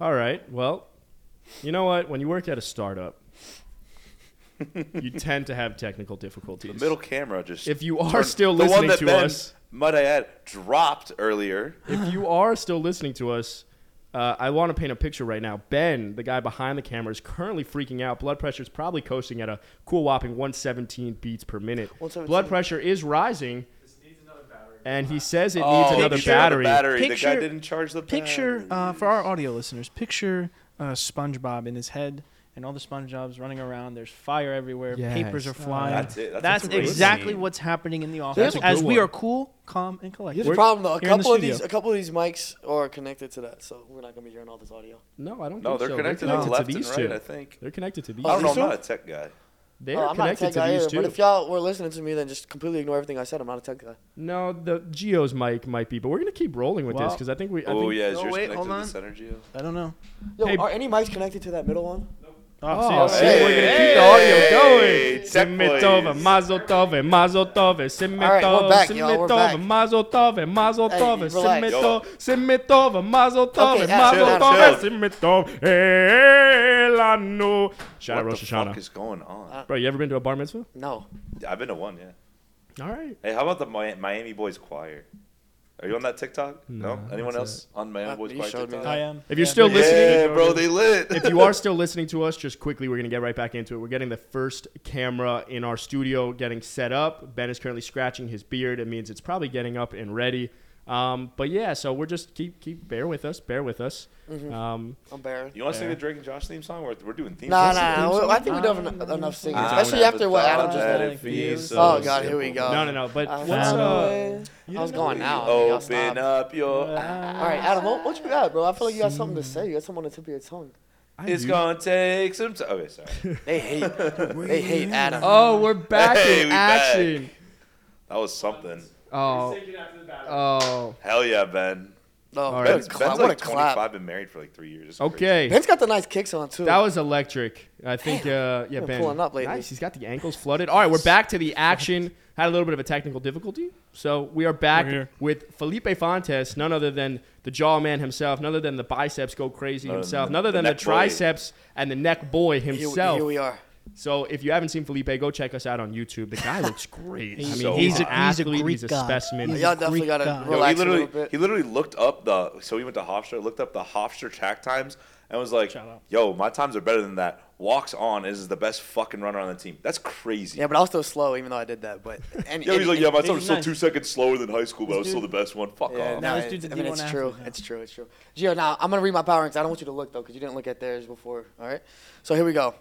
[SPEAKER 1] All right. Well, you know what? When you work at a startup, you tend to have technical difficulties.
[SPEAKER 2] the middle camera just?
[SPEAKER 1] If you are
[SPEAKER 2] turned-
[SPEAKER 1] still
[SPEAKER 2] the one
[SPEAKER 1] listening
[SPEAKER 2] that
[SPEAKER 1] to
[SPEAKER 2] ben,
[SPEAKER 1] us-
[SPEAKER 2] might I add, dropped earlier.
[SPEAKER 1] if you are still listening to us, uh, I want to paint a picture right now. Ben, the guy behind the camera, is currently freaking out. Blood pressure is probably coasting at a cool whopping 117 beats per minute.
[SPEAKER 3] 117.
[SPEAKER 1] Blood pressure is rising,
[SPEAKER 4] Eh,
[SPEAKER 1] and he says it
[SPEAKER 2] Oh,
[SPEAKER 1] needs another
[SPEAKER 2] picture of the
[SPEAKER 1] battery.
[SPEAKER 2] battery. the guy
[SPEAKER 4] Picture-
[SPEAKER 2] didn't charge the
[SPEAKER 4] Picture
[SPEAKER 2] battery.
[SPEAKER 4] uh, for our audio listeners. Picture uh, SpongeBob in his head, and all the SpongeBob's running around. There's fire everywhere.
[SPEAKER 1] Yes.
[SPEAKER 4] Papers are flying.
[SPEAKER 2] That's it. That's a great
[SPEAKER 4] exactly
[SPEAKER 2] scene.
[SPEAKER 4] what's happening in the
[SPEAKER 1] That's
[SPEAKER 4] office.
[SPEAKER 1] a good
[SPEAKER 4] As we
[SPEAKER 1] one.
[SPEAKER 4] are cool, calm, and collected.
[SPEAKER 3] Here's the problem, though. A
[SPEAKER 4] here in the
[SPEAKER 3] couple of
[SPEAKER 4] studio.
[SPEAKER 3] these, a couple of these mics are connected to that, so we're not gonna be hearing all this audio.
[SPEAKER 1] No, I don't.
[SPEAKER 2] No,
[SPEAKER 1] think
[SPEAKER 2] they're
[SPEAKER 1] so.
[SPEAKER 2] connected,
[SPEAKER 1] they're
[SPEAKER 2] to
[SPEAKER 1] connected
[SPEAKER 2] left
[SPEAKER 1] to these
[SPEAKER 2] and right.
[SPEAKER 1] two.
[SPEAKER 2] I think.
[SPEAKER 1] They're connected to these.
[SPEAKER 2] I
[SPEAKER 3] Oh,
[SPEAKER 2] don't know.
[SPEAKER 3] these
[SPEAKER 2] I'm
[SPEAKER 3] two?
[SPEAKER 2] not a tech guy.
[SPEAKER 1] They're
[SPEAKER 3] Oh, I'm not a
[SPEAKER 1] connected
[SPEAKER 3] tech
[SPEAKER 1] to
[SPEAKER 3] guy
[SPEAKER 1] these
[SPEAKER 3] either.
[SPEAKER 1] two.
[SPEAKER 3] But if y'all were listening to me, then just completely ignore everything I said. I'm not a tech guy.
[SPEAKER 1] No, the Geo's mic might be, but we're gonna keep rolling with this
[SPEAKER 4] Well-
[SPEAKER 1] because I think we. I
[SPEAKER 2] Oh
[SPEAKER 1] think,
[SPEAKER 2] yeah, is
[SPEAKER 4] No,
[SPEAKER 2] yours
[SPEAKER 4] wait,
[SPEAKER 2] connected
[SPEAKER 4] hold
[SPEAKER 2] to the
[SPEAKER 4] on.
[SPEAKER 2] center geo?
[SPEAKER 4] I don't know.
[SPEAKER 3] Yo,
[SPEAKER 1] Hey-
[SPEAKER 3] are any mics connected to that middle one?
[SPEAKER 1] Oh,
[SPEAKER 4] see,
[SPEAKER 1] see,
[SPEAKER 3] Hey,
[SPEAKER 1] we're gonna keep the
[SPEAKER 2] hey,
[SPEAKER 1] audio going.
[SPEAKER 2] tech boys.
[SPEAKER 1] Simitova, Mazel Tov, Mazel Tov,
[SPEAKER 3] All right,
[SPEAKER 1] Simitova,
[SPEAKER 3] we're back, y'all, we're
[SPEAKER 1] Simitova,
[SPEAKER 3] back.
[SPEAKER 1] Mazel Tov, Mazel
[SPEAKER 3] Hey,
[SPEAKER 1] Tov,
[SPEAKER 3] relax.
[SPEAKER 1] Simitova, Simitova, Mazel Tov,
[SPEAKER 3] Okay, yeah,
[SPEAKER 1] Mazel
[SPEAKER 2] chill,
[SPEAKER 1] Tov,
[SPEAKER 2] chill.
[SPEAKER 1] Simitova, Elano. Shout out
[SPEAKER 2] What
[SPEAKER 1] Rosh
[SPEAKER 2] the fuck
[SPEAKER 1] Hashanah.
[SPEAKER 2] is going on?
[SPEAKER 1] Bro, you ever been to a bar mitzvah?
[SPEAKER 3] No.
[SPEAKER 2] I've been to one, yeah.
[SPEAKER 1] All right.
[SPEAKER 2] Hey, how about the Mi- Miami Boys Choir? Are you on that TikTok? No.
[SPEAKER 1] No,
[SPEAKER 2] Anyone
[SPEAKER 1] that's
[SPEAKER 2] else on Miami
[SPEAKER 3] Uh,
[SPEAKER 2] Boys
[SPEAKER 3] you
[SPEAKER 2] Choir
[SPEAKER 3] showed me
[SPEAKER 2] TikTok?
[SPEAKER 4] I am.
[SPEAKER 1] If you're still
[SPEAKER 4] yeah.
[SPEAKER 1] listening-
[SPEAKER 2] Yeah, bro, they lit.
[SPEAKER 1] if you are still listening to us, just quickly, we're going to get right back into it. We're getting the first camera in our studio getting set up. Ben is currently scratching his beard. It means it's probably getting up and ready. Um, but yeah, so we're just keep keep bear with us, bear with us. Um,
[SPEAKER 3] I'm barren.
[SPEAKER 2] you want to sing the Drake and Josh theme song? We're, we're doing theme
[SPEAKER 3] Nah,
[SPEAKER 2] songs.
[SPEAKER 3] nah, nah. I think we don't have en- enough singing,
[SPEAKER 2] I
[SPEAKER 3] especially
[SPEAKER 2] never
[SPEAKER 3] after what
[SPEAKER 2] thought
[SPEAKER 3] Adam just
[SPEAKER 2] that
[SPEAKER 4] did.
[SPEAKER 2] it feels so
[SPEAKER 3] Oh god, here we
[SPEAKER 2] simple.
[SPEAKER 3] go.
[SPEAKER 1] no, no, no. But
[SPEAKER 3] I
[SPEAKER 1] what's
[SPEAKER 4] found
[SPEAKER 1] uh,
[SPEAKER 3] I was going now. I think I'll
[SPEAKER 2] Open
[SPEAKER 3] stop.
[SPEAKER 2] up your
[SPEAKER 3] All right, Adam, what, what you got, bro? I feel like you got something to say. You got something on the tip of your tongue.
[SPEAKER 1] uh, I
[SPEAKER 2] It's
[SPEAKER 1] do-
[SPEAKER 2] gonna take some time. Okay, sorry.
[SPEAKER 3] They hate. they hate Adam.
[SPEAKER 1] Oh, we're back
[SPEAKER 2] Hey,
[SPEAKER 1] in
[SPEAKER 2] we back.
[SPEAKER 1] action.
[SPEAKER 2] That was something.
[SPEAKER 1] Oh, oh.
[SPEAKER 2] Hell yeah, Ben.
[SPEAKER 3] No,
[SPEAKER 1] All
[SPEAKER 3] what,
[SPEAKER 1] right.
[SPEAKER 3] a
[SPEAKER 2] Ben's,
[SPEAKER 3] cla-
[SPEAKER 2] Ben's
[SPEAKER 3] what a
[SPEAKER 2] like
[SPEAKER 3] Oh, clap.
[SPEAKER 2] 25, been married for like three years. It's crazy.
[SPEAKER 1] Okay.
[SPEAKER 3] Ben's got the nice kicks on too.
[SPEAKER 1] That was electric. I think, uh, yeah,
[SPEAKER 3] been
[SPEAKER 1] Ben.
[SPEAKER 3] pulling up lately.
[SPEAKER 1] Nice. He's got the ankles flooded. All right, we're back to the action. Had a little bit of a technical difficulty, so we are
[SPEAKER 4] We're
[SPEAKER 1] back
[SPEAKER 4] here.
[SPEAKER 1] with Felipe Fontes, none other than the jaw man himself, none other than the biceps go crazy
[SPEAKER 2] None other
[SPEAKER 1] himself,
[SPEAKER 2] than
[SPEAKER 1] none other
[SPEAKER 2] the
[SPEAKER 1] than the,
[SPEAKER 2] neck boy.
[SPEAKER 1] triceps and the neck boy
[SPEAKER 3] here,
[SPEAKER 1] himself.
[SPEAKER 3] here we are.
[SPEAKER 1] So if you haven't seen Felipe, go check us out on YouTube. The guy looks great. I mean,
[SPEAKER 2] so
[SPEAKER 1] he's an
[SPEAKER 2] hot.
[SPEAKER 4] He's a
[SPEAKER 1] athlete.
[SPEAKER 4] Greek
[SPEAKER 1] He's a
[SPEAKER 4] god.
[SPEAKER 1] specimen.
[SPEAKER 4] He's
[SPEAKER 3] Y'all
[SPEAKER 4] a
[SPEAKER 3] definitely
[SPEAKER 4] Greek
[SPEAKER 3] gotta
[SPEAKER 4] guy.
[SPEAKER 2] Yo,
[SPEAKER 3] relax
[SPEAKER 2] he
[SPEAKER 3] a little
[SPEAKER 2] literally
[SPEAKER 3] bit.
[SPEAKER 2] he literally looked up the so he went to Hofstra, looked up the Hofstra track times, and was like,
[SPEAKER 4] Shout out.
[SPEAKER 2] "Yo, my times are better than that." Walks on is the best fucking runner on the team. That's crazy.
[SPEAKER 3] yeah, but I was still slow, even though I did that. But and,
[SPEAKER 2] Yo, he's like, "Yeah, my
[SPEAKER 4] he's
[SPEAKER 2] times are still
[SPEAKER 4] nice.
[SPEAKER 2] two seconds slower than high school, but I was
[SPEAKER 4] This
[SPEAKER 2] still the
[SPEAKER 4] dude-
[SPEAKER 2] best one." Fuck
[SPEAKER 3] Yeah,
[SPEAKER 2] off.
[SPEAKER 3] no,
[SPEAKER 4] Now this
[SPEAKER 3] it's,
[SPEAKER 4] dude's a
[SPEAKER 3] I mean,
[SPEAKER 4] D1
[SPEAKER 3] it's
[SPEAKER 4] athlete
[SPEAKER 3] true.
[SPEAKER 4] now.
[SPEAKER 3] It's true. It's true. Gio, now I'm gonna read my power rankings. I don't want you to look though, because you didn't look at theirs before. All right. So here we go.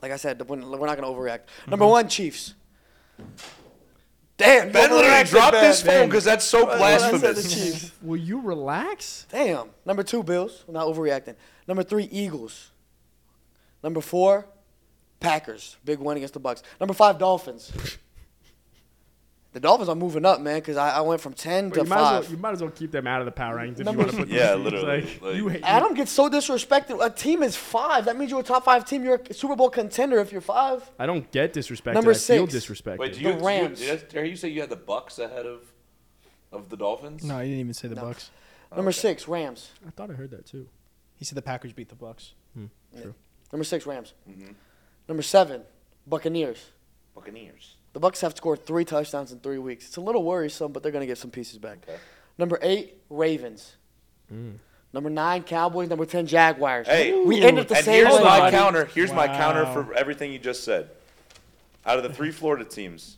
[SPEAKER 3] Like I said, the- we're not gonna overreact. Number one, Chiefs. Damn. you
[SPEAKER 2] Ben literally
[SPEAKER 3] overreacted,
[SPEAKER 2] dropped
[SPEAKER 3] Ben.
[SPEAKER 2] his phone because that's so
[SPEAKER 3] That's what I said, the
[SPEAKER 2] blasphemous.
[SPEAKER 3] Chiefs.
[SPEAKER 1] Will you relax?
[SPEAKER 3] Damn. Number two, Bills. We're not overreacting. Number three, Eagles. Number four, Packers, big win against the Bucks. Number five, Dolphins. the Dolphins are moving up, man, because I, I went from ten
[SPEAKER 1] But
[SPEAKER 3] to
[SPEAKER 1] you, might as
[SPEAKER 3] five.
[SPEAKER 1] well, you might as well keep them out of the power rankings if
[SPEAKER 3] Number-
[SPEAKER 1] you want to put
[SPEAKER 2] Yeah,
[SPEAKER 1] these teams,
[SPEAKER 2] literally,
[SPEAKER 1] Like,
[SPEAKER 2] like-
[SPEAKER 1] you hate
[SPEAKER 3] Adam gets so disrespected. A team is five. That means you're a top five team. You're a Super Bowl contender if you're five.
[SPEAKER 1] I don't get disrespected.
[SPEAKER 3] Number
[SPEAKER 1] I feel
[SPEAKER 3] six.
[SPEAKER 1] disrespected.
[SPEAKER 2] Wait, do
[SPEAKER 3] The
[SPEAKER 2] you, do you
[SPEAKER 3] Rams.
[SPEAKER 2] did I dare you say you had the Bucks ahead of of the Dolphins?
[SPEAKER 4] No, he didn't even say the Bucks.
[SPEAKER 3] Number six, Rams.
[SPEAKER 1] I thought I heard that too.
[SPEAKER 4] He said the Packers beat the Bucks.
[SPEAKER 3] Number six, Rams.
[SPEAKER 1] Mm-hmm.
[SPEAKER 3] Number seven, Buccaneers.
[SPEAKER 2] Buccaneers.
[SPEAKER 3] The Bucks have scored three touchdowns in three weeks. It's a little worrisome, but they're going to get some pieces back.
[SPEAKER 2] Okay.
[SPEAKER 3] Number eight, Ravens. Number nine, Cowboys. Number ten, Jaguars.
[SPEAKER 2] Hey,
[SPEAKER 3] we ended the
[SPEAKER 2] and
[SPEAKER 3] same
[SPEAKER 2] here's
[SPEAKER 3] way.
[SPEAKER 2] my
[SPEAKER 3] buddy.
[SPEAKER 2] counter. Here's my counter
[SPEAKER 4] Wow.
[SPEAKER 2] for everything you just said. Out of the three Florida teams,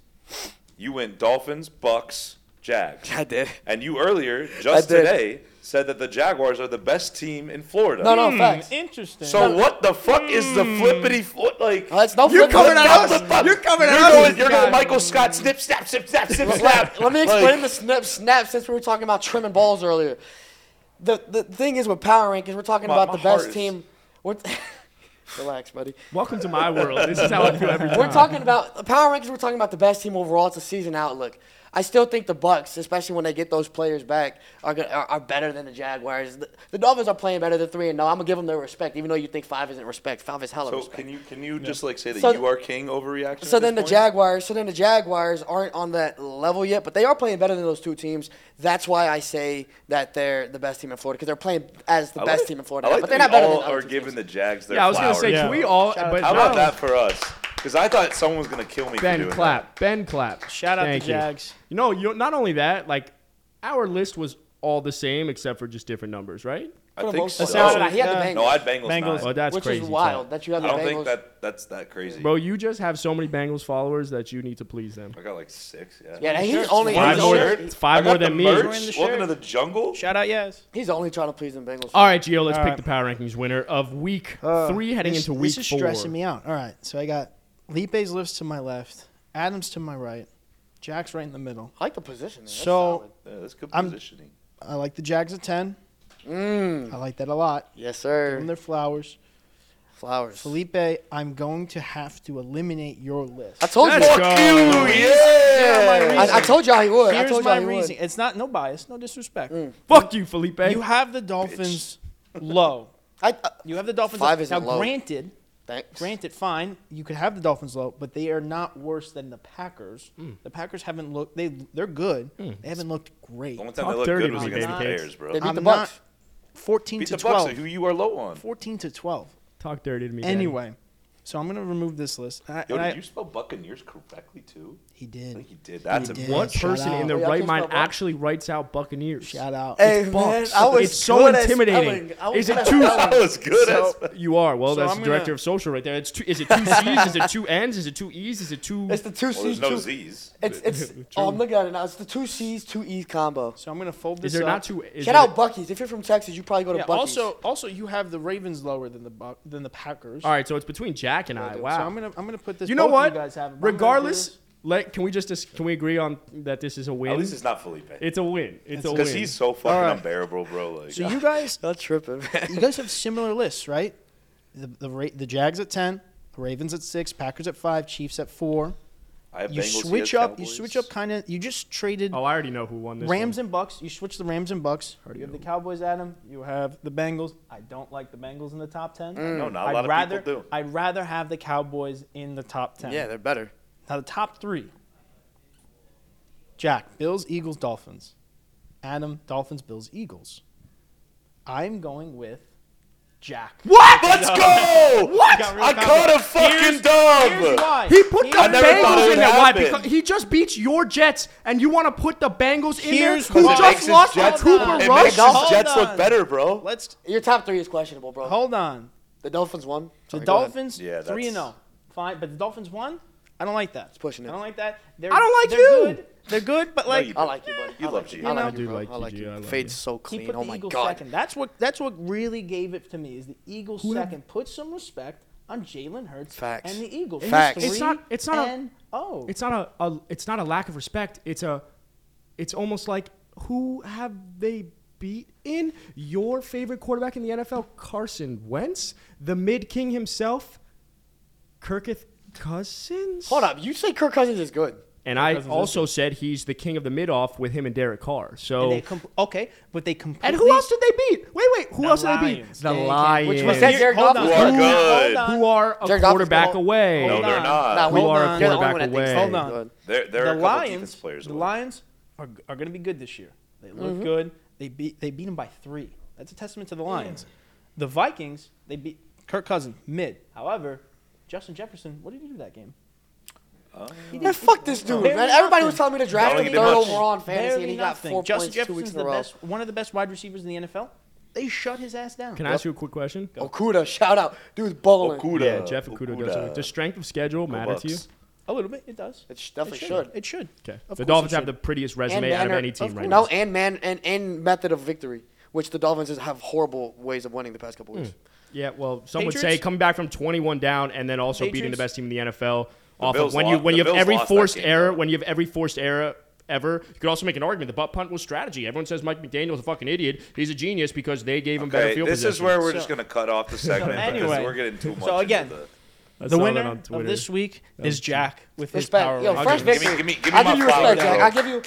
[SPEAKER 2] you went Dolphins, Bucks, Jags,
[SPEAKER 3] I did.
[SPEAKER 2] and you earlier just
[SPEAKER 3] did.
[SPEAKER 2] today said that the Jaguars are the best team in Florida.
[SPEAKER 3] No, no, facts.
[SPEAKER 4] Interesting.
[SPEAKER 2] So what the fuck is the flippity flip like?
[SPEAKER 3] Uh, it's no
[SPEAKER 1] You're
[SPEAKER 3] flip-
[SPEAKER 1] coming
[SPEAKER 3] let-
[SPEAKER 1] at
[SPEAKER 2] Not
[SPEAKER 1] us.
[SPEAKER 2] flip flop.
[SPEAKER 1] You're coming at
[SPEAKER 2] You're
[SPEAKER 1] us,
[SPEAKER 2] Going,
[SPEAKER 1] this
[SPEAKER 2] you're
[SPEAKER 1] guy.
[SPEAKER 2] going Michael Scott. Snip, snap, snip, snap, snip, snap.
[SPEAKER 3] Let me
[SPEAKER 2] Like,
[SPEAKER 3] explain the snip snap since we were talking about trimming balls earlier. The the thing is with power rankings, we're talking
[SPEAKER 2] My-
[SPEAKER 3] about
[SPEAKER 2] my
[SPEAKER 3] the
[SPEAKER 2] heart
[SPEAKER 3] best
[SPEAKER 2] is-
[SPEAKER 3] team. We're Relax, buddy.
[SPEAKER 1] Welcome to my world. This is how I feel every time.
[SPEAKER 3] We're talking about the power rankings. We're talking about the best team overall. It's a season outlook. I still think the Bucks, especially when they get those players back, are gonna, are, are better than the Jaguars. The, the Dolphins are playing better than three and no. I'm gonna give them their respect, even though you think five isn't respect. Five is hella
[SPEAKER 2] So
[SPEAKER 3] respect.
[SPEAKER 2] can you can you just like say that
[SPEAKER 3] So-
[SPEAKER 2] you are king overreaction?
[SPEAKER 3] So
[SPEAKER 2] at
[SPEAKER 3] then the
[SPEAKER 2] this point?
[SPEAKER 3] Jaguars, so then the Jaguars aren't on that level yet, but they are playing better than those two teams. That's why I say that they're the best team in Florida because they're playing as the
[SPEAKER 2] I
[SPEAKER 3] best
[SPEAKER 2] like-
[SPEAKER 3] team in Florida,
[SPEAKER 2] I like that
[SPEAKER 3] but they're not
[SPEAKER 2] we
[SPEAKER 3] better
[SPEAKER 2] all
[SPEAKER 3] than
[SPEAKER 2] are
[SPEAKER 3] other two
[SPEAKER 2] giving
[SPEAKER 3] teams.
[SPEAKER 2] the Jags their
[SPEAKER 1] Yeah, I was gonna
[SPEAKER 2] flowers.
[SPEAKER 1] say,
[SPEAKER 4] Yeah.
[SPEAKER 1] can we all?
[SPEAKER 3] Shout out
[SPEAKER 1] But
[SPEAKER 3] to-
[SPEAKER 2] How about
[SPEAKER 1] no.
[SPEAKER 2] that for us? Because I thought someone was gonna kill me for
[SPEAKER 1] Ben
[SPEAKER 2] doing
[SPEAKER 1] clap. Ben clap.
[SPEAKER 4] Shout out
[SPEAKER 1] Thank
[SPEAKER 4] to
[SPEAKER 1] you.
[SPEAKER 4] Jags.
[SPEAKER 1] You know, you not only that, like our list was all the same except for just different numbers, right?
[SPEAKER 2] that. I
[SPEAKER 3] For the
[SPEAKER 2] think
[SPEAKER 3] most
[SPEAKER 2] so.
[SPEAKER 3] part. No, no, no, he had the
[SPEAKER 4] Yeah.
[SPEAKER 3] Bengals,
[SPEAKER 2] No, I had Bengals.
[SPEAKER 4] Bengals.
[SPEAKER 1] Well,
[SPEAKER 2] nine.
[SPEAKER 1] that's
[SPEAKER 3] which
[SPEAKER 1] crazy.
[SPEAKER 3] is
[SPEAKER 1] Tom.
[SPEAKER 3] wild that you
[SPEAKER 2] I
[SPEAKER 3] have the
[SPEAKER 2] don't think
[SPEAKER 3] Bengals.
[SPEAKER 2] that that's that crazy.
[SPEAKER 1] Bro, you just have so many Bengals followers that you need to please them.
[SPEAKER 2] I got like six. Yeah.
[SPEAKER 3] yeah, he's
[SPEAKER 4] shirts.
[SPEAKER 3] only
[SPEAKER 4] Why
[SPEAKER 1] Five
[SPEAKER 3] he's
[SPEAKER 2] the
[SPEAKER 1] more,
[SPEAKER 3] only,
[SPEAKER 2] shirt?
[SPEAKER 1] five
[SPEAKER 2] I got
[SPEAKER 1] more than
[SPEAKER 2] the
[SPEAKER 1] me.
[SPEAKER 4] Wearing the
[SPEAKER 2] Merch.
[SPEAKER 4] shirt.
[SPEAKER 2] Welcome to the jungle.
[SPEAKER 4] Shout out, Yaz.
[SPEAKER 3] he's only trying to please the Bengals.
[SPEAKER 1] All right, Gio, let's
[SPEAKER 6] All
[SPEAKER 1] pick
[SPEAKER 6] right.
[SPEAKER 1] the power rankings winner of week
[SPEAKER 6] Uh,
[SPEAKER 1] three, heading
[SPEAKER 6] this-
[SPEAKER 1] into week
[SPEAKER 6] This is
[SPEAKER 1] four.
[SPEAKER 6] stressing me out. All right, so I got Lipe's lifts to my left, Adams to my right, Jack's right in the middle.
[SPEAKER 3] I like the position. That's
[SPEAKER 6] So-
[SPEAKER 2] Yeah, that's good
[SPEAKER 6] I'm-
[SPEAKER 2] positioning.
[SPEAKER 6] I like the Jags at ten.
[SPEAKER 3] solid. Mm.
[SPEAKER 6] I like that a lot.
[SPEAKER 3] yes,
[SPEAKER 6] Give them
[SPEAKER 3] sir.
[SPEAKER 6] their flowers.
[SPEAKER 3] Flowers.
[SPEAKER 6] Felipe, I'm going to have to eliminate your list.
[SPEAKER 3] I told you.
[SPEAKER 1] Let's
[SPEAKER 4] Oh,
[SPEAKER 1] go.
[SPEAKER 4] Yeah, my
[SPEAKER 3] I, I told y'all he would. I
[SPEAKER 4] Here's
[SPEAKER 3] told
[SPEAKER 4] my
[SPEAKER 3] y'all he
[SPEAKER 4] reason.
[SPEAKER 3] would. Mm.
[SPEAKER 4] It's not no bias, no disrespect.
[SPEAKER 1] Fuck you, Felipe.
[SPEAKER 4] You have the Dolphins low.
[SPEAKER 3] I, uh,
[SPEAKER 4] You have the Dolphins
[SPEAKER 3] Five
[SPEAKER 4] low.
[SPEAKER 3] isn't
[SPEAKER 6] now,
[SPEAKER 3] low.
[SPEAKER 6] granted,
[SPEAKER 3] thanks.
[SPEAKER 6] granted, fine, you could have the Dolphins low, but they are not worse than the Packers.
[SPEAKER 1] Mm.
[SPEAKER 6] The Packers haven't looked. They they're good. They haven't looked great.
[SPEAKER 2] The only time
[SPEAKER 1] Talk
[SPEAKER 2] they looked
[SPEAKER 1] dirty
[SPEAKER 2] good
[SPEAKER 1] to
[SPEAKER 2] was
[SPEAKER 1] me,
[SPEAKER 2] against the
[SPEAKER 1] baby
[SPEAKER 2] Bears,
[SPEAKER 1] cakes.
[SPEAKER 2] bro.
[SPEAKER 3] They beat
[SPEAKER 6] I'm
[SPEAKER 3] the
[SPEAKER 6] not-
[SPEAKER 3] Bucks.
[SPEAKER 6] Fourteen
[SPEAKER 2] Beat
[SPEAKER 6] to
[SPEAKER 2] the Bucks,
[SPEAKER 6] twelve.
[SPEAKER 2] who you are low on.
[SPEAKER 6] Fourteen to twelve.
[SPEAKER 1] Talk dirty to me. Ben.
[SPEAKER 6] Anyway, so I'm gonna remove this list. And I,
[SPEAKER 2] Yo,
[SPEAKER 6] and I-
[SPEAKER 2] did you spell Buccaneers correctly too?
[SPEAKER 6] he
[SPEAKER 2] I
[SPEAKER 6] did.
[SPEAKER 2] think he did. That's
[SPEAKER 6] did.
[SPEAKER 2] a
[SPEAKER 1] what
[SPEAKER 6] Shout
[SPEAKER 1] person in
[SPEAKER 6] out.
[SPEAKER 1] their
[SPEAKER 3] Wait, I
[SPEAKER 1] right
[SPEAKER 3] can't
[SPEAKER 1] mind
[SPEAKER 3] spell Bucks.
[SPEAKER 1] actually writes out Buccaneers?
[SPEAKER 6] Shout out.
[SPEAKER 3] Hey, man,
[SPEAKER 1] Bucks.
[SPEAKER 3] I was
[SPEAKER 1] it's so
[SPEAKER 3] good at
[SPEAKER 1] intimidating.
[SPEAKER 3] spelling. I was
[SPEAKER 1] Is it
[SPEAKER 3] good at
[SPEAKER 1] two?
[SPEAKER 2] That was good.
[SPEAKER 1] So-
[SPEAKER 2] as-
[SPEAKER 1] you are. Well,
[SPEAKER 4] So
[SPEAKER 1] that's
[SPEAKER 4] I'm
[SPEAKER 1] the
[SPEAKER 4] gonna-
[SPEAKER 1] director of social right there. It's two, is it two C's? is it two N's? Is it two E's? Is it two?
[SPEAKER 3] It's the two
[SPEAKER 2] well,
[SPEAKER 3] C's.
[SPEAKER 2] there's no
[SPEAKER 3] two,
[SPEAKER 2] Z's.
[SPEAKER 3] It's it's. oh, I'm looking at it now. It's the two C's, two E's combo.
[SPEAKER 4] So I'm gonna fold
[SPEAKER 1] is
[SPEAKER 4] this
[SPEAKER 1] there
[SPEAKER 4] up.
[SPEAKER 1] not two? Is
[SPEAKER 3] Shout
[SPEAKER 1] it-
[SPEAKER 3] out Bucky's. If you're from Texas, you probably go to
[SPEAKER 4] yeah,
[SPEAKER 3] Bucky's.
[SPEAKER 4] also, also you have the Ravens lower than the Buc- than the Packers.
[SPEAKER 1] All right, so it's between Jack and I. Wow.
[SPEAKER 4] So I'm gonna I'm gonna put this.
[SPEAKER 1] you know
[SPEAKER 4] both of
[SPEAKER 1] what?
[SPEAKER 4] You guys have it, but I'm gonna do
[SPEAKER 1] Regardless,
[SPEAKER 4] this-
[SPEAKER 1] let can we just dis- can we agree on that this is a
[SPEAKER 2] At
[SPEAKER 1] win?
[SPEAKER 2] least it's not Felipe.
[SPEAKER 1] It's a win. It's a win.
[SPEAKER 2] Because he's so fucking
[SPEAKER 6] Alright.
[SPEAKER 2] unbearable, bro. Like,
[SPEAKER 6] So you guys,
[SPEAKER 3] not tripping, man.
[SPEAKER 6] you guys have similar lists, right? The the, Ra- the Jags at ten, Ravens at six, Packers at five, Chiefs at four.
[SPEAKER 2] I have
[SPEAKER 6] You
[SPEAKER 2] Bengals, he has
[SPEAKER 6] switch up. You
[SPEAKER 2] Cowboys.
[SPEAKER 6] switch up. Kind of. You just traded
[SPEAKER 1] oh, I already know who won this.
[SPEAKER 6] Rams
[SPEAKER 1] one.
[SPEAKER 6] and Bucks. You switch the Rams and Bucks.
[SPEAKER 4] You have the Cowboys, Adam. You have the Bengals. I don't like the Bengals in the top ten.
[SPEAKER 2] No, not a
[SPEAKER 4] I'd
[SPEAKER 2] lot of
[SPEAKER 4] rather
[SPEAKER 2] people do.
[SPEAKER 4] I'd rather have the Cowboys in the top ten.
[SPEAKER 3] Yeah, they're better.
[SPEAKER 4] Now the top three.
[SPEAKER 6] Jack, Bills, Eagles, Dolphins. Adam, Dolphins, Bills, Eagles. I'm going with Jack.
[SPEAKER 2] What? Let's go! what?
[SPEAKER 4] got real
[SPEAKER 2] I caught a fucking
[SPEAKER 4] Here's
[SPEAKER 2] dub.
[SPEAKER 4] why.
[SPEAKER 1] He put the
[SPEAKER 2] I never thought it
[SPEAKER 1] Bengals in
[SPEAKER 2] would
[SPEAKER 1] there. Why?
[SPEAKER 2] happen.
[SPEAKER 1] Because he just beats your Jets, and you want to put the Bengals in there?
[SPEAKER 4] Here's
[SPEAKER 1] Who
[SPEAKER 4] why.
[SPEAKER 2] It makes
[SPEAKER 1] just
[SPEAKER 2] his
[SPEAKER 1] lost to
[SPEAKER 2] Jets-
[SPEAKER 1] Cooper
[SPEAKER 2] It
[SPEAKER 1] Rush?
[SPEAKER 2] makes his
[SPEAKER 4] Hold
[SPEAKER 2] Jets
[SPEAKER 4] on.
[SPEAKER 2] look better, bro.
[SPEAKER 4] Let's
[SPEAKER 3] Your top three is questionable, bro.
[SPEAKER 6] Hold on.
[SPEAKER 3] The Dolphins won.
[SPEAKER 6] The
[SPEAKER 3] Sorry, go ahead.
[SPEAKER 6] Dolphins,
[SPEAKER 2] Yeah,
[SPEAKER 6] three and
[SPEAKER 2] that's-
[SPEAKER 6] zero. Fine, but the Dolphins won. I don't like that. It's
[SPEAKER 3] pushing it.
[SPEAKER 6] I don't like that. They're,
[SPEAKER 1] I don't like
[SPEAKER 6] they're
[SPEAKER 1] you.
[SPEAKER 6] Good. They're good, but like
[SPEAKER 2] you
[SPEAKER 3] I like you, buddy.
[SPEAKER 2] You
[SPEAKER 3] I
[SPEAKER 2] love
[SPEAKER 3] like
[SPEAKER 2] G.
[SPEAKER 3] I like
[SPEAKER 1] I
[SPEAKER 3] you,
[SPEAKER 1] do
[SPEAKER 3] bro.
[SPEAKER 1] like
[SPEAKER 3] I like
[SPEAKER 1] you,
[SPEAKER 3] you.
[SPEAKER 1] I love
[SPEAKER 3] Fade's
[SPEAKER 1] you.
[SPEAKER 3] so
[SPEAKER 6] he
[SPEAKER 3] clean.
[SPEAKER 6] put
[SPEAKER 3] Oh
[SPEAKER 6] the
[SPEAKER 3] my
[SPEAKER 6] Eagles
[SPEAKER 3] god.
[SPEAKER 6] second. That's what that's what really gave it to me is the Eagles second. Put some respect on Jalen Hurts
[SPEAKER 3] Facts.
[SPEAKER 6] and the Eagles.
[SPEAKER 3] Facts.
[SPEAKER 1] It's not- it's not a-
[SPEAKER 6] oh.
[SPEAKER 1] It's not a, a. It's not a lack of respect. It's a. It's almost like who have they beat in your favorite quarterback in the NFL, Carson Wentz, the mid king himself, Kirketh Cousins.
[SPEAKER 3] Hold up, you say Kirk Cousins is good.
[SPEAKER 1] And I
[SPEAKER 4] Cousins is
[SPEAKER 1] also said he's the king of the mid off with him and Derek Carr.
[SPEAKER 6] And
[SPEAKER 1] So
[SPEAKER 6] they
[SPEAKER 1] and,
[SPEAKER 6] com- okay, but they completely.
[SPEAKER 1] oh. who else did they beat? Wait, wait, who
[SPEAKER 4] The
[SPEAKER 1] else did they beat?
[SPEAKER 4] Lions.
[SPEAKER 1] The
[SPEAKER 4] They came-
[SPEAKER 1] Lions,
[SPEAKER 3] Which was that Derek
[SPEAKER 4] Hold on.
[SPEAKER 2] Who
[SPEAKER 3] Goff?
[SPEAKER 2] are
[SPEAKER 4] Hold
[SPEAKER 2] good.
[SPEAKER 4] on.
[SPEAKER 1] who are a
[SPEAKER 3] Derek Goff's
[SPEAKER 1] quarterback
[SPEAKER 3] gonna-
[SPEAKER 1] away.
[SPEAKER 2] No,
[SPEAKER 4] Hold
[SPEAKER 2] they're
[SPEAKER 4] on.
[SPEAKER 2] not.
[SPEAKER 3] Nah,
[SPEAKER 1] Who
[SPEAKER 3] hold
[SPEAKER 1] are a
[SPEAKER 3] on. They're the only
[SPEAKER 1] quarterback
[SPEAKER 3] one that thinks
[SPEAKER 1] away.
[SPEAKER 3] they're
[SPEAKER 4] Hold on.
[SPEAKER 3] good.
[SPEAKER 2] There, there
[SPEAKER 4] the
[SPEAKER 2] are a couple
[SPEAKER 4] Lions,
[SPEAKER 2] defense players.
[SPEAKER 4] the
[SPEAKER 2] away.
[SPEAKER 4] Lions are, are going to be good this year. They look
[SPEAKER 3] Mm-hmm.
[SPEAKER 4] good. They beat they beat them by three. That's a testament to the Lions. The Vikings they beat Kirk Cousins mid. However, Justin Jefferson, what did he do that game?
[SPEAKER 3] Man, fuck this dude,
[SPEAKER 4] Barely
[SPEAKER 3] man. Everybody
[SPEAKER 4] nothing.
[SPEAKER 3] was telling me to
[SPEAKER 2] I
[SPEAKER 3] draft
[SPEAKER 2] don't
[SPEAKER 3] him
[SPEAKER 2] think he
[SPEAKER 3] third
[SPEAKER 2] did much.
[SPEAKER 3] overall in fantasy, and he got
[SPEAKER 6] nothing.
[SPEAKER 3] four
[SPEAKER 6] Justin
[SPEAKER 3] points two weeks
[SPEAKER 6] Jefferson's
[SPEAKER 3] in a
[SPEAKER 6] the
[SPEAKER 3] row.
[SPEAKER 6] best, one of the best wide receivers in the NFL. They shut his ass down.
[SPEAKER 1] Can I ask you a quick question?
[SPEAKER 3] Okuda, shout out, dude's balling.
[SPEAKER 2] Okuda.
[SPEAKER 1] Yeah, Jeff Okuda does. something.
[SPEAKER 2] Okuda.
[SPEAKER 1] Does strength of schedule matter to you?
[SPEAKER 2] Bucks.
[SPEAKER 6] A little bit, it does.
[SPEAKER 3] It sh- definitely
[SPEAKER 6] it
[SPEAKER 3] should.
[SPEAKER 6] It should.
[SPEAKER 1] Okay.
[SPEAKER 6] Of
[SPEAKER 1] the
[SPEAKER 6] course
[SPEAKER 1] Dolphins
[SPEAKER 6] it
[SPEAKER 1] have the
[SPEAKER 6] should.
[SPEAKER 1] prettiest resume out of
[SPEAKER 3] manner-
[SPEAKER 1] any team
[SPEAKER 3] of
[SPEAKER 1] right
[SPEAKER 3] no,
[SPEAKER 1] now.
[SPEAKER 3] and man, and and method of victory, which the Dolphins just have horrible ways of winning the past couple weeks.
[SPEAKER 1] Yeah, well, some would say
[SPEAKER 6] Patriots-
[SPEAKER 1] coming back from 21 down and then also beating the
[SPEAKER 6] Patriots-
[SPEAKER 1] best team in the NFL off of
[SPEAKER 2] Bills
[SPEAKER 1] when you
[SPEAKER 2] lost-
[SPEAKER 1] when
[SPEAKER 2] the
[SPEAKER 1] you have
[SPEAKER 2] Bills
[SPEAKER 1] every
[SPEAKER 2] lost that
[SPEAKER 1] forced
[SPEAKER 2] game,
[SPEAKER 1] error
[SPEAKER 2] though.
[SPEAKER 1] when you have every forced error ever. You could also make an argument the butt punt was strategy. Everyone says Mike McDaniel's a fucking idiot. He's a genius because they gave him better
[SPEAKER 2] Okay,
[SPEAKER 1] field
[SPEAKER 2] this is
[SPEAKER 1] position.
[SPEAKER 2] where we're just going to cut off the segment because
[SPEAKER 6] anyway.
[SPEAKER 2] we're getting too much.
[SPEAKER 6] So again,
[SPEAKER 2] into
[SPEAKER 1] I
[SPEAKER 4] The
[SPEAKER 1] saw that
[SPEAKER 4] winner
[SPEAKER 1] on
[SPEAKER 4] of
[SPEAKER 1] Twitter.
[SPEAKER 4] this week is Jack with his power.
[SPEAKER 3] Respect, yo,
[SPEAKER 4] ranking.
[SPEAKER 3] fresh
[SPEAKER 2] give me-
[SPEAKER 3] victory.
[SPEAKER 2] give me- give me
[SPEAKER 3] I
[SPEAKER 2] my
[SPEAKER 3] give you respect,
[SPEAKER 2] flowers,
[SPEAKER 3] Jack.
[SPEAKER 2] bro.
[SPEAKER 3] I give you.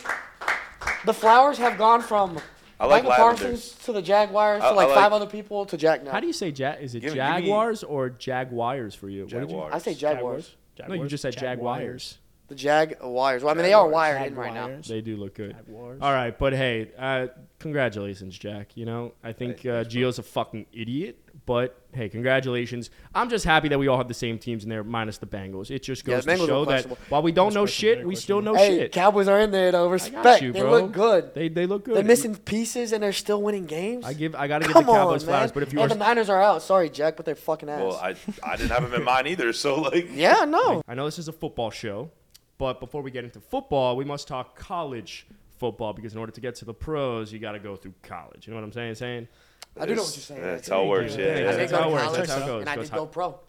[SPEAKER 3] The Flowers have gone from
[SPEAKER 2] I like
[SPEAKER 3] Michael
[SPEAKER 2] lavenders.
[SPEAKER 3] Parsons to the Jaguars
[SPEAKER 2] I-
[SPEAKER 3] to like,
[SPEAKER 2] I like-
[SPEAKER 3] five other people to Jack now.
[SPEAKER 1] How do you say ja- is it
[SPEAKER 2] Give me- give me-
[SPEAKER 1] Jaguars or Jaguars for you? What
[SPEAKER 2] the
[SPEAKER 1] did you-
[SPEAKER 2] Jaguars.
[SPEAKER 3] I say Jaguars.
[SPEAKER 1] No, you just said Jaguars.
[SPEAKER 4] Jaguars.
[SPEAKER 3] The Jaguars. Well, I mean, they are
[SPEAKER 2] Jaguars.
[SPEAKER 3] wired in right now.
[SPEAKER 1] They do look good.
[SPEAKER 4] Jaguars.
[SPEAKER 1] All right, but hey, uh, congratulations, Jack. You know, I think uh, Gio's a fucking idiot, but hey, congratulations. I'm just happy that we all have the same teams in there, minus the Bengals. It just
[SPEAKER 3] Yeah,
[SPEAKER 1] goes
[SPEAKER 3] the
[SPEAKER 1] to
[SPEAKER 3] Bengals
[SPEAKER 1] show
[SPEAKER 3] were
[SPEAKER 1] that
[SPEAKER 3] questionable.
[SPEAKER 1] while we don't know
[SPEAKER 4] questionable,
[SPEAKER 1] shit,
[SPEAKER 4] very
[SPEAKER 1] we still know
[SPEAKER 3] Hey,
[SPEAKER 1] Oh, shit.
[SPEAKER 3] Cowboys are in there
[SPEAKER 1] I
[SPEAKER 3] though.
[SPEAKER 1] got
[SPEAKER 3] Respect.
[SPEAKER 1] you,
[SPEAKER 3] they
[SPEAKER 1] bro.
[SPEAKER 3] look good.
[SPEAKER 1] They they look good.
[SPEAKER 3] They're missing pieces and they're still winning games.
[SPEAKER 1] I give I gotta give
[SPEAKER 3] Come
[SPEAKER 1] the Cowboys
[SPEAKER 3] on,
[SPEAKER 1] flowers,
[SPEAKER 3] man.
[SPEAKER 1] but if you
[SPEAKER 3] and
[SPEAKER 1] are,
[SPEAKER 3] the Niners are out. Sorry, Jack, but they're fucking ass.
[SPEAKER 2] Well, I I didn't have him in mine either, so like
[SPEAKER 3] yeah, no.
[SPEAKER 1] I know this is a football show, but before we get into football, we must talk college football because in order to get to the pros, you gotta go through college. You know what I'm saying? Saying.
[SPEAKER 3] I do know
[SPEAKER 2] it's-
[SPEAKER 3] what you're saying.
[SPEAKER 2] That's how it works. Yeah.
[SPEAKER 1] Thank
[SPEAKER 3] I
[SPEAKER 1] you.
[SPEAKER 2] yeah.
[SPEAKER 3] did
[SPEAKER 1] That's
[SPEAKER 3] go
[SPEAKER 1] how it
[SPEAKER 3] to
[SPEAKER 1] works.
[SPEAKER 3] college
[SPEAKER 1] That's how it goes.
[SPEAKER 3] and I
[SPEAKER 1] Goes
[SPEAKER 3] did go
[SPEAKER 1] high.
[SPEAKER 3] pro.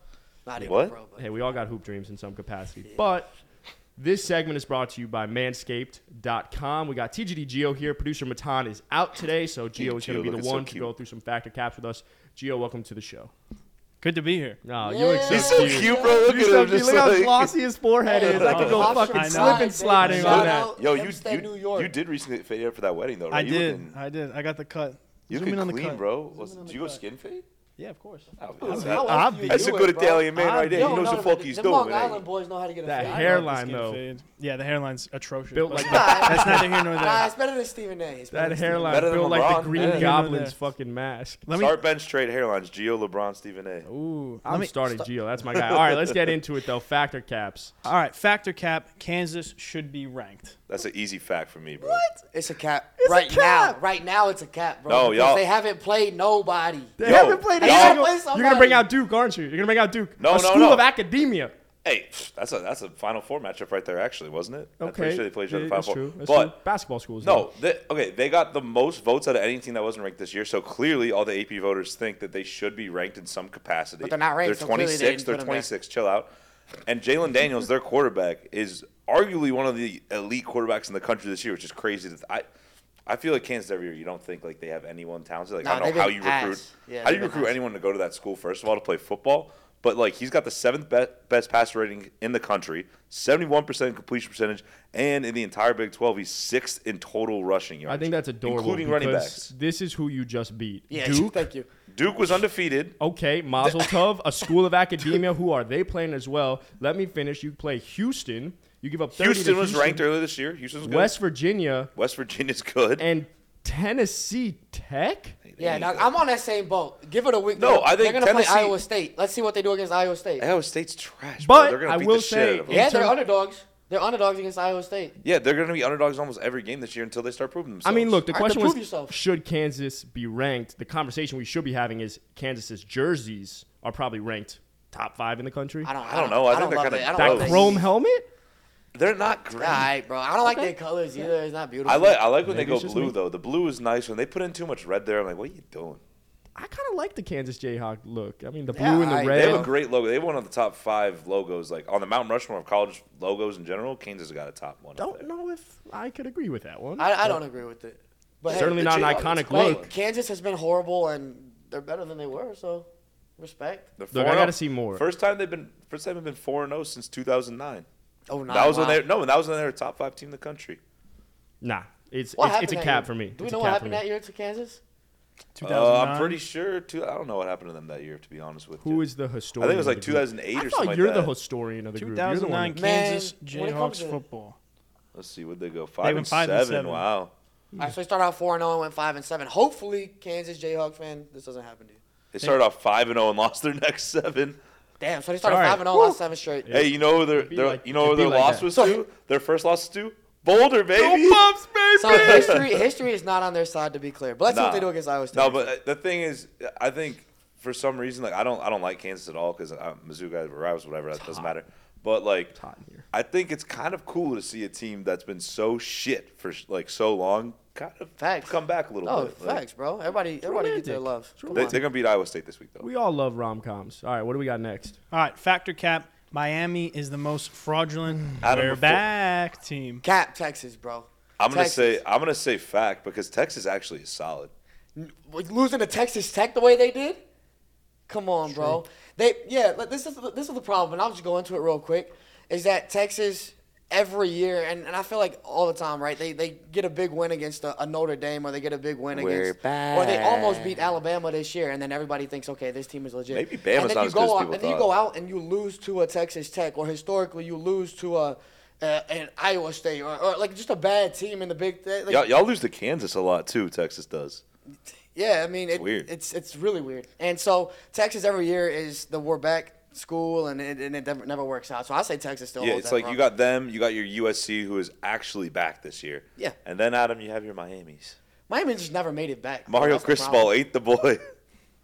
[SPEAKER 3] Not even
[SPEAKER 2] What?
[SPEAKER 3] pro, but
[SPEAKER 1] Hey, we all got hoop dreams in some capacity. But this segment is brought to you by manscaped.com. We got TGD Geo here. Producer Matan is out today, so Geo is
[SPEAKER 2] Gio
[SPEAKER 1] going to be the
[SPEAKER 2] looking so
[SPEAKER 1] one to
[SPEAKER 2] cute.
[SPEAKER 1] go through some factor caps with us. Geo, welcome to the show.
[SPEAKER 4] Good to be here.
[SPEAKER 1] No, you look
[SPEAKER 3] He's
[SPEAKER 1] so
[SPEAKER 3] so
[SPEAKER 1] cute.
[SPEAKER 2] cute, bro. Look
[SPEAKER 1] You
[SPEAKER 2] at
[SPEAKER 1] so
[SPEAKER 2] him.
[SPEAKER 1] cute.
[SPEAKER 2] Just
[SPEAKER 1] Look how
[SPEAKER 2] like,
[SPEAKER 1] glossy his forehead is. I could go
[SPEAKER 4] Oh,
[SPEAKER 1] fucking
[SPEAKER 4] I know.
[SPEAKER 1] slip and sliding on
[SPEAKER 3] Shout
[SPEAKER 1] that.
[SPEAKER 3] out
[SPEAKER 2] yo, you
[SPEAKER 3] Hempstead, New
[SPEAKER 2] you,
[SPEAKER 3] York.
[SPEAKER 2] you did recently fade out for that wedding though, right?
[SPEAKER 4] I
[SPEAKER 2] you
[SPEAKER 4] did.
[SPEAKER 2] Looking,
[SPEAKER 4] I did. I got the cut.
[SPEAKER 2] you
[SPEAKER 4] Zoom in on
[SPEAKER 2] looking
[SPEAKER 4] the
[SPEAKER 2] clean,
[SPEAKER 4] cut.
[SPEAKER 2] bro. Was- do you go skin fade?
[SPEAKER 4] Yeah, of course.
[SPEAKER 2] That's
[SPEAKER 3] How
[SPEAKER 2] a-
[SPEAKER 3] else do you
[SPEAKER 2] that's a
[SPEAKER 3] do
[SPEAKER 2] good
[SPEAKER 3] it, bro?
[SPEAKER 2] Italian man right
[SPEAKER 4] I'm-
[SPEAKER 2] there.
[SPEAKER 4] yo,
[SPEAKER 2] He knows
[SPEAKER 3] no,
[SPEAKER 2] the
[SPEAKER 3] no,
[SPEAKER 2] fuck
[SPEAKER 3] the-
[SPEAKER 2] he's
[SPEAKER 3] them
[SPEAKER 2] doing.
[SPEAKER 3] Long
[SPEAKER 2] man.
[SPEAKER 3] Island boys know how to get a
[SPEAKER 1] That
[SPEAKER 3] fade.
[SPEAKER 1] hair- Hairline,
[SPEAKER 4] It's gonna
[SPEAKER 1] though.
[SPEAKER 4] fade. Yeah, the hairline's atrocious.
[SPEAKER 1] Built
[SPEAKER 4] but
[SPEAKER 1] like
[SPEAKER 4] that's neither here nor
[SPEAKER 3] Nah,
[SPEAKER 4] there.
[SPEAKER 3] it's better than Stephen A. It's better
[SPEAKER 1] that
[SPEAKER 3] than
[SPEAKER 1] hairline
[SPEAKER 2] Better than
[SPEAKER 1] built like
[SPEAKER 2] LeBron.
[SPEAKER 1] the Green
[SPEAKER 2] Yeah.
[SPEAKER 1] Goblin's
[SPEAKER 4] Yeah.
[SPEAKER 1] fucking mask.
[SPEAKER 4] Let me.
[SPEAKER 2] Start bench trade hairlines. Gio, LeBron, Stephen A.
[SPEAKER 4] Ooh, let
[SPEAKER 1] I'm
[SPEAKER 4] me-
[SPEAKER 1] starting Geo. That's my guy. All right, let's get into it though. Factor caps.
[SPEAKER 4] All right, factor cap. Kansas should be ranked.
[SPEAKER 2] That's an easy fact for me, bro.
[SPEAKER 3] Stephen. It's a cap. right now, right now, it's a cap, bro.
[SPEAKER 2] No,
[SPEAKER 3] because
[SPEAKER 2] y'all-
[SPEAKER 3] They haven't played nobody.
[SPEAKER 1] They
[SPEAKER 2] Yo,
[SPEAKER 1] haven't played a
[SPEAKER 2] they
[SPEAKER 1] single-
[SPEAKER 3] haven't played
[SPEAKER 1] You're gonna
[SPEAKER 3] somebody.
[SPEAKER 1] bring out Duke, aren't you? You're gonna bring out Duke.
[SPEAKER 2] No,
[SPEAKER 1] a
[SPEAKER 2] no,
[SPEAKER 1] school
[SPEAKER 2] no.
[SPEAKER 1] of academia.
[SPEAKER 2] Hey, pff, that's a that's a Final Four matchup right there, actually, wasn't it? I'm
[SPEAKER 1] Okay,
[SPEAKER 2] pretty sure they played each other in the Final
[SPEAKER 1] that's
[SPEAKER 2] Four.
[SPEAKER 1] true. That's
[SPEAKER 2] but
[SPEAKER 1] true. basketball schools.
[SPEAKER 2] no, they, okay, they got the most votes out of any team that wasn't ranked this year. So clearly, all the AP voters think that they should be ranked in some capacity.
[SPEAKER 3] But they're not ranked,
[SPEAKER 2] They're
[SPEAKER 3] so clearly they
[SPEAKER 2] 26.
[SPEAKER 3] didn't
[SPEAKER 2] they're
[SPEAKER 3] put 'em there.
[SPEAKER 2] 26. Chill out. And Jalen Daniels, their quarterback, is arguably one of the elite quarterbacks in the country this year, which is crazy. That I, I feel like Kansas every year. You don't think like they have anyone talented. Like
[SPEAKER 3] No,
[SPEAKER 2] I don't
[SPEAKER 3] they've
[SPEAKER 2] know how
[SPEAKER 3] been
[SPEAKER 2] you recruit.
[SPEAKER 3] ass. Yeah,
[SPEAKER 2] how do
[SPEAKER 3] they've
[SPEAKER 2] you
[SPEAKER 3] been
[SPEAKER 2] recruit
[SPEAKER 3] ass.
[SPEAKER 2] anyone to go to that school first of all to play football? But like he's got the seventh best, best passer rating in the country, seventy-one percent completion percentage, and in the entire Big Twelve, he's sixth in total rushing yards.
[SPEAKER 1] I think that's adorable.
[SPEAKER 2] including running
[SPEAKER 1] because
[SPEAKER 2] backs.
[SPEAKER 1] This is who you just beat.
[SPEAKER 3] Yeah,
[SPEAKER 1] Duke.
[SPEAKER 3] thank you.
[SPEAKER 2] Duke was undefeated.
[SPEAKER 1] Okay, Mazel Tov, a school of academia. Who are they playing as well? Let me finish. You play Houston. You give up. 30 to
[SPEAKER 2] Houston was
[SPEAKER 1] Houston,
[SPEAKER 2] ranked earlier this year. Houston's good.
[SPEAKER 1] West Virginia
[SPEAKER 2] West Virginia's good.
[SPEAKER 1] and Tennessee Tech.
[SPEAKER 3] Yeah, dog, I'm on that same boat. Give it a week.
[SPEAKER 2] No,
[SPEAKER 3] They're-
[SPEAKER 2] I think
[SPEAKER 3] they're gonna
[SPEAKER 2] Tennessee-
[SPEAKER 3] play Iowa State. Let's see what they do against Iowa State.
[SPEAKER 2] Iowa State's trash.
[SPEAKER 1] But
[SPEAKER 2] bro. They're gonna
[SPEAKER 1] I
[SPEAKER 2] beat
[SPEAKER 1] will
[SPEAKER 2] the shit
[SPEAKER 1] say-
[SPEAKER 2] out of them.
[SPEAKER 3] Yeah,
[SPEAKER 1] In
[SPEAKER 3] they're
[SPEAKER 1] term-
[SPEAKER 3] underdogs. They're underdogs against Iowa State.
[SPEAKER 2] Yeah, they're going to be underdogs almost every game this year until they start proving
[SPEAKER 1] I
[SPEAKER 2] themselves.
[SPEAKER 1] mean, look, the
[SPEAKER 3] All right,
[SPEAKER 1] question
[SPEAKER 3] then
[SPEAKER 1] was
[SPEAKER 3] prove yourself.
[SPEAKER 1] should Kansas be ranked? The conversation we should be having is Kansas's jerseys are probably ranked top five in the country.
[SPEAKER 3] I don't.
[SPEAKER 2] I don't know. I think they're
[SPEAKER 3] love
[SPEAKER 2] kinda
[SPEAKER 3] it. I don't
[SPEAKER 2] dumb.
[SPEAKER 3] love
[SPEAKER 1] That
[SPEAKER 3] it.
[SPEAKER 1] chrome helmet?
[SPEAKER 2] they're not great.
[SPEAKER 3] All right, bro. I don't like their colors either. It's not beautiful.
[SPEAKER 2] I like I like when
[SPEAKER 1] Maybe
[SPEAKER 2] they go
[SPEAKER 1] it's just
[SPEAKER 2] blue
[SPEAKER 1] me.
[SPEAKER 2] though. The blue is nice. When they put in too much red there, I'm like, what are you doing?
[SPEAKER 1] I kind of like the Kansas Jayhawk look. I mean, the blue
[SPEAKER 3] Yeah,
[SPEAKER 1] and the
[SPEAKER 3] I-
[SPEAKER 1] red.
[SPEAKER 2] They have a great logo. They have one of the top five logos, like on the Mount Rushmore of college logos in general. Kansas has got a top one. up
[SPEAKER 1] don't
[SPEAKER 2] there.
[SPEAKER 1] know if I could agree with that one.
[SPEAKER 3] I, I don't agree with it. But hey,
[SPEAKER 1] Certainly
[SPEAKER 2] the
[SPEAKER 1] not an
[SPEAKER 2] Jayhawks,
[SPEAKER 1] iconic
[SPEAKER 2] great.
[SPEAKER 1] look.
[SPEAKER 3] Kansas has been horrible, and they're better than they were. So Respect.
[SPEAKER 2] They're
[SPEAKER 1] Look, I
[SPEAKER 2] 4-0.
[SPEAKER 1] gotta see more.
[SPEAKER 2] First time they've been first time they've been four and zero since two thousand nine.
[SPEAKER 3] Oh, nine.
[SPEAKER 2] That was
[SPEAKER 3] wow.
[SPEAKER 2] when they no, that was when they were top five team in the country.
[SPEAKER 1] Nah, it's
[SPEAKER 3] What
[SPEAKER 1] it's, it's
[SPEAKER 3] happened
[SPEAKER 1] a
[SPEAKER 3] that
[SPEAKER 1] cap
[SPEAKER 3] year?
[SPEAKER 1] for me.
[SPEAKER 3] Do we
[SPEAKER 1] it's
[SPEAKER 3] know
[SPEAKER 1] a
[SPEAKER 3] what
[SPEAKER 1] cap for
[SPEAKER 3] happened
[SPEAKER 1] me.
[SPEAKER 3] that year to Kansas?
[SPEAKER 2] Uh, I'm pretty sure. Two, I don't know what happened to them that year. To be honest with you,
[SPEAKER 1] Who is the
[SPEAKER 2] I
[SPEAKER 1] historian?
[SPEAKER 2] think it was
[SPEAKER 1] of
[SPEAKER 2] like
[SPEAKER 1] the group?
[SPEAKER 2] 2008
[SPEAKER 1] I
[SPEAKER 2] or
[SPEAKER 1] thought
[SPEAKER 2] something.
[SPEAKER 1] you're
[SPEAKER 2] like
[SPEAKER 1] the
[SPEAKER 2] that.
[SPEAKER 1] historian of the group. You're the
[SPEAKER 6] 2009
[SPEAKER 1] one.
[SPEAKER 3] Man,
[SPEAKER 6] Kansas
[SPEAKER 3] when it comes
[SPEAKER 6] Jayhawks
[SPEAKER 3] to-
[SPEAKER 6] football.
[SPEAKER 2] Let's see where they go. Five,
[SPEAKER 6] went
[SPEAKER 2] and,
[SPEAKER 6] five
[SPEAKER 2] seven.
[SPEAKER 6] and seven.
[SPEAKER 2] Wow.
[SPEAKER 3] All right, so they started out four and zero and went five and seven. Hopefully, Kansas Jayhawk fan, this doesn't happen to you.
[SPEAKER 2] They started off five and zero and lost their next seven.
[SPEAKER 3] Damn, so they started
[SPEAKER 1] All right.
[SPEAKER 3] five and zero, lost seven straight.
[SPEAKER 2] Hey, you know who their,
[SPEAKER 1] be
[SPEAKER 2] their
[SPEAKER 1] like-
[SPEAKER 2] you know who
[SPEAKER 1] it'd be
[SPEAKER 2] their
[SPEAKER 1] like
[SPEAKER 2] loss
[SPEAKER 1] that.
[SPEAKER 2] was to? Their first loss to Boulder, baby.
[SPEAKER 3] So history, history is not on their side to be clear. But let's see what
[SPEAKER 2] Nah.
[SPEAKER 3] they do against Iowa State.
[SPEAKER 2] No, but uh, the thing is, I think for some reason, like I don't, I don't like Kansas at all because I'm Mizzou guys, or Rivals, whatever. That doesn't matter. But like,
[SPEAKER 1] hot in here.
[SPEAKER 2] I think it's kind of cool to see a team that's been so shit for like so long, kind of
[SPEAKER 3] Facts.
[SPEAKER 2] come back a little
[SPEAKER 3] oh,
[SPEAKER 2] bit. Like,
[SPEAKER 3] facts, bro. Everybody, everybody get their
[SPEAKER 1] romantic.
[SPEAKER 3] love.
[SPEAKER 1] It's
[SPEAKER 3] Come
[SPEAKER 2] they,
[SPEAKER 3] on.
[SPEAKER 2] they're gonna beat Iowa State this week though.
[SPEAKER 1] We all love rom coms. All right, what do we got next?
[SPEAKER 6] All right, factor cap. Miami is the most fraudulent
[SPEAKER 2] Adam
[SPEAKER 6] we're
[SPEAKER 2] Lafo-
[SPEAKER 6] back team.
[SPEAKER 3] Cap Texas, bro.
[SPEAKER 2] I'm gonna
[SPEAKER 3] Texas.
[SPEAKER 2] say, I'm gonna say fact because Texas actually is solid.
[SPEAKER 3] With losing to Texas Tech the way they did. Come on, bro. They yeah. like, This is this is the problem, and I'll just go into it real quick. Is that Texas every year, and, and I feel like all the time, right? They they get a big win against a, a Notre Dame, or they get a big win
[SPEAKER 2] We're
[SPEAKER 3] against, or they almost beat Alabama this year, and then everybody thinks, okay, this team is legit.
[SPEAKER 2] Maybe Bama's
[SPEAKER 3] and then
[SPEAKER 2] not
[SPEAKER 3] you
[SPEAKER 2] as
[SPEAKER 3] go
[SPEAKER 2] good as
[SPEAKER 3] out,
[SPEAKER 2] people
[SPEAKER 3] and then you
[SPEAKER 2] thought.
[SPEAKER 3] go out and you lose to a Texas Tech, or historically you lose to a. Uh, an Iowa State, or, or like just a bad team in the Big. Like,
[SPEAKER 2] Y'all, y'all lose to Kansas a lot too. Texas does.
[SPEAKER 3] yeah, I mean, it,
[SPEAKER 2] weird.
[SPEAKER 3] It's it's really weird. And so Texas every year is the we're back school, and it, and it never, never works out. So I say Texas still.
[SPEAKER 2] yeah,
[SPEAKER 3] holds
[SPEAKER 2] it's
[SPEAKER 3] that
[SPEAKER 2] like you
[SPEAKER 3] promise.
[SPEAKER 2] got them, you got your USC who is actually back this year.
[SPEAKER 3] Yeah.
[SPEAKER 2] And then Adam, you have your Miami's.
[SPEAKER 3] Miami just never made it back. bro.
[SPEAKER 2] Mario
[SPEAKER 3] That's the problem.
[SPEAKER 2] Cristobal ain't the boy.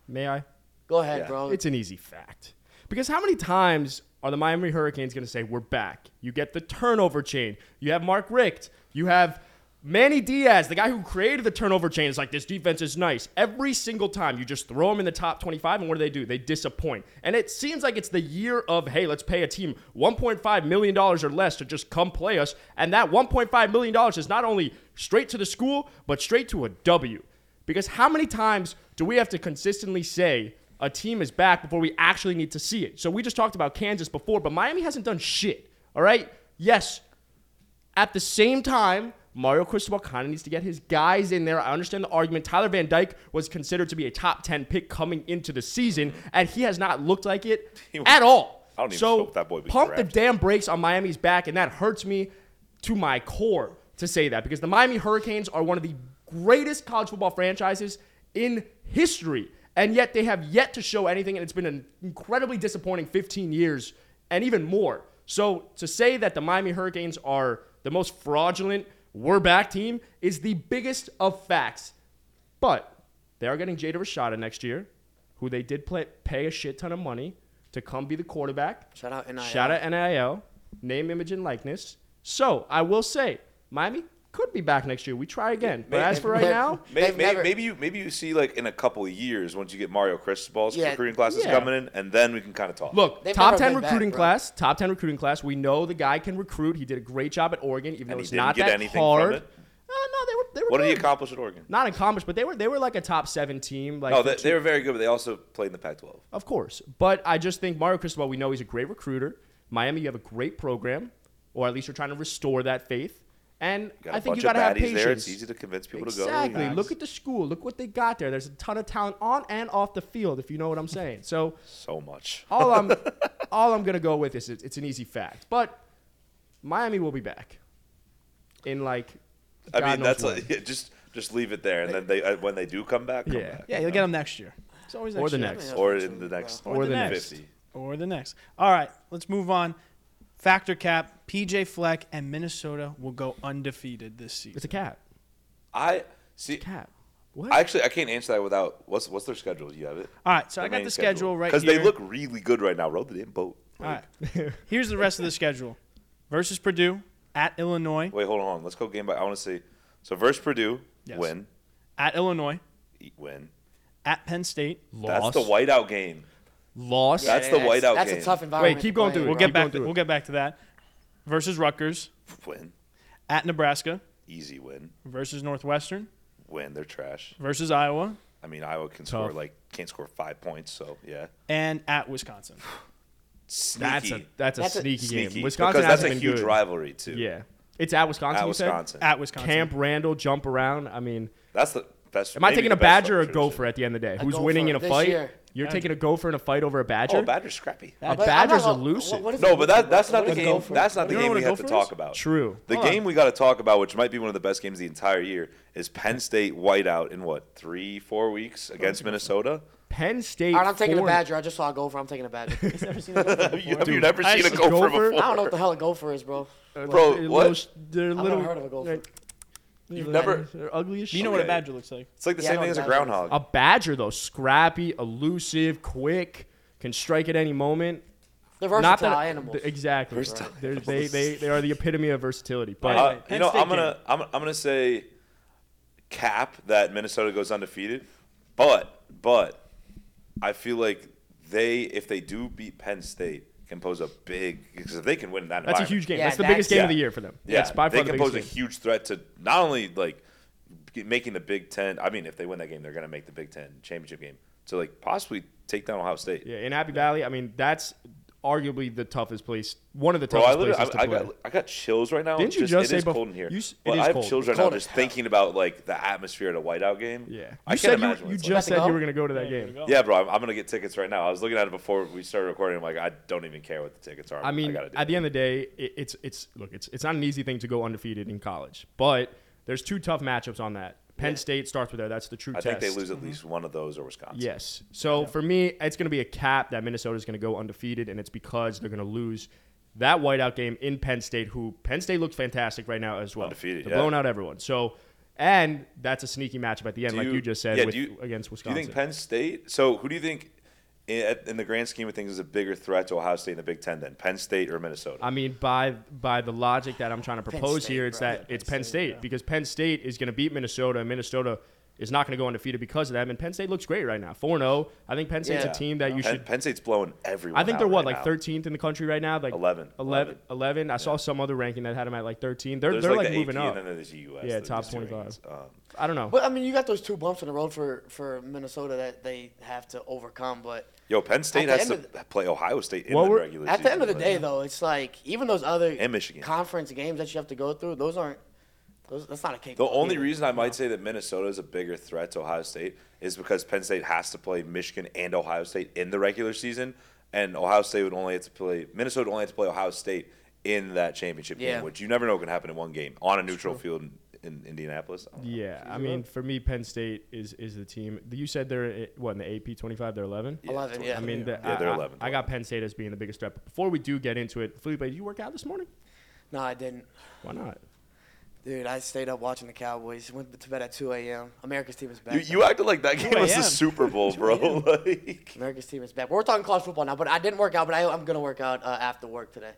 [SPEAKER 1] May I?
[SPEAKER 3] Go ahead,
[SPEAKER 2] Yeah.
[SPEAKER 3] bro.
[SPEAKER 1] It's an easy fact. Because how many times are the Miami Hurricanes going to say, we're back? You get the turnover chain. You have Mark Richt. You have Manny Diaz, the guy who created the turnover chain. It's like, this defense is nice. Every single time, you just throw them in the top 25, and what do they do? They disappoint. And it seems like it's the year of, hey, let's pay a team $1.5 million or less to just come play us. And that $1.5 million is not only straight to the school, but straight to a W. Because how many times do we have to consistently say a team is back before we actually need to see it? So we just talked about Kansas before, but Miami hasn't done shit. All right. Yes. At the same time, Mario Cristobal kind of needs to get his guys in there. I understand the argument. Tyler Van Dyke was considered to be a top 10 pick coming into the season, and he has not looked like it
[SPEAKER 2] He-
[SPEAKER 1] at all.
[SPEAKER 2] I don't even
[SPEAKER 1] so
[SPEAKER 2] hope that boy gets
[SPEAKER 1] pump the
[SPEAKER 2] drafted.
[SPEAKER 1] damn brakes on Miami's back, and that hurts me to my core to say that because the Miami Hurricanes are one of the greatest college football franchises in history, and yet they have yet to show anything, and it's been an incredibly disappointing 15 years and even more. So to say that the Miami Hurricanes are the most fraudulent we're back team is the biggest of facts. But they are getting Jada Rashada next year, who they did play, pay a shit ton of money to come be the quarterback.
[SPEAKER 3] Shout out NIL.
[SPEAKER 1] Shout out NIL. Name, image, and likeness. So I will say, Miami could be back next year. We try again. But as for right now,
[SPEAKER 2] Maybe,
[SPEAKER 3] They've
[SPEAKER 2] maybe,
[SPEAKER 3] never-
[SPEAKER 2] maybe you maybe you see like in a couple of years once you get Mario Cristobal's
[SPEAKER 3] Yeah.
[SPEAKER 2] recruiting classes
[SPEAKER 1] Yeah.
[SPEAKER 2] coming in, and then we can kind of talk.
[SPEAKER 1] look,
[SPEAKER 3] They've
[SPEAKER 1] top
[SPEAKER 3] never
[SPEAKER 1] 10
[SPEAKER 3] been back,
[SPEAKER 1] recruiting
[SPEAKER 3] bro.
[SPEAKER 1] class, top 10 recruiting class. We know the guy can recruit. He did a great job at Oregon, even
[SPEAKER 2] And
[SPEAKER 1] though
[SPEAKER 2] he
[SPEAKER 1] it's
[SPEAKER 2] didn't
[SPEAKER 1] not
[SPEAKER 2] get
[SPEAKER 1] that
[SPEAKER 2] anything from
[SPEAKER 1] hard.
[SPEAKER 2] it?
[SPEAKER 1] Uh, no, they were, they were
[SPEAKER 2] what did he
[SPEAKER 1] good.
[SPEAKER 2] accomplish at Oregon?
[SPEAKER 1] Not accomplished, but they were they were like a top seven team. Like
[SPEAKER 2] No,
[SPEAKER 1] the
[SPEAKER 2] they, they were very good, but they also played in the Pac-12.
[SPEAKER 1] Of course. But I just think Mario Cristobal, we know he's a great recruiter. Miami, you have a great program, or at least you're trying to restore that faith. And
[SPEAKER 2] Got a
[SPEAKER 1] I think you got
[SPEAKER 2] bunch of
[SPEAKER 1] to have
[SPEAKER 2] baddies
[SPEAKER 1] patience.
[SPEAKER 2] there. It's easy to convince people to go.
[SPEAKER 1] exactly. Look at the school. Look what they got there. There's a ton of talent on and off the field, if you know what I'm saying. So
[SPEAKER 2] so much.
[SPEAKER 1] all I'm all I'm gonna go with is it- it's an easy fact. But Miami will be back in like.
[SPEAKER 2] I
[SPEAKER 1] God
[SPEAKER 2] mean,
[SPEAKER 1] knows
[SPEAKER 2] that's
[SPEAKER 1] when.
[SPEAKER 2] like, yeah, just just leave it there, and then they uh, when they do come back, come
[SPEAKER 1] Yeah.
[SPEAKER 2] back.
[SPEAKER 6] Yeah, you'll get them next year. It's always next
[SPEAKER 1] Or the
[SPEAKER 6] year.
[SPEAKER 1] next.
[SPEAKER 2] Or in the next
[SPEAKER 1] Or the next.
[SPEAKER 2] 50.
[SPEAKER 6] Or the next. All right, let's move on. Factor cap, PJ Fleck, and Minnesota will go undefeated this
[SPEAKER 1] It's a
[SPEAKER 6] season.
[SPEAKER 1] cat.
[SPEAKER 2] I see.
[SPEAKER 1] Cat. What?
[SPEAKER 2] I actually I can't answer that without what's what's their schedule? You have it.
[SPEAKER 6] All right, so I got the schedule right
[SPEAKER 2] because
[SPEAKER 6] here.
[SPEAKER 2] they look really good right now. Roll the damn boat.
[SPEAKER 6] All right. Here's the rest of the schedule versus Purdue, at Illinois,
[SPEAKER 2] Wait, hold on. hold on. Let's go game by. I want to see. So versus Purdue,
[SPEAKER 6] Yes.
[SPEAKER 2] win,
[SPEAKER 6] at Illinois,
[SPEAKER 2] eat, win.
[SPEAKER 6] at Penn State.
[SPEAKER 1] Loss.
[SPEAKER 2] That's the whiteout game.
[SPEAKER 1] Loss.
[SPEAKER 2] That's the whiteout
[SPEAKER 3] That's
[SPEAKER 2] game.
[SPEAKER 3] a tough environment.
[SPEAKER 1] Wait, keep
[SPEAKER 3] to
[SPEAKER 1] going
[SPEAKER 3] play
[SPEAKER 1] through
[SPEAKER 3] in,
[SPEAKER 1] it.
[SPEAKER 6] We'll
[SPEAKER 3] bro.
[SPEAKER 1] Keep
[SPEAKER 6] get
[SPEAKER 1] going
[SPEAKER 6] back.
[SPEAKER 1] through it.
[SPEAKER 6] We'll get back to that. Versus Rutgers,
[SPEAKER 2] Win,
[SPEAKER 6] at Nebraska,
[SPEAKER 2] easy win,
[SPEAKER 6] versus Northwestern,
[SPEAKER 2] win. They're trash.
[SPEAKER 6] versus Iowa,
[SPEAKER 2] I mean, Iowa can score like can't score five points, so yeah.
[SPEAKER 4] and at Wisconsin.
[SPEAKER 2] Sneaky.
[SPEAKER 1] That's a that's a
[SPEAKER 3] That's a-
[SPEAKER 1] sneaky,
[SPEAKER 2] sneaky.
[SPEAKER 1] game. Wisconsin
[SPEAKER 2] because that's
[SPEAKER 1] hasn't
[SPEAKER 2] a
[SPEAKER 1] been
[SPEAKER 2] huge
[SPEAKER 1] good.
[SPEAKER 2] rivalry too.
[SPEAKER 1] Yeah, it's at Wisconsin.
[SPEAKER 2] At
[SPEAKER 1] you said?
[SPEAKER 2] Wisconsin.
[SPEAKER 4] At Wisconsin.
[SPEAKER 1] Camp Randall, jump around. I mean,
[SPEAKER 2] That's the best.
[SPEAKER 1] am I
[SPEAKER 2] maybe
[SPEAKER 1] taking
[SPEAKER 2] the
[SPEAKER 1] a
[SPEAKER 2] best
[SPEAKER 1] Badger or a
[SPEAKER 2] rivalry tradition.
[SPEAKER 1] Gopher at the end of the day?
[SPEAKER 3] A
[SPEAKER 1] Who's winning
[SPEAKER 3] Gopher
[SPEAKER 1] in a
[SPEAKER 3] this
[SPEAKER 1] fight?
[SPEAKER 3] year.
[SPEAKER 1] You're taking a Gopher in a fight over a Badger.
[SPEAKER 2] Oh, Badger's scrappy.
[SPEAKER 1] a
[SPEAKER 3] But I'm
[SPEAKER 1] Badger's
[SPEAKER 3] not gonna-
[SPEAKER 1] elusive.
[SPEAKER 3] what- what is
[SPEAKER 2] No,
[SPEAKER 3] it-
[SPEAKER 2] but that, that's
[SPEAKER 3] what
[SPEAKER 2] not the
[SPEAKER 3] is it
[SPEAKER 2] game.
[SPEAKER 3] Gopher?
[SPEAKER 2] That's not the
[SPEAKER 4] You know
[SPEAKER 2] game
[SPEAKER 4] what
[SPEAKER 2] we
[SPEAKER 4] a
[SPEAKER 2] have to
[SPEAKER 4] Gopher is?
[SPEAKER 2] talk about.
[SPEAKER 1] True.
[SPEAKER 2] The game we got to talk about, which might be one of the best games of the entire year, is Penn State whiteout in what three, four weeks against Minnesota.
[SPEAKER 1] Penn State.
[SPEAKER 3] All right, I'm taking a
[SPEAKER 1] four-
[SPEAKER 3] badger. I just saw a gopher. I'm taking a badger. I
[SPEAKER 2] Have you, have you never seen a
[SPEAKER 1] actually-
[SPEAKER 2] Gopher,
[SPEAKER 1] Gopher-
[SPEAKER 2] before?
[SPEAKER 3] don't know what the hell a gopher is, bro.
[SPEAKER 2] Bro,
[SPEAKER 1] they're
[SPEAKER 2] what?
[SPEAKER 1] little sh- They're
[SPEAKER 3] I've
[SPEAKER 1] little.
[SPEAKER 3] never heard of a gopher.
[SPEAKER 1] You've
[SPEAKER 2] never-
[SPEAKER 1] They're ugly as shit.
[SPEAKER 4] You know what a
[SPEAKER 2] Okay.
[SPEAKER 4] badger looks like.
[SPEAKER 2] It's like the
[SPEAKER 3] Yeah, I
[SPEAKER 2] same
[SPEAKER 3] know
[SPEAKER 2] thing as a
[SPEAKER 3] exactly what it
[SPEAKER 2] groundhog.
[SPEAKER 1] A Badger though, scrappy, elusive, quick, can strike at any moment.
[SPEAKER 3] They're
[SPEAKER 1] Not
[SPEAKER 3] versatile
[SPEAKER 1] that
[SPEAKER 3] animals.
[SPEAKER 1] th- exactly.
[SPEAKER 2] Versatile
[SPEAKER 1] They're- They, they they are the epitome of versatility. But
[SPEAKER 2] Uh,
[SPEAKER 4] Anyway,
[SPEAKER 2] you
[SPEAKER 4] Penn
[SPEAKER 2] know,
[SPEAKER 4] State
[SPEAKER 2] I'm gonna I'm, I'm gonna say cap that Minnesota goes undefeated, but but I feel like they if they do beat Penn State can pose a big because if they can win in that
[SPEAKER 1] that's a
[SPEAKER 2] environment-
[SPEAKER 1] huge game.
[SPEAKER 3] Yeah,
[SPEAKER 1] that's the
[SPEAKER 3] that's-
[SPEAKER 1] biggest game of the
[SPEAKER 2] Yeah.
[SPEAKER 1] year for them.
[SPEAKER 2] yeah,
[SPEAKER 1] that's by far
[SPEAKER 2] they
[SPEAKER 1] the
[SPEAKER 2] can pose
[SPEAKER 1] biggest
[SPEAKER 2] a
[SPEAKER 1] game.
[SPEAKER 2] huge threat to not only like g- making the Big Ten. I mean, if they win that game, they're gonna make the Big Ten championship game to like possibly take down Ohio State.
[SPEAKER 1] Yeah, in Happy Valley, I mean that's arguably the toughest place, one of the
[SPEAKER 2] Bro, I,
[SPEAKER 1] toughest
[SPEAKER 2] literally,
[SPEAKER 1] places
[SPEAKER 2] I, I
[SPEAKER 1] to play.
[SPEAKER 2] got I got chills right now.
[SPEAKER 1] Didn't you
[SPEAKER 2] just,
[SPEAKER 1] just
[SPEAKER 2] it
[SPEAKER 1] say
[SPEAKER 2] is
[SPEAKER 1] bef-
[SPEAKER 2] cold in here?
[SPEAKER 1] you s- it
[SPEAKER 2] But
[SPEAKER 1] is
[SPEAKER 2] I have
[SPEAKER 1] cold.
[SPEAKER 2] chills right
[SPEAKER 3] Cold
[SPEAKER 2] now
[SPEAKER 3] as
[SPEAKER 2] just
[SPEAKER 3] hell.
[SPEAKER 2] thinking about like the atmosphere at a whiteout game.
[SPEAKER 1] yeah, you
[SPEAKER 2] I
[SPEAKER 1] said
[SPEAKER 2] can't
[SPEAKER 1] you,
[SPEAKER 2] imagine.
[SPEAKER 1] you
[SPEAKER 2] what it's
[SPEAKER 1] just
[SPEAKER 3] like.
[SPEAKER 1] said you were gonna go to that
[SPEAKER 4] Yeah,
[SPEAKER 1] game.
[SPEAKER 4] go.
[SPEAKER 2] like. yeah, bro, I'm, I'm gonna get tickets right now. I was looking at it before we started recording. I'm like, I don't even care what the tickets are.
[SPEAKER 1] I mean,
[SPEAKER 2] gotta do
[SPEAKER 1] at
[SPEAKER 2] it.
[SPEAKER 1] the end of the day, it, it's it's look, it's it's not an easy thing to go undefeated in college, but there's two tough matchups on that. Penn State starts with there. That's the true
[SPEAKER 2] I
[SPEAKER 1] test.
[SPEAKER 2] think they lose at least one of those or Wisconsin.
[SPEAKER 1] Yes. So for me, it's going to be a cap that Minnesota's going to go undefeated, and it's because they're going to lose that whiteout game in Penn State. Who Penn State looks fantastic right now as well.
[SPEAKER 2] Undefeated,
[SPEAKER 1] They're
[SPEAKER 2] yeah.
[SPEAKER 1] blowing out everyone. So, and that's a sneaky matchup at the end,
[SPEAKER 2] Do
[SPEAKER 1] like you, just said,
[SPEAKER 2] yeah,
[SPEAKER 1] with,
[SPEAKER 2] do you-
[SPEAKER 1] against
[SPEAKER 2] Do you
[SPEAKER 1] Wisconsin.
[SPEAKER 2] think Penn State? So who do you think, in, at- in the grand scheme of things, is a bigger threat to Ohio State in the Big Ten than Penn State or Minnesota?
[SPEAKER 1] I mean, by by the logic that I'm trying to propose
[SPEAKER 3] State,
[SPEAKER 1] here, it's
[SPEAKER 3] bro.
[SPEAKER 1] that it's Penn State, because Penn State is going to beat Minnesota, and Minnesota is not going to go undefeated because of that. And Penn State looks great right now, four zero. I think Penn State's
[SPEAKER 3] Yeah.
[SPEAKER 1] a team that you
[SPEAKER 2] Penn,
[SPEAKER 1] should.
[SPEAKER 2] Penn State's blowing everyone.
[SPEAKER 1] I think
[SPEAKER 2] out
[SPEAKER 1] they're what,
[SPEAKER 2] right
[SPEAKER 1] like
[SPEAKER 2] now.
[SPEAKER 1] 13th in the country right now, like
[SPEAKER 2] 11.
[SPEAKER 1] 11. 11. I saw some other ranking that had them at like 13. They're
[SPEAKER 2] There's
[SPEAKER 1] they're
[SPEAKER 2] like,
[SPEAKER 1] like,
[SPEAKER 2] the
[SPEAKER 1] moving
[SPEAKER 2] AP
[SPEAKER 1] up.
[SPEAKER 2] and then there's the US.
[SPEAKER 1] Yeah,
[SPEAKER 2] There's
[SPEAKER 1] top
[SPEAKER 2] these two
[SPEAKER 1] 25.
[SPEAKER 2] rankings. Um,
[SPEAKER 1] I don't know.
[SPEAKER 3] But I mean, you got those two bumps in the road for for Minnesota that they have to overcome. But
[SPEAKER 2] Yo, Penn State
[SPEAKER 3] the
[SPEAKER 2] has
[SPEAKER 3] end
[SPEAKER 2] to play Ohio State in
[SPEAKER 1] Well,
[SPEAKER 2] the
[SPEAKER 1] we're-
[SPEAKER 2] regular
[SPEAKER 3] at the end of the
[SPEAKER 2] season,
[SPEAKER 3] day,
[SPEAKER 2] like-
[SPEAKER 3] though, it's like even those other
[SPEAKER 2] And Michigan.
[SPEAKER 3] conference games that you have to go through, those aren't. Those, that's not a cake.
[SPEAKER 2] The only reason I might say that Minnesota is a bigger threat to Ohio State is because Penn State has to play Michigan and Ohio State in the regular season, and Ohio State would only have to play Minnesota would only have to play Ohio State in that championship
[SPEAKER 3] Yeah.
[SPEAKER 2] game, which you never know can happen in one game on a neutral field in, in Indianapolis. I don't know.
[SPEAKER 1] Yeah, I mean, for me, Penn State is is the team. You said they're uh, what in the AP 25? They're 11.
[SPEAKER 3] Eleven, yeah.
[SPEAKER 1] I mean, the,
[SPEAKER 2] Yeah, they're
[SPEAKER 1] I- I-
[SPEAKER 2] 11th.
[SPEAKER 1] I, got Penn State as being the biggest threat. But before we do get into it, Felipe, did you work out this morning?
[SPEAKER 3] no, I didn't.
[SPEAKER 1] Why not?
[SPEAKER 3] Dude, I stayed up watching the Cowboys. Went to bed at 2 a.m. America's team is back.
[SPEAKER 2] You, you acted like that game was the Super Bowl, bro. like,
[SPEAKER 3] America's team is back. We're talking college football now, but I didn't work out, but I, I'm going to work out uh, after work today.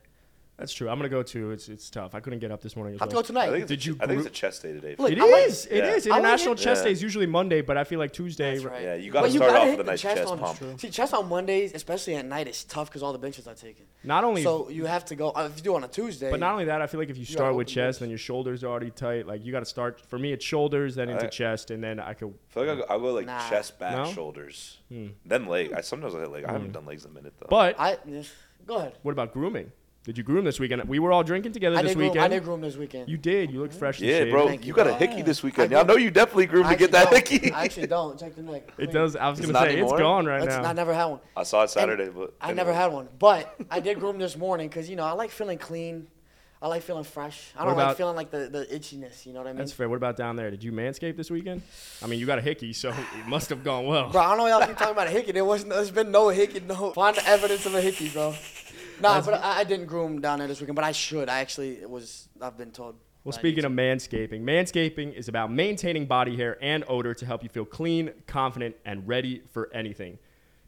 [SPEAKER 1] That's true. I'm gonna go too. It's it's tough. I couldn't get up this morning. As
[SPEAKER 3] I have to go
[SPEAKER 1] well.
[SPEAKER 2] I think
[SPEAKER 3] tonight.
[SPEAKER 2] it's
[SPEAKER 1] Did
[SPEAKER 2] a,
[SPEAKER 1] you
[SPEAKER 2] I think it's
[SPEAKER 1] group-
[SPEAKER 2] a chess day today.
[SPEAKER 3] Look,
[SPEAKER 1] It
[SPEAKER 3] I like-
[SPEAKER 1] is. It
[SPEAKER 2] Yeah.
[SPEAKER 1] is.
[SPEAKER 3] I like
[SPEAKER 1] International
[SPEAKER 3] it.
[SPEAKER 1] Chess
[SPEAKER 2] Yeah.
[SPEAKER 1] Day is usually Monday, but I feel like Tuesday.
[SPEAKER 3] That's right.
[SPEAKER 2] yeah, you got to
[SPEAKER 3] But
[SPEAKER 2] start
[SPEAKER 3] gotta
[SPEAKER 2] off
[SPEAKER 3] hit
[SPEAKER 2] with a
[SPEAKER 3] the
[SPEAKER 2] nice chess
[SPEAKER 3] on,
[SPEAKER 2] pump.
[SPEAKER 3] See, chess on Mondays, especially at night, is tough because all the benches are taken.
[SPEAKER 1] Not only,
[SPEAKER 3] So you have to go. Uh, if you do it on a Tuesday,
[SPEAKER 1] but not only that, I feel like if you
[SPEAKER 3] gotta
[SPEAKER 1] start with
[SPEAKER 3] open
[SPEAKER 1] chest,
[SPEAKER 3] doors.
[SPEAKER 1] then your shoulders are already tight. Like you got to start. For me, it's shoulders, then into
[SPEAKER 2] Alright.
[SPEAKER 1] chest, and then I could.
[SPEAKER 2] I feel like I'll, go- I'll go like
[SPEAKER 3] Nah.
[SPEAKER 2] chest, back,
[SPEAKER 1] No? Hmm.
[SPEAKER 2] shoulders, then leg. I sometimes I hit leg. I haven't done legs in a minute though.
[SPEAKER 1] But
[SPEAKER 3] I go ahead.
[SPEAKER 1] what about grooming? Did you groom this weekend? We were all drinking together
[SPEAKER 3] I
[SPEAKER 1] this
[SPEAKER 3] did, groom,
[SPEAKER 1] weekend.
[SPEAKER 3] I did groom this weekend.
[SPEAKER 1] You did. You look fresh. and
[SPEAKER 2] Yeah,
[SPEAKER 1] shaved.
[SPEAKER 2] bro,
[SPEAKER 3] Thank
[SPEAKER 2] you,
[SPEAKER 3] you,
[SPEAKER 2] got
[SPEAKER 3] bro.
[SPEAKER 2] a hickey this weekend.
[SPEAKER 3] I
[SPEAKER 2] Y'all
[SPEAKER 3] do.
[SPEAKER 2] know you definitely groomed
[SPEAKER 3] I
[SPEAKER 2] to get
[SPEAKER 3] actually
[SPEAKER 2] that
[SPEAKER 3] don't.
[SPEAKER 2] hickey.
[SPEAKER 3] I actually don't. Check the neck.
[SPEAKER 1] It does. I was
[SPEAKER 2] It's
[SPEAKER 1] gonna
[SPEAKER 2] not
[SPEAKER 1] say
[SPEAKER 2] anymore?
[SPEAKER 1] it's gone right
[SPEAKER 3] That's-
[SPEAKER 1] now.
[SPEAKER 3] I never had one.
[SPEAKER 2] I saw it
[SPEAKER 3] And
[SPEAKER 2] Uh, Saturday, but
[SPEAKER 3] I never had one. But I did groom this morning because you know I like feeling clean. I like feeling fresh. I
[SPEAKER 1] What
[SPEAKER 3] don't like
[SPEAKER 1] about-
[SPEAKER 3] feeling like the, the itchiness. You know what I mean?
[SPEAKER 1] That's fair. What about down there? Did you manscape this weekend? I mean, you got a hickey, so it must have gone well.
[SPEAKER 3] Bro, I don't know y'all keep talking about a hickey. There wasn't. There's been no hickey. No find the evidence of a hickey, bro. Nah, but I, I didn't groom down there this weekend. But I should. I actually was. I've been told.
[SPEAKER 1] Well,
[SPEAKER 3] that I
[SPEAKER 1] speaking
[SPEAKER 3] need
[SPEAKER 1] of manscaping, manscaping is about maintaining body hair and odor to help you feel clean, confident, and ready for anything.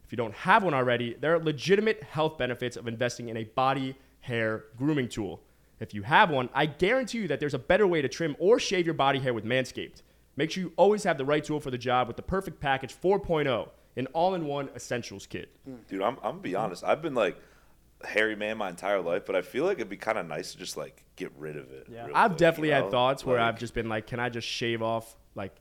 [SPEAKER 1] If you don't have one already, there are legitimate health benefits of investing in a body hair grooming tool. If you have one, I guarantee you that there's a better way to trim or shave your body hair with Manscaped. Make sure you always have the right tool for the job with the Perfect Package 4.0, an all in one essentials kit.
[SPEAKER 2] Dude, I'm, I'm gonna be honest. I've been like a hairy man my entire life, but I feel like it'd be kind of nice to just like get rid of it. real
[SPEAKER 1] I've
[SPEAKER 2] quick,
[SPEAKER 1] definitely
[SPEAKER 2] you
[SPEAKER 1] had
[SPEAKER 2] know?
[SPEAKER 1] thoughts where
[SPEAKER 2] Like,
[SPEAKER 1] I've just been like, can I just shave off like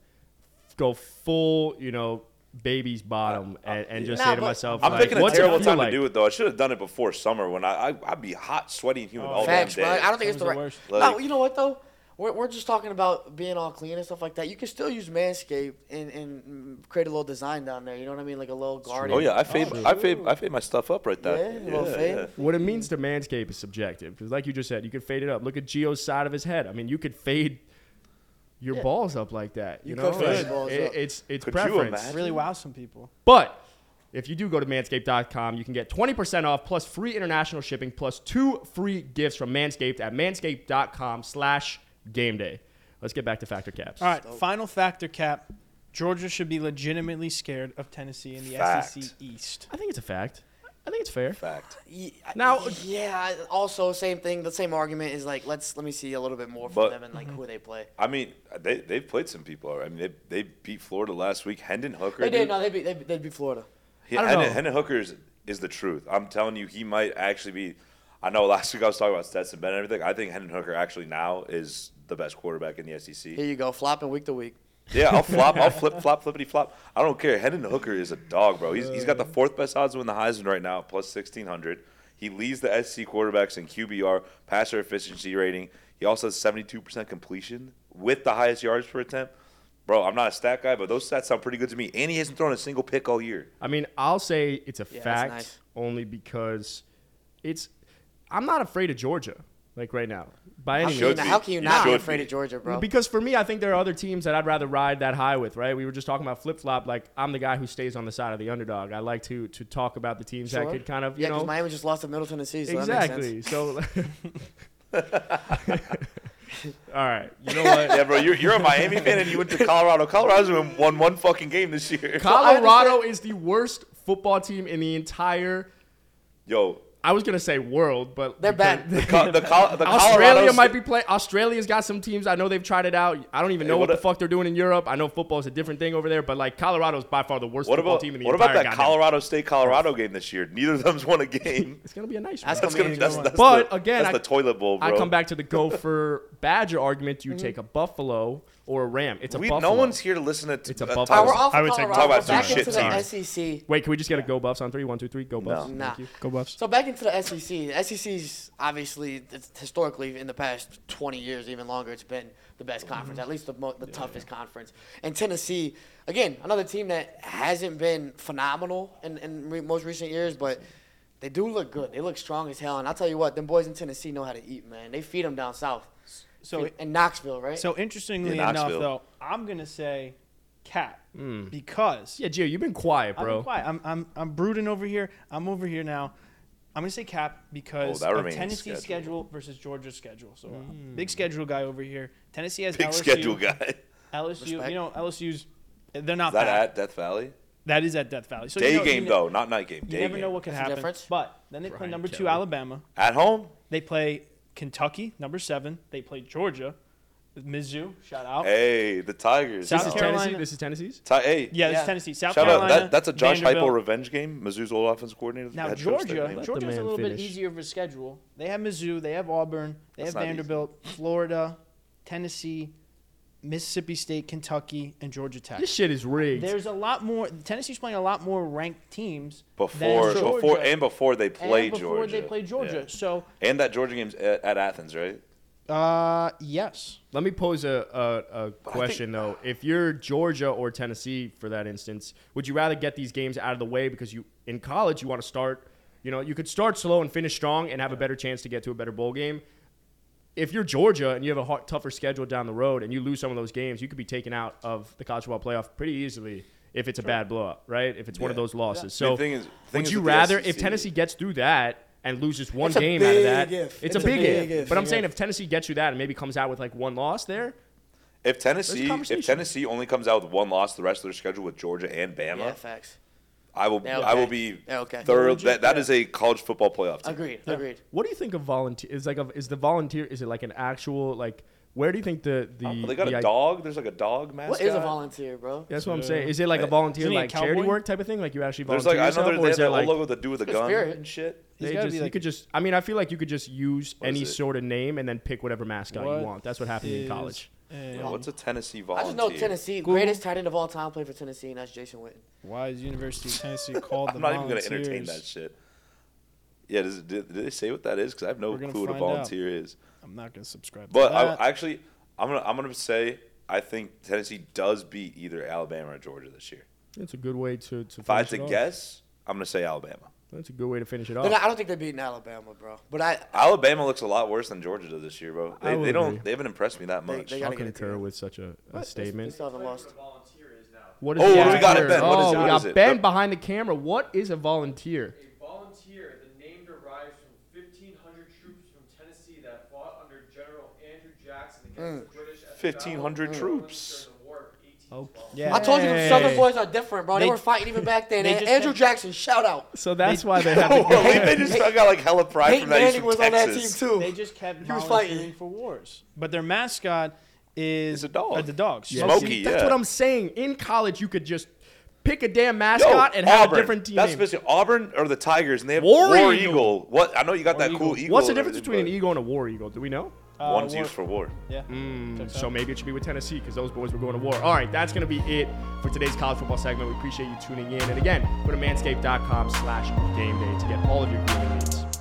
[SPEAKER 1] go full, you know, baby's bottom and, and just
[SPEAKER 3] Nah,
[SPEAKER 1] say to
[SPEAKER 3] but-
[SPEAKER 1] myself,
[SPEAKER 2] Uh, I'm
[SPEAKER 1] like,
[SPEAKER 2] thinking a
[SPEAKER 1] what's it
[SPEAKER 2] terrible
[SPEAKER 1] feel
[SPEAKER 2] time
[SPEAKER 1] like?
[SPEAKER 2] to do it though. I should have done it before summer when I, I I'd be hot, sweaty, and
[SPEAKER 1] Oh,
[SPEAKER 2] humid all damn
[SPEAKER 3] Facts,
[SPEAKER 2] day.
[SPEAKER 3] bro. I don't think it's the
[SPEAKER 4] Summer's
[SPEAKER 3] right.
[SPEAKER 4] the
[SPEAKER 3] no,
[SPEAKER 2] Like-
[SPEAKER 3] you know what though? We're, we're just talking about being all clean and stuff like that. You can still use Manscaped and, and create a little design down there. You know what I mean? Like a little garden.
[SPEAKER 2] Oh yeah, I fade, I fade, I fade my stuff up right there.
[SPEAKER 3] Yeah, little fade.
[SPEAKER 1] What it means to manscape is subjective because, like you just said, you could fade it up. Look at Geo's side of his head. I mean, you could fade your balls up like that. You,
[SPEAKER 3] You
[SPEAKER 1] know,
[SPEAKER 3] could fade
[SPEAKER 1] Like,
[SPEAKER 3] your balls
[SPEAKER 1] it-
[SPEAKER 3] up.
[SPEAKER 1] it's it's
[SPEAKER 2] Could you
[SPEAKER 1] preference.
[SPEAKER 2] imagine?
[SPEAKER 4] Really wow some people.
[SPEAKER 1] But if you do go to manscaped.com, you can get 20% off plus free international shipping plus two free gifts from Manscaped at manscaped.com slash game day. Let's get back to Factor Caps.
[SPEAKER 4] All right, final factor cap. Georgia should be legitimately scared of Tennessee in the SEC
[SPEAKER 2] Fact.
[SPEAKER 4] East.
[SPEAKER 1] I think it's a fact. I think it's fair.
[SPEAKER 2] Fact.
[SPEAKER 3] Ye- I-
[SPEAKER 1] Now-
[SPEAKER 3] yeah. I- Also, same thing. The same argument is like, let's let me see a little bit more from
[SPEAKER 2] But-
[SPEAKER 3] them and like who they play.
[SPEAKER 2] I mean, they they've played some people. already. I mean, they they beat Florida last week. Hendon Hooker.
[SPEAKER 3] They
[SPEAKER 2] dude,
[SPEAKER 3] did. No, they beat they, they beat Florida.
[SPEAKER 2] He,
[SPEAKER 1] I don't
[SPEAKER 2] Hendon,
[SPEAKER 1] know.
[SPEAKER 2] Hendon Hooker is, is the truth. I'm telling you, he might actually be. I know last week I was talking about Stetson Bennett and everything. I think Hendon Hooker actually now is the best quarterback in the SEC.
[SPEAKER 3] Here you go, flopping week to week.
[SPEAKER 2] Yeah, I'll flop, I'll flip, flop, flippity flop. I don't care. Hendon Hooker is a dog, bro. He's, he's got the fourth best odds to win the Heisman right now, plus sixteen hundred. He leads the SC quarterbacks in QBR, passer efficiency rating. He also has seventy two percent completion with the highest yards per attempt. Bro, I'm not a stat guy, but those stats sound pretty good to me. And he hasn't thrown a single pick all year.
[SPEAKER 1] I mean, I'll say it's a
[SPEAKER 3] Yeah, that's
[SPEAKER 1] fact
[SPEAKER 3] nice.
[SPEAKER 1] only because it's. I'm not afraid of Georgia, like right now, by any
[SPEAKER 3] How can,
[SPEAKER 1] means.
[SPEAKER 3] you,
[SPEAKER 2] should
[SPEAKER 3] not-
[SPEAKER 2] be.
[SPEAKER 3] how can you
[SPEAKER 2] You
[SPEAKER 3] not be
[SPEAKER 2] should
[SPEAKER 3] afraid
[SPEAKER 2] be.
[SPEAKER 3] of Georgia, bro?
[SPEAKER 1] Because for me, I think there are other teams that I'd rather ride that high with, right? We were just talking about flip flop. Like I'm the guy who stays on the side of the underdog. I like to to talk about the teams that
[SPEAKER 3] Sure.
[SPEAKER 1] could kind of you
[SPEAKER 3] yeah,
[SPEAKER 1] know
[SPEAKER 3] Miami just lost to Middle Tennessee. So That makes sense.
[SPEAKER 1] exactly. So, all right, you know what?
[SPEAKER 2] Yeah, bro, you're, you're a Miami fan and you went to Colorado. Colorado's won- won one fucking game this year.
[SPEAKER 3] I understand-
[SPEAKER 1] Colorado is the worst football team in the entire.
[SPEAKER 2] Yo,
[SPEAKER 1] I was gonna say world, but
[SPEAKER 3] They're bad.
[SPEAKER 2] the, co- the, Col- the
[SPEAKER 1] Australia
[SPEAKER 2] Colorado's-
[SPEAKER 1] might be playing. Australia's got some teams. I know they've tried it out. I don't even know
[SPEAKER 2] Hey,
[SPEAKER 1] what,
[SPEAKER 2] what
[SPEAKER 1] the
[SPEAKER 2] a-
[SPEAKER 1] fuck they're doing in Europe. I know football's a different thing over there, but like Colorado's by far the worst
[SPEAKER 2] What
[SPEAKER 1] football
[SPEAKER 2] about
[SPEAKER 1] team in the
[SPEAKER 2] what
[SPEAKER 1] entire
[SPEAKER 2] about that
[SPEAKER 1] goddamn-
[SPEAKER 2] Colorado State Colorado game this year? Neither of them's won a game.
[SPEAKER 1] It's gonna be a nice one.
[SPEAKER 3] That's
[SPEAKER 2] That's gonna
[SPEAKER 3] gonna
[SPEAKER 2] be
[SPEAKER 3] be a
[SPEAKER 2] that's,
[SPEAKER 3] good
[SPEAKER 2] that's
[SPEAKER 1] one. But,
[SPEAKER 2] the,
[SPEAKER 1] again,
[SPEAKER 2] that's
[SPEAKER 1] I-
[SPEAKER 2] the toilet bowl, bro. Mm-hmm.
[SPEAKER 1] I come back to the Gopher Badger argument. Do you take a Buffalo or a Ram? It's a
[SPEAKER 2] We,
[SPEAKER 1] Buffalo.
[SPEAKER 2] no one's here to listen to.
[SPEAKER 1] It's a
[SPEAKER 2] uh,
[SPEAKER 1] Buffalo.
[SPEAKER 3] All
[SPEAKER 2] Tyler-
[SPEAKER 3] right, we're off
[SPEAKER 5] I
[SPEAKER 3] of
[SPEAKER 5] would take-
[SPEAKER 3] Colorado.
[SPEAKER 2] Talk about
[SPEAKER 3] back
[SPEAKER 2] some
[SPEAKER 3] into
[SPEAKER 2] shit
[SPEAKER 3] the E
[SPEAKER 2] teams.
[SPEAKER 3] SEC.
[SPEAKER 1] Wait, can we just get a go Buffs on three? One, two, three. Go Buffs.
[SPEAKER 3] Nah.
[SPEAKER 1] Thank you.
[SPEAKER 6] Go Buffs.
[SPEAKER 3] So back into the SEC. The SEC's obviously it's historically in the past 20 years, even longer, it's been the best conference, at least the mo- the toughest conference. And Tennessee, again, another team that hasn't been phenomenal in in re- most recent years, but they do look good. They look strong as hell. And I'll tell you what, them boys in Tennessee know how to eat, man. They feed them down south.
[SPEAKER 4] So
[SPEAKER 3] in Knoxville, right?
[SPEAKER 4] So interestingly
[SPEAKER 2] Yeah,
[SPEAKER 4] enough,
[SPEAKER 2] Knoxville. Hmm.
[SPEAKER 4] though, I'm gonna say cap because
[SPEAKER 1] Yeah, Gio, you've been quiet,
[SPEAKER 4] I'm
[SPEAKER 1] bro.
[SPEAKER 4] quiet. I'm I'm I'm brooding over here. I'm over here now. I'm gonna say cap because
[SPEAKER 2] Oh, that
[SPEAKER 4] of
[SPEAKER 2] remains
[SPEAKER 4] Tennessee's schedule.
[SPEAKER 2] schedule.
[SPEAKER 4] versus Georgia's schedule. So uh, big schedule guy over here. Tennessee has
[SPEAKER 2] Big
[SPEAKER 4] LSU.
[SPEAKER 2] schedule guy.
[SPEAKER 4] LSU,
[SPEAKER 3] Respect.
[SPEAKER 4] you know LSU's. They're not
[SPEAKER 2] Is that
[SPEAKER 4] bad.
[SPEAKER 2] at Death Valley?
[SPEAKER 4] That is at Death Valley. So you
[SPEAKER 2] Day
[SPEAKER 4] know- you
[SPEAKER 2] game
[SPEAKER 4] know-
[SPEAKER 2] though, not night game.
[SPEAKER 4] You
[SPEAKER 2] Day
[SPEAKER 4] never
[SPEAKER 2] game.
[SPEAKER 4] know what could
[SPEAKER 3] That's the
[SPEAKER 4] happen.
[SPEAKER 3] difference.
[SPEAKER 4] But then they play
[SPEAKER 1] Brian
[SPEAKER 4] number two
[SPEAKER 1] Kelly.
[SPEAKER 4] Alabama.
[SPEAKER 2] at home.
[SPEAKER 4] They play Kentucky, number seven. They play Georgia, Mizzou. Shout out.
[SPEAKER 2] Hey, the Tigers.
[SPEAKER 1] this
[SPEAKER 2] No.
[SPEAKER 4] South
[SPEAKER 1] is
[SPEAKER 4] Carolina-
[SPEAKER 1] Tennessee. This is Tennessee's.
[SPEAKER 2] Ti- hey,
[SPEAKER 4] Yeah, this
[SPEAKER 3] Yeah.
[SPEAKER 4] is Tennessee. South
[SPEAKER 2] Shout out.
[SPEAKER 4] Carolina.
[SPEAKER 2] That, that's a Josh Heupel
[SPEAKER 4] Vanderbilt.
[SPEAKER 2] revenge game. Mizzou's old offensive coordinator.
[SPEAKER 4] Now
[SPEAKER 2] head coach, their
[SPEAKER 4] Georgia,
[SPEAKER 2] name.
[SPEAKER 1] the
[SPEAKER 4] Georgia's a
[SPEAKER 1] man
[SPEAKER 4] little
[SPEAKER 1] finish.
[SPEAKER 4] bit easier of a schedule. They have Mizzou, they have Auburn, they
[SPEAKER 2] That's
[SPEAKER 4] have
[SPEAKER 2] not easy.
[SPEAKER 4] Vanderbilt, Florida, Tennessee, Mississippi State, Kentucky, and Georgia Tech.
[SPEAKER 1] This shit is rigged.
[SPEAKER 4] There's a lot more. Tennessee's playing a lot more ranked teams than
[SPEAKER 2] Before,
[SPEAKER 4] Georgia,
[SPEAKER 2] before, and before they
[SPEAKER 4] and
[SPEAKER 2] play
[SPEAKER 4] before
[SPEAKER 2] Georgia.
[SPEAKER 4] they play Georgia.
[SPEAKER 2] Yeah.
[SPEAKER 4] So,
[SPEAKER 2] And that Georgia game's at, at Athens, right?
[SPEAKER 4] uh, yes,
[SPEAKER 1] Let me pose a, a, a question though. If you're Georgia or Tennessee, for that instance, would you rather get these games out of the way because you in college you want to start, you know, you could start slow and finish strong and have a better chance to get to a better bowl game. If you're Georgia and you have a hard, tougher schedule down the road and you lose some of those games, you could be taken out of the college football playoff pretty easily if it's a bad blowout, right? If it's one of
[SPEAKER 2] Yeah.
[SPEAKER 1] those losses.
[SPEAKER 2] Yeah.
[SPEAKER 1] So
[SPEAKER 2] The thing is- the thing
[SPEAKER 1] would
[SPEAKER 2] is
[SPEAKER 1] you
[SPEAKER 2] with the E
[SPEAKER 1] rather if
[SPEAKER 2] SEC
[SPEAKER 1] Tennessee gets through that? And loses one
[SPEAKER 3] It's a
[SPEAKER 1] game out of
[SPEAKER 3] big
[SPEAKER 1] that.
[SPEAKER 3] if.
[SPEAKER 1] It's, a big, if. But I'm saying if Tennessee gets you that and maybe comes out with like one loss there,
[SPEAKER 2] If Tennessee,
[SPEAKER 1] conversation.
[SPEAKER 2] if Tennessee only comes out with one loss the rest of their schedule with Georgia and Bama,
[SPEAKER 3] yeah, facts.
[SPEAKER 2] I will.
[SPEAKER 3] Yeah,
[SPEAKER 2] I
[SPEAKER 3] okay.
[SPEAKER 2] will be
[SPEAKER 3] Yeah, okay.
[SPEAKER 2] third. That, that is a college football playoff team.
[SPEAKER 3] Agreed. Agreed.
[SPEAKER 1] What do you think of volunteer? Is like a, is the volunteer? Is it like an actual like? Where do you think the the?
[SPEAKER 2] Oh, they got
[SPEAKER 1] the
[SPEAKER 2] a
[SPEAKER 1] i-
[SPEAKER 2] dog. There's like a dog mascot.
[SPEAKER 3] What is a volunteer, bro?
[SPEAKER 1] That's what I'm saying. Is it like a
[SPEAKER 2] Yeah.
[SPEAKER 1] volunteer
[SPEAKER 4] Isn't he a
[SPEAKER 1] like charity
[SPEAKER 4] cowboy?
[SPEAKER 1] work type of thing? Like you actually
[SPEAKER 2] There's
[SPEAKER 1] volunteer
[SPEAKER 2] like I
[SPEAKER 1] yourself,
[SPEAKER 2] know thef-
[SPEAKER 1] or
[SPEAKER 2] they
[SPEAKER 1] is
[SPEAKER 2] have that
[SPEAKER 1] it
[SPEAKER 2] old
[SPEAKER 1] like
[SPEAKER 2] logo that do with a
[SPEAKER 3] Good
[SPEAKER 2] gun
[SPEAKER 3] spirit.
[SPEAKER 2] and shit.
[SPEAKER 1] they
[SPEAKER 4] gotta
[SPEAKER 1] just
[SPEAKER 4] be
[SPEAKER 1] you
[SPEAKER 4] like-
[SPEAKER 1] could just? I mean, I feel like you could just use
[SPEAKER 2] is
[SPEAKER 1] any
[SPEAKER 2] it?
[SPEAKER 1] sort of name and then pick whatever mascot
[SPEAKER 4] What
[SPEAKER 1] you want. That's what happened in
[SPEAKER 4] is
[SPEAKER 1] college.
[SPEAKER 2] Yeah, what's a Tennessee
[SPEAKER 3] I
[SPEAKER 2] volunteer?
[SPEAKER 3] just know Tennessee, greatest tight end of all time, played for Tennessee, and that's Jason Witten.
[SPEAKER 6] Why is University of Tennessee called the
[SPEAKER 2] I'm not even going
[SPEAKER 6] Volunteers?
[SPEAKER 2] to entertain that shit. Yeah, does, it- did, did they say what that is? Because I have no
[SPEAKER 6] We're gonna
[SPEAKER 2] clue what a
[SPEAKER 6] find out.
[SPEAKER 2] volunteer is.
[SPEAKER 6] I'm not going to subscribe. to
[SPEAKER 2] But
[SPEAKER 6] that.
[SPEAKER 2] I actually, I'm gonna I'm gonna say I think Tennessee does beat either Alabama or Georgia this year.
[SPEAKER 1] It's a good way to to.
[SPEAKER 2] If I had
[SPEAKER 1] finish
[SPEAKER 2] to
[SPEAKER 1] it off.
[SPEAKER 2] guess, I'm gonna say Alabama.
[SPEAKER 1] that's a good way to finish it
[SPEAKER 3] They're
[SPEAKER 6] Oh.
[SPEAKER 3] not-
[SPEAKER 1] off.
[SPEAKER 3] I don't think they're beating Alabama, bro. But I,
[SPEAKER 2] Alabama looks a lot worse than Georgia does this year, bro.
[SPEAKER 1] I
[SPEAKER 2] They,
[SPEAKER 1] will
[SPEAKER 2] they don't
[SPEAKER 1] agree.
[SPEAKER 2] they haven't impressed me that
[SPEAKER 3] They-
[SPEAKER 2] much.
[SPEAKER 3] they
[SPEAKER 1] I
[SPEAKER 3] gotta get it
[SPEAKER 1] concur
[SPEAKER 3] together.
[SPEAKER 1] with such a, a
[SPEAKER 3] They
[SPEAKER 1] statement.
[SPEAKER 3] still haven't lost.
[SPEAKER 5] volunteer is now.
[SPEAKER 1] What
[SPEAKER 2] Oh,
[SPEAKER 1] a
[SPEAKER 2] what do we got,
[SPEAKER 1] volunteer?
[SPEAKER 2] Ben? What is
[SPEAKER 1] oh,
[SPEAKER 2] it?
[SPEAKER 1] we
[SPEAKER 2] What is
[SPEAKER 1] got
[SPEAKER 2] it?
[SPEAKER 1] Ben
[SPEAKER 2] The-
[SPEAKER 1] behind the camera. What is a volunteer?
[SPEAKER 5] A volunteer, the name derives from 1,500 troops from Tennessee that fought under General Andrew Jackson against the British. at the
[SPEAKER 2] 1,500
[SPEAKER 3] Mm.
[SPEAKER 5] Battle of New Orleans
[SPEAKER 2] troops.
[SPEAKER 5] During the War of 1812.
[SPEAKER 3] I told you the Southern
[SPEAKER 1] Hey.
[SPEAKER 3] boys are different, bro. They,
[SPEAKER 6] They-
[SPEAKER 3] were fighting even back then.
[SPEAKER 6] they
[SPEAKER 3] And
[SPEAKER 6] just
[SPEAKER 3] Andrew
[SPEAKER 6] had-
[SPEAKER 3] Jackson, shout out.
[SPEAKER 1] So that's why they have.
[SPEAKER 2] Oh,
[SPEAKER 1] The,
[SPEAKER 2] I mean, they just got like hella pride
[SPEAKER 3] Peyton
[SPEAKER 2] from that. He's
[SPEAKER 3] Manning
[SPEAKER 2] from
[SPEAKER 3] was on that team
[SPEAKER 2] Texas.
[SPEAKER 3] too.
[SPEAKER 6] They just kept
[SPEAKER 3] He was
[SPEAKER 6] volunteering
[SPEAKER 3] fighting.
[SPEAKER 6] for wars, but their mascot is
[SPEAKER 2] It's a dog.
[SPEAKER 6] uh, the dog.
[SPEAKER 2] Yeah.
[SPEAKER 6] Smokey.
[SPEAKER 2] Smokey,
[SPEAKER 1] that's
[SPEAKER 2] yeah.
[SPEAKER 1] what I'm saying. In college, you could just pick a damn
[SPEAKER 2] Yo,
[SPEAKER 1] mascot and have
[SPEAKER 2] Auburn.
[SPEAKER 1] a different team
[SPEAKER 2] That's
[SPEAKER 1] name.
[SPEAKER 2] basically Auburn or the Tigers, and they have
[SPEAKER 1] War Eagle.
[SPEAKER 2] War, Eagle. What I know you got that cool eagle.
[SPEAKER 1] What's the
[SPEAKER 2] and
[SPEAKER 1] difference
[SPEAKER 2] everything,
[SPEAKER 1] between an
[SPEAKER 2] but
[SPEAKER 1] eagle and a war eagle? Do we know?
[SPEAKER 2] One's
[SPEAKER 6] war-
[SPEAKER 2] used for war.
[SPEAKER 6] Yeah.
[SPEAKER 3] Mm.
[SPEAKER 1] So maybe it should be with Tennessee because those boys were going to war. All right, that's going to be it for today's college football segment. We appreciate you tuning in. And again, go to manscaped.com slash game day to get all of your grooming needs.